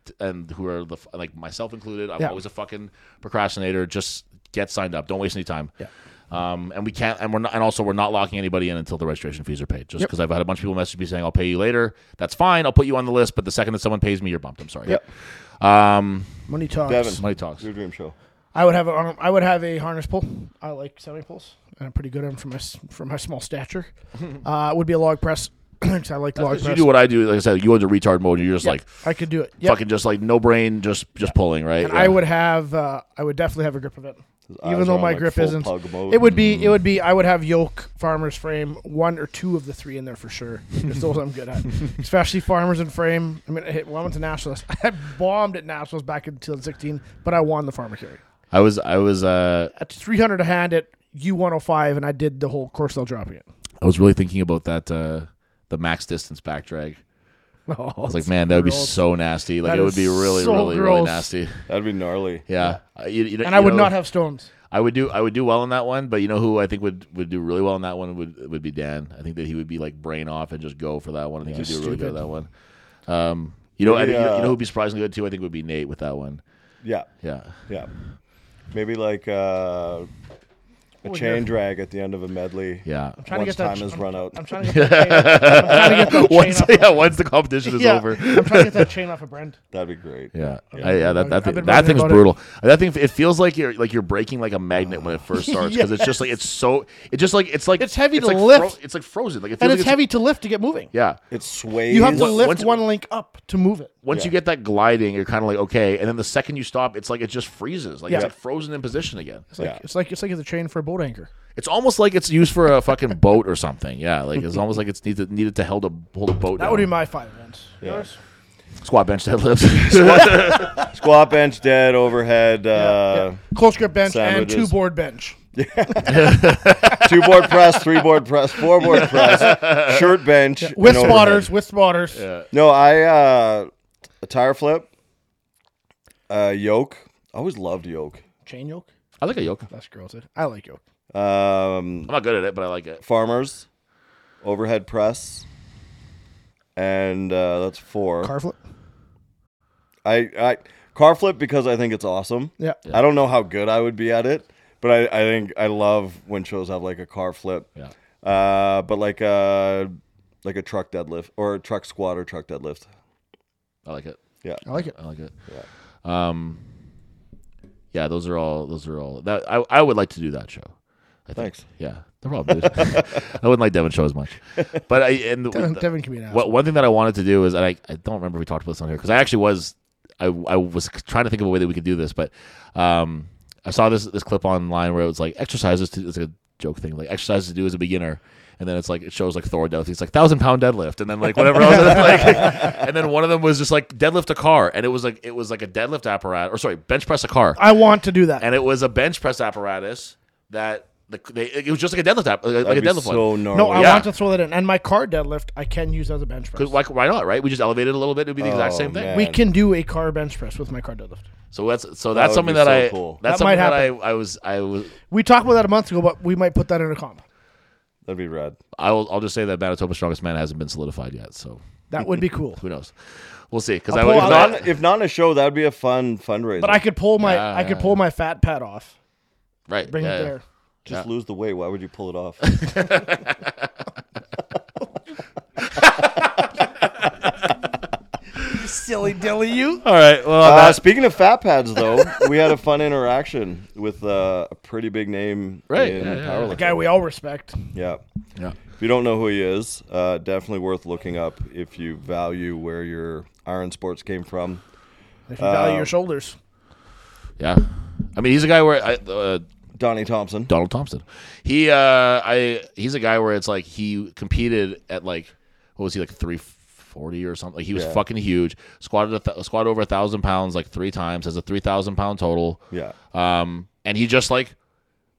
[SPEAKER 2] t- and who are the f- like myself included i'm
[SPEAKER 1] Yeah.
[SPEAKER 2] always a fucking procrastinator just get signed up don't waste any time
[SPEAKER 1] Yeah.
[SPEAKER 2] um, and we can't, and we're not, and also we're not locking anybody in until the registration fees are paid. Just because I've had a bunch of people message me saying I'll pay you later. That's fine. I'll put you on the list, but the second that someone pays me, you're bumped. I'm sorry. Um,
[SPEAKER 1] Money talks.
[SPEAKER 4] Devin.
[SPEAKER 2] money talks.
[SPEAKER 4] Your dream show.
[SPEAKER 1] I would have a arm- I would have a harness pull. I like semi pulls. and I'm pretty good at 'em for my s- for my small stature. Uh, it would be a log press. 'cause I like log press.
[SPEAKER 2] You do what I do. Like I said, you go into retard mode. and You're just like
[SPEAKER 1] I could do it. Yep.
[SPEAKER 2] fucking just like no brain, just just pulling right.
[SPEAKER 1] And
[SPEAKER 2] Yeah.
[SPEAKER 1] I would have. Uh, I would definitely have a grip event,
[SPEAKER 4] eyes
[SPEAKER 1] even though
[SPEAKER 4] are on,
[SPEAKER 1] my
[SPEAKER 4] like,
[SPEAKER 1] grip
[SPEAKER 4] full
[SPEAKER 1] isn't.
[SPEAKER 4] pug mode.
[SPEAKER 1] It would be. It would be. I would have yoke farmers frame one or two of the three in there for sure. It's those I'm good at, especially farmers and frame. I mean, I hit. Well, I went to nationals. I bombed at nationals back in 2016, but I won the farmer carry
[SPEAKER 2] I was I was uh
[SPEAKER 1] at 300 a hand at U105, and I did the whole course. They'll dropping it.
[SPEAKER 2] I was really thinking about that uh the max distance back drag.
[SPEAKER 1] Oh,
[SPEAKER 2] I was like, man, that would be
[SPEAKER 1] gross.
[SPEAKER 2] so nasty. Like
[SPEAKER 1] That
[SPEAKER 2] it would
[SPEAKER 1] is
[SPEAKER 2] be really
[SPEAKER 1] so
[SPEAKER 2] really really
[SPEAKER 1] gross.
[SPEAKER 2] nasty.
[SPEAKER 4] That'd be gnarly.
[SPEAKER 2] Yeah. Uh, you- you-
[SPEAKER 1] and
[SPEAKER 2] you
[SPEAKER 1] I would
[SPEAKER 2] know,
[SPEAKER 1] not have stones.
[SPEAKER 2] I would do I would do well on that one, but you know who I think would would do really well on that one would would be Dan. I think that he would be like brain off and just go for that one. I think he'd do really good
[SPEAKER 1] stupid.
[SPEAKER 2] at
[SPEAKER 1] uh,
[SPEAKER 2] that one. Um you know, I think, you know,
[SPEAKER 4] Yeah.
[SPEAKER 2] you know who'd be surprisingly good too. I think would be Nate with that one.
[SPEAKER 4] Yeah.
[SPEAKER 2] Yeah,
[SPEAKER 4] Yeah. Maybe like uh a chain drag at the end of a medley.
[SPEAKER 2] Yeah.
[SPEAKER 1] trying to get
[SPEAKER 4] Once
[SPEAKER 1] that
[SPEAKER 4] time
[SPEAKER 1] ch-
[SPEAKER 4] has
[SPEAKER 1] I'm-
[SPEAKER 4] run out.
[SPEAKER 1] I'm trying to get that chain, I'm trying to get that chain
[SPEAKER 2] once,
[SPEAKER 1] off.
[SPEAKER 2] yeah, once the competition is
[SPEAKER 1] yeah,
[SPEAKER 2] over.
[SPEAKER 1] I'm trying to get that chain off of Brent.
[SPEAKER 4] That'd be great.
[SPEAKER 2] Yeah, yeah, yeah that, that,
[SPEAKER 1] I've
[SPEAKER 2] thing,
[SPEAKER 1] been
[SPEAKER 2] that
[SPEAKER 1] reading
[SPEAKER 2] thing's
[SPEAKER 1] about it.
[SPEAKER 2] brutal. That thing, it feels like you're like you're breaking like a magnet when it first starts because it's just like it's so. It's just like it's like
[SPEAKER 1] It's heavy to
[SPEAKER 2] like
[SPEAKER 1] lift.
[SPEAKER 2] it's like frozen. Like it feels
[SPEAKER 1] And
[SPEAKER 2] like
[SPEAKER 1] it's heavy to lift to get moving.
[SPEAKER 2] Yeah.
[SPEAKER 4] It sways.
[SPEAKER 1] You have to
[SPEAKER 2] Once-
[SPEAKER 1] lift
[SPEAKER 2] once-
[SPEAKER 1] one link up to move it.
[SPEAKER 2] Once you get that gliding, you're kind of like okay, and then the second you stop, it's like it just freezes. Like it's
[SPEAKER 1] Yeah.
[SPEAKER 2] like frozen in position again.
[SPEAKER 1] It's like
[SPEAKER 4] Yeah.
[SPEAKER 1] it's like it's like it's a chain for a boat anchor.
[SPEAKER 2] It's almost like it's used for a fucking boat or something. Yeah, like it's almost like it's needed needed to hold a hold a boat.
[SPEAKER 1] That would be my five events. Yours?
[SPEAKER 2] squat bench deadlifts.
[SPEAKER 4] squat bench dead overhead. Uh,
[SPEAKER 1] Close grip bench
[SPEAKER 4] Sandwiches.
[SPEAKER 1] and two board bench.
[SPEAKER 4] two board press, three board press, four board press, shirt bench and
[SPEAKER 1] With
[SPEAKER 4] overhead.
[SPEAKER 1] spotters, with spotters.
[SPEAKER 4] No, I uh, a tire flip, uh, yoke. I always loved yoke.
[SPEAKER 1] Chain yoke?
[SPEAKER 2] I like a yoke. I'm
[SPEAKER 1] That's girls. it. I like yoke.
[SPEAKER 4] Um,
[SPEAKER 2] not good at it, but I like it.
[SPEAKER 4] farmers, overhead press, and uh, that's four.
[SPEAKER 1] Car flip?
[SPEAKER 4] I, I car flip because I think it's awesome.
[SPEAKER 1] Yeah.
[SPEAKER 4] I don't know how good I would be at it, but I, I think I love when shows have like a car flip.
[SPEAKER 2] Yeah.
[SPEAKER 4] Uh, but like a like a truck deadlift or a truck squat or truck deadlift.
[SPEAKER 2] I like it.
[SPEAKER 4] Yeah.
[SPEAKER 1] I like it.
[SPEAKER 2] I like it. Yeah. Um, yeah, those are all. Those are all. That I I would like to do that show. I think.
[SPEAKER 4] Thanks.
[SPEAKER 2] Yeah, no problem. Dude. I wouldn't like Devon show as much, but I and
[SPEAKER 1] Devin, Devin can be an
[SPEAKER 2] what
[SPEAKER 1] asshole.
[SPEAKER 2] one thing that I wanted to do is and I I don't remember if we talked about this on here because I actually was I I was trying to think of a way that we could do this, but um I saw this this clip online where it was like exercises to it's like a joke thing like exercises to do as a beginner. And then it's like it shows like Thor deadlift. He's like thousand pound deadlift, and then like whatever else. And then, like, and then one of them was just like deadlift a car, and it was like it was like a deadlift apparatus, or sorry, bench press a car
[SPEAKER 1] I want to do that.
[SPEAKER 2] and it was a bench press apparatus that the, they, it was just like a deadlift app, like,
[SPEAKER 4] That'd
[SPEAKER 2] a
[SPEAKER 4] be
[SPEAKER 2] deadlift
[SPEAKER 4] so
[SPEAKER 2] one.
[SPEAKER 4] gnarly.
[SPEAKER 1] no, I
[SPEAKER 2] Oh, yeah.
[SPEAKER 1] want to throw that in. And my car deadlift, I can use as a bench press.
[SPEAKER 2] 'Cause Why, why not? Right? We just elevated a little bit. It'd be the exact
[SPEAKER 4] Oh,
[SPEAKER 2] same thing.
[SPEAKER 4] man.
[SPEAKER 1] we can do a car bench press with my car deadlift.
[SPEAKER 2] So that's so that's
[SPEAKER 4] would
[SPEAKER 2] something
[SPEAKER 4] be
[SPEAKER 2] that
[SPEAKER 4] so
[SPEAKER 2] I
[SPEAKER 4] cool.
[SPEAKER 2] that's
[SPEAKER 1] That
[SPEAKER 2] something
[SPEAKER 1] might
[SPEAKER 2] that I, I was I was
[SPEAKER 1] We talked about that a month ago, but we might put that in a comp.
[SPEAKER 4] That'd be rad.
[SPEAKER 2] I will I'll just say that Manitoba's strongest man hasn't been solidified yet. So
[SPEAKER 1] That would be cool.
[SPEAKER 2] who knows? We'll see. Because I
[SPEAKER 1] pull
[SPEAKER 2] would
[SPEAKER 1] out
[SPEAKER 2] if
[SPEAKER 1] that-
[SPEAKER 2] not,
[SPEAKER 4] Not, if not in a show, that'd be a fun fundraiser.
[SPEAKER 1] But I could pull my I could pull my fat pad off.
[SPEAKER 2] right
[SPEAKER 1] Bring
[SPEAKER 2] yeah,
[SPEAKER 1] it
[SPEAKER 2] yeah.
[SPEAKER 1] there.
[SPEAKER 4] just lose the weight. Why would you pull it off?
[SPEAKER 1] Silly dilly you.
[SPEAKER 2] All right. Well, on
[SPEAKER 4] Uh,
[SPEAKER 2] that,
[SPEAKER 4] speaking of fat pads, though, we had a fun interaction with uh, a pretty big name
[SPEAKER 2] Right,
[SPEAKER 4] in
[SPEAKER 2] yeah, yeah, yeah.
[SPEAKER 4] powerlifting.
[SPEAKER 1] Guy we all respect.
[SPEAKER 4] Yeah.
[SPEAKER 2] yeah.
[SPEAKER 4] If you don't know who he is, uh, definitely worth looking up if you value where your iron sports came from.
[SPEAKER 1] If you value
[SPEAKER 2] Um,
[SPEAKER 1] your shoulders.
[SPEAKER 2] yeah. I mean, he's a guy where I, uh,
[SPEAKER 4] Donnie Thompson.
[SPEAKER 2] Donald Thompson. He uh I he's a guy where it's like he competed at like what was he like three forty or something. Like he was
[SPEAKER 4] Yeah.
[SPEAKER 2] fucking huge. Squatted a th- squat over a thousand pounds like three times. Has a three thousand pound total.
[SPEAKER 4] Yeah.
[SPEAKER 2] Um, and he just like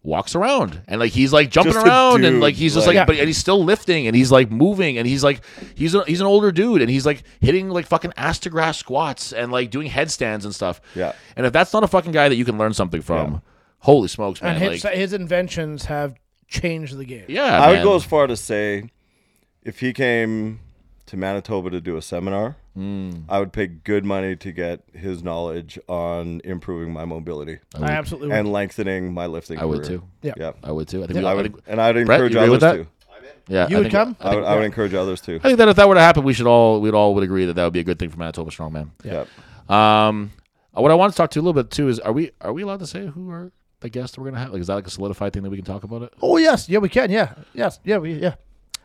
[SPEAKER 2] walks around and like he's like jumping
[SPEAKER 4] Just a
[SPEAKER 2] around and
[SPEAKER 4] dude,
[SPEAKER 2] like he's just like,
[SPEAKER 4] like-
[SPEAKER 2] but and he's still lifting and he's like moving and he's like he's a, he's an older dude and he's like hitting like fucking ass to grass squats and like doing headstands and stuff.
[SPEAKER 4] Yeah.
[SPEAKER 2] And if that's not a fucking guy that you can learn something from, holy smokes, man!
[SPEAKER 1] And his,
[SPEAKER 2] like,
[SPEAKER 1] his inventions have changed the game.
[SPEAKER 2] yeah,
[SPEAKER 4] I would
[SPEAKER 2] man.
[SPEAKER 4] go as far to say if he came to Manitoba to do a seminar,
[SPEAKER 2] Hmm.
[SPEAKER 4] I would pay good money to get his knowledge on improving my mobility
[SPEAKER 1] I absolutely would.
[SPEAKER 4] and lengthening my lifting
[SPEAKER 2] I would
[SPEAKER 4] career.
[SPEAKER 2] too.
[SPEAKER 1] Yeah.
[SPEAKER 4] Yeah.
[SPEAKER 2] I would too. I think we,
[SPEAKER 4] I
[SPEAKER 2] I
[SPEAKER 4] would,
[SPEAKER 2] think,
[SPEAKER 4] and I'd
[SPEAKER 2] Brett, you
[SPEAKER 4] encourage
[SPEAKER 2] agree
[SPEAKER 4] others
[SPEAKER 2] with that?
[SPEAKER 4] to.
[SPEAKER 2] yeah,
[SPEAKER 1] You
[SPEAKER 2] I
[SPEAKER 1] would
[SPEAKER 2] think-
[SPEAKER 1] come?
[SPEAKER 2] I
[SPEAKER 4] I
[SPEAKER 2] think,
[SPEAKER 4] would, I would encourage others to.
[SPEAKER 2] I think that if that were to happen, we should all we'd all would agree that that would be a good thing for Manitoba Strongman.
[SPEAKER 4] Yeah.
[SPEAKER 2] Um, what I want to talk to you a little bit too is are we are we allowed to say who are the guests that we're gonna have? Like, is that like a solidified thing that we can talk about it
[SPEAKER 1] Oh yes, yeah we can, yeah, yes, yeah we yeah.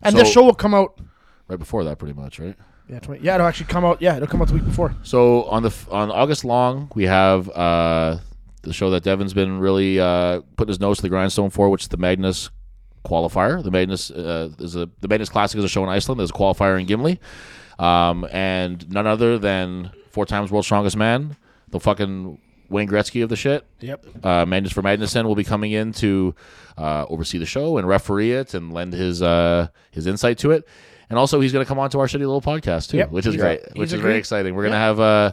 [SPEAKER 1] And this
[SPEAKER 2] So-
[SPEAKER 1] show will come out.
[SPEAKER 2] right before that, pretty much, right?
[SPEAKER 1] Yeah, 20, yeah, it'll actually come out. Yeah, it'll come out the week before.
[SPEAKER 2] So on the f- on August long, we have uh the show that Devin's been really uh putting his nose to the grindstone for, which is the Magnus qualifier. The Magnus uh, is a the Magnus Classic is a show in Iceland. There's a qualifier in Gimli, um, and none other than four times world's strongest man, the fucking Wayne Gretzky of the shit.
[SPEAKER 1] Yep.
[SPEAKER 2] Uh, Magnus for Magnuson will be coming in to uh, oversee the show and referee it and lend his uh, his insight to it. And also, he's going to come on to our shitty little podcast too,
[SPEAKER 1] Yep.
[SPEAKER 2] which is
[SPEAKER 1] He's-
[SPEAKER 2] great,
[SPEAKER 1] he's
[SPEAKER 2] which is
[SPEAKER 1] agreed.
[SPEAKER 2] very exciting. We're gonna have uh,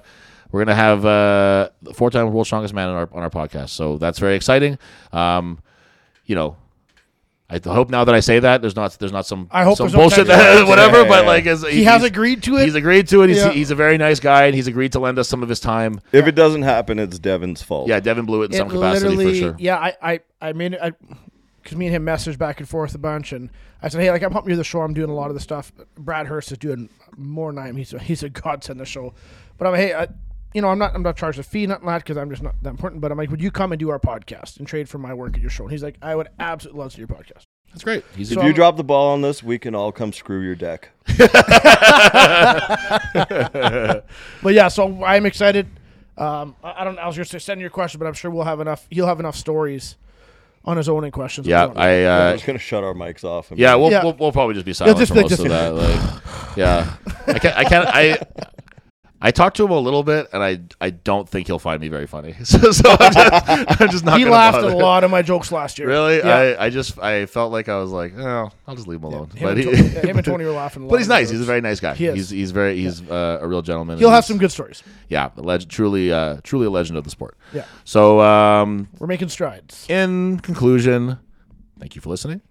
[SPEAKER 2] we're gonna have uh, four time world strongest man on our on our podcast, so that's very exciting. Um, you know, I hope now that I say that there's not there's not some
[SPEAKER 1] I hope
[SPEAKER 2] some
[SPEAKER 1] there's no
[SPEAKER 2] bullshit
[SPEAKER 1] tension.
[SPEAKER 2] that, whatever,
[SPEAKER 4] Yeah, yeah,
[SPEAKER 2] but
[SPEAKER 4] yeah.
[SPEAKER 2] like as,
[SPEAKER 1] He has agreed to it.
[SPEAKER 2] He's agreed to it. He's,
[SPEAKER 1] Yeah.
[SPEAKER 2] he's a very nice guy, and he's agreed to lend us some of his time.
[SPEAKER 4] If it doesn't happen, it's Devin's fault.
[SPEAKER 2] Yeah, Devin blew it in
[SPEAKER 1] It
[SPEAKER 2] some capacity for
[SPEAKER 1] literally-
[SPEAKER 2] sure.
[SPEAKER 1] Yeah, I, I, I mean, I because me and him messaged back and forth a bunch, and I said, "Hey, like I'm helping you with the show. I'm doing a lot of the stuff. Brad Hurst is doing more than I am. He's a, he's a godsend the show, but I'm like, hey, I, you know, I'm not I'm not charged a fee, nothing like that, because I'm just not that important. But I'm like, would you come and do our podcast and trade for my work at your show? And he's like, I would absolutely love to do your podcast.
[SPEAKER 2] That's great. He's
[SPEAKER 1] So
[SPEAKER 4] If you
[SPEAKER 1] I'm-
[SPEAKER 4] drop the ball on this, we can all come screw your deck.
[SPEAKER 1] But yeah, so I'm excited. Um, I, I don't. I was just sending your question, but I'm sure we'll have enough. He'll have enough stories on his own and questions.
[SPEAKER 2] yeah.
[SPEAKER 1] as well.
[SPEAKER 2] I
[SPEAKER 4] I
[SPEAKER 2] uh,
[SPEAKER 4] was gonna shut our mics off. And
[SPEAKER 2] yeah, we'll,
[SPEAKER 1] Yeah.
[SPEAKER 2] We'll, we'll probably just be silent
[SPEAKER 1] just
[SPEAKER 2] for
[SPEAKER 1] be like
[SPEAKER 2] most of that. Like, yeah, I can't. I can't. I I talked to him a little bit, and I I don't think he'll find me very funny. So, so I'm, just, I'm just not.
[SPEAKER 1] he
[SPEAKER 2] gonna
[SPEAKER 1] laughed at
[SPEAKER 2] bother.
[SPEAKER 1] a lot of my jokes last year.
[SPEAKER 2] Really,
[SPEAKER 1] Yeah.
[SPEAKER 2] I, I just I felt like I was like, oh, I'll just leave him alone.
[SPEAKER 1] Him and,
[SPEAKER 2] But he,
[SPEAKER 1] Tony, yeah, him and Tony were laughing. A lot
[SPEAKER 2] but he's
[SPEAKER 1] on my
[SPEAKER 2] nice. He's a
[SPEAKER 1] jokes.
[SPEAKER 2] very nice guy.
[SPEAKER 1] He is.
[SPEAKER 2] He's he's very he's uh, a real gentleman.
[SPEAKER 1] He'll
[SPEAKER 2] and
[SPEAKER 1] have
[SPEAKER 2] he's-
[SPEAKER 1] some good stories.
[SPEAKER 2] Yeah, a leg- truly, uh, truly a legend of the sport.
[SPEAKER 1] Yeah.
[SPEAKER 2] So, um,
[SPEAKER 1] We're making strides.
[SPEAKER 2] in conclusion, thank you for listening.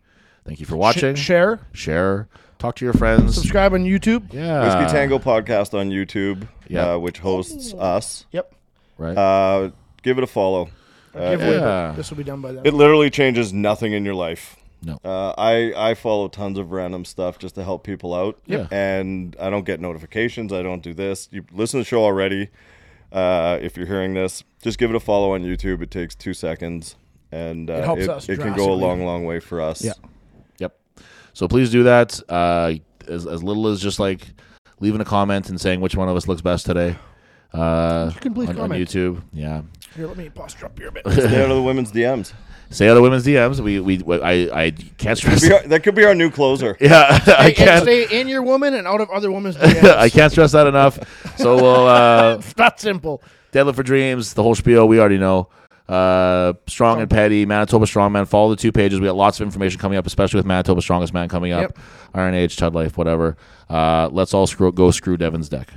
[SPEAKER 2] Thank you for watching.
[SPEAKER 1] Sh- share,
[SPEAKER 2] share, talk to your friends.
[SPEAKER 1] subscribe on YouTube.
[SPEAKER 2] Yeah.
[SPEAKER 4] Whiskey Tango podcast on YouTube,
[SPEAKER 2] uh, Yeah.
[SPEAKER 4] uh, which hosts us.
[SPEAKER 1] Yep.
[SPEAKER 2] Right.
[SPEAKER 4] Uh, give it a follow.
[SPEAKER 1] Give away, but
[SPEAKER 2] Uh, yeah.
[SPEAKER 1] This will be done by then.
[SPEAKER 4] It literally changes nothing in your life.
[SPEAKER 2] no.
[SPEAKER 4] Uh, I I follow tons of random stuff just to help people out.
[SPEAKER 2] Yeah.
[SPEAKER 4] And I don't get notifications. I don't do this. You listen to the show already. Uh, if you're hearing this, just give it a follow on YouTube. It takes two seconds, and uh, it,
[SPEAKER 1] helps us
[SPEAKER 4] it can go a
[SPEAKER 1] drastically.
[SPEAKER 4] long, long way for us.
[SPEAKER 1] Yeah.
[SPEAKER 2] Yep. So please do that. Uh, as, as little as just like leaving a comment and saying which one of us looks best today. Uh,
[SPEAKER 1] You can please
[SPEAKER 2] on, on
[SPEAKER 1] comment.
[SPEAKER 2] YouTube. Yeah.
[SPEAKER 1] Here, let me posture up here a bit.
[SPEAKER 4] Stay out of the women's DMs.
[SPEAKER 2] Say other women's DMs. We we, we- I I can't stress.
[SPEAKER 4] Be our- that could be our new closer.
[SPEAKER 2] yeah, I
[SPEAKER 1] and
[SPEAKER 2] can't.
[SPEAKER 1] stay in your woman and out of other women's
[SPEAKER 2] I
[SPEAKER 1] DMs.
[SPEAKER 2] can't stress that enough. So we'll uh,
[SPEAKER 1] It's not simple.
[SPEAKER 2] Deadlift for Dreams, the whole spiel, we already know. Uh, Strong and Petty, Manitoba Strongman. Follow the two pages. We got lots of information coming up, especially with Manitoba Strongest Man coming up,
[SPEAKER 1] Yep.
[SPEAKER 2] Iron Age, Tud Life, whatever. Uh, let's all screw, go screw Devin's deck.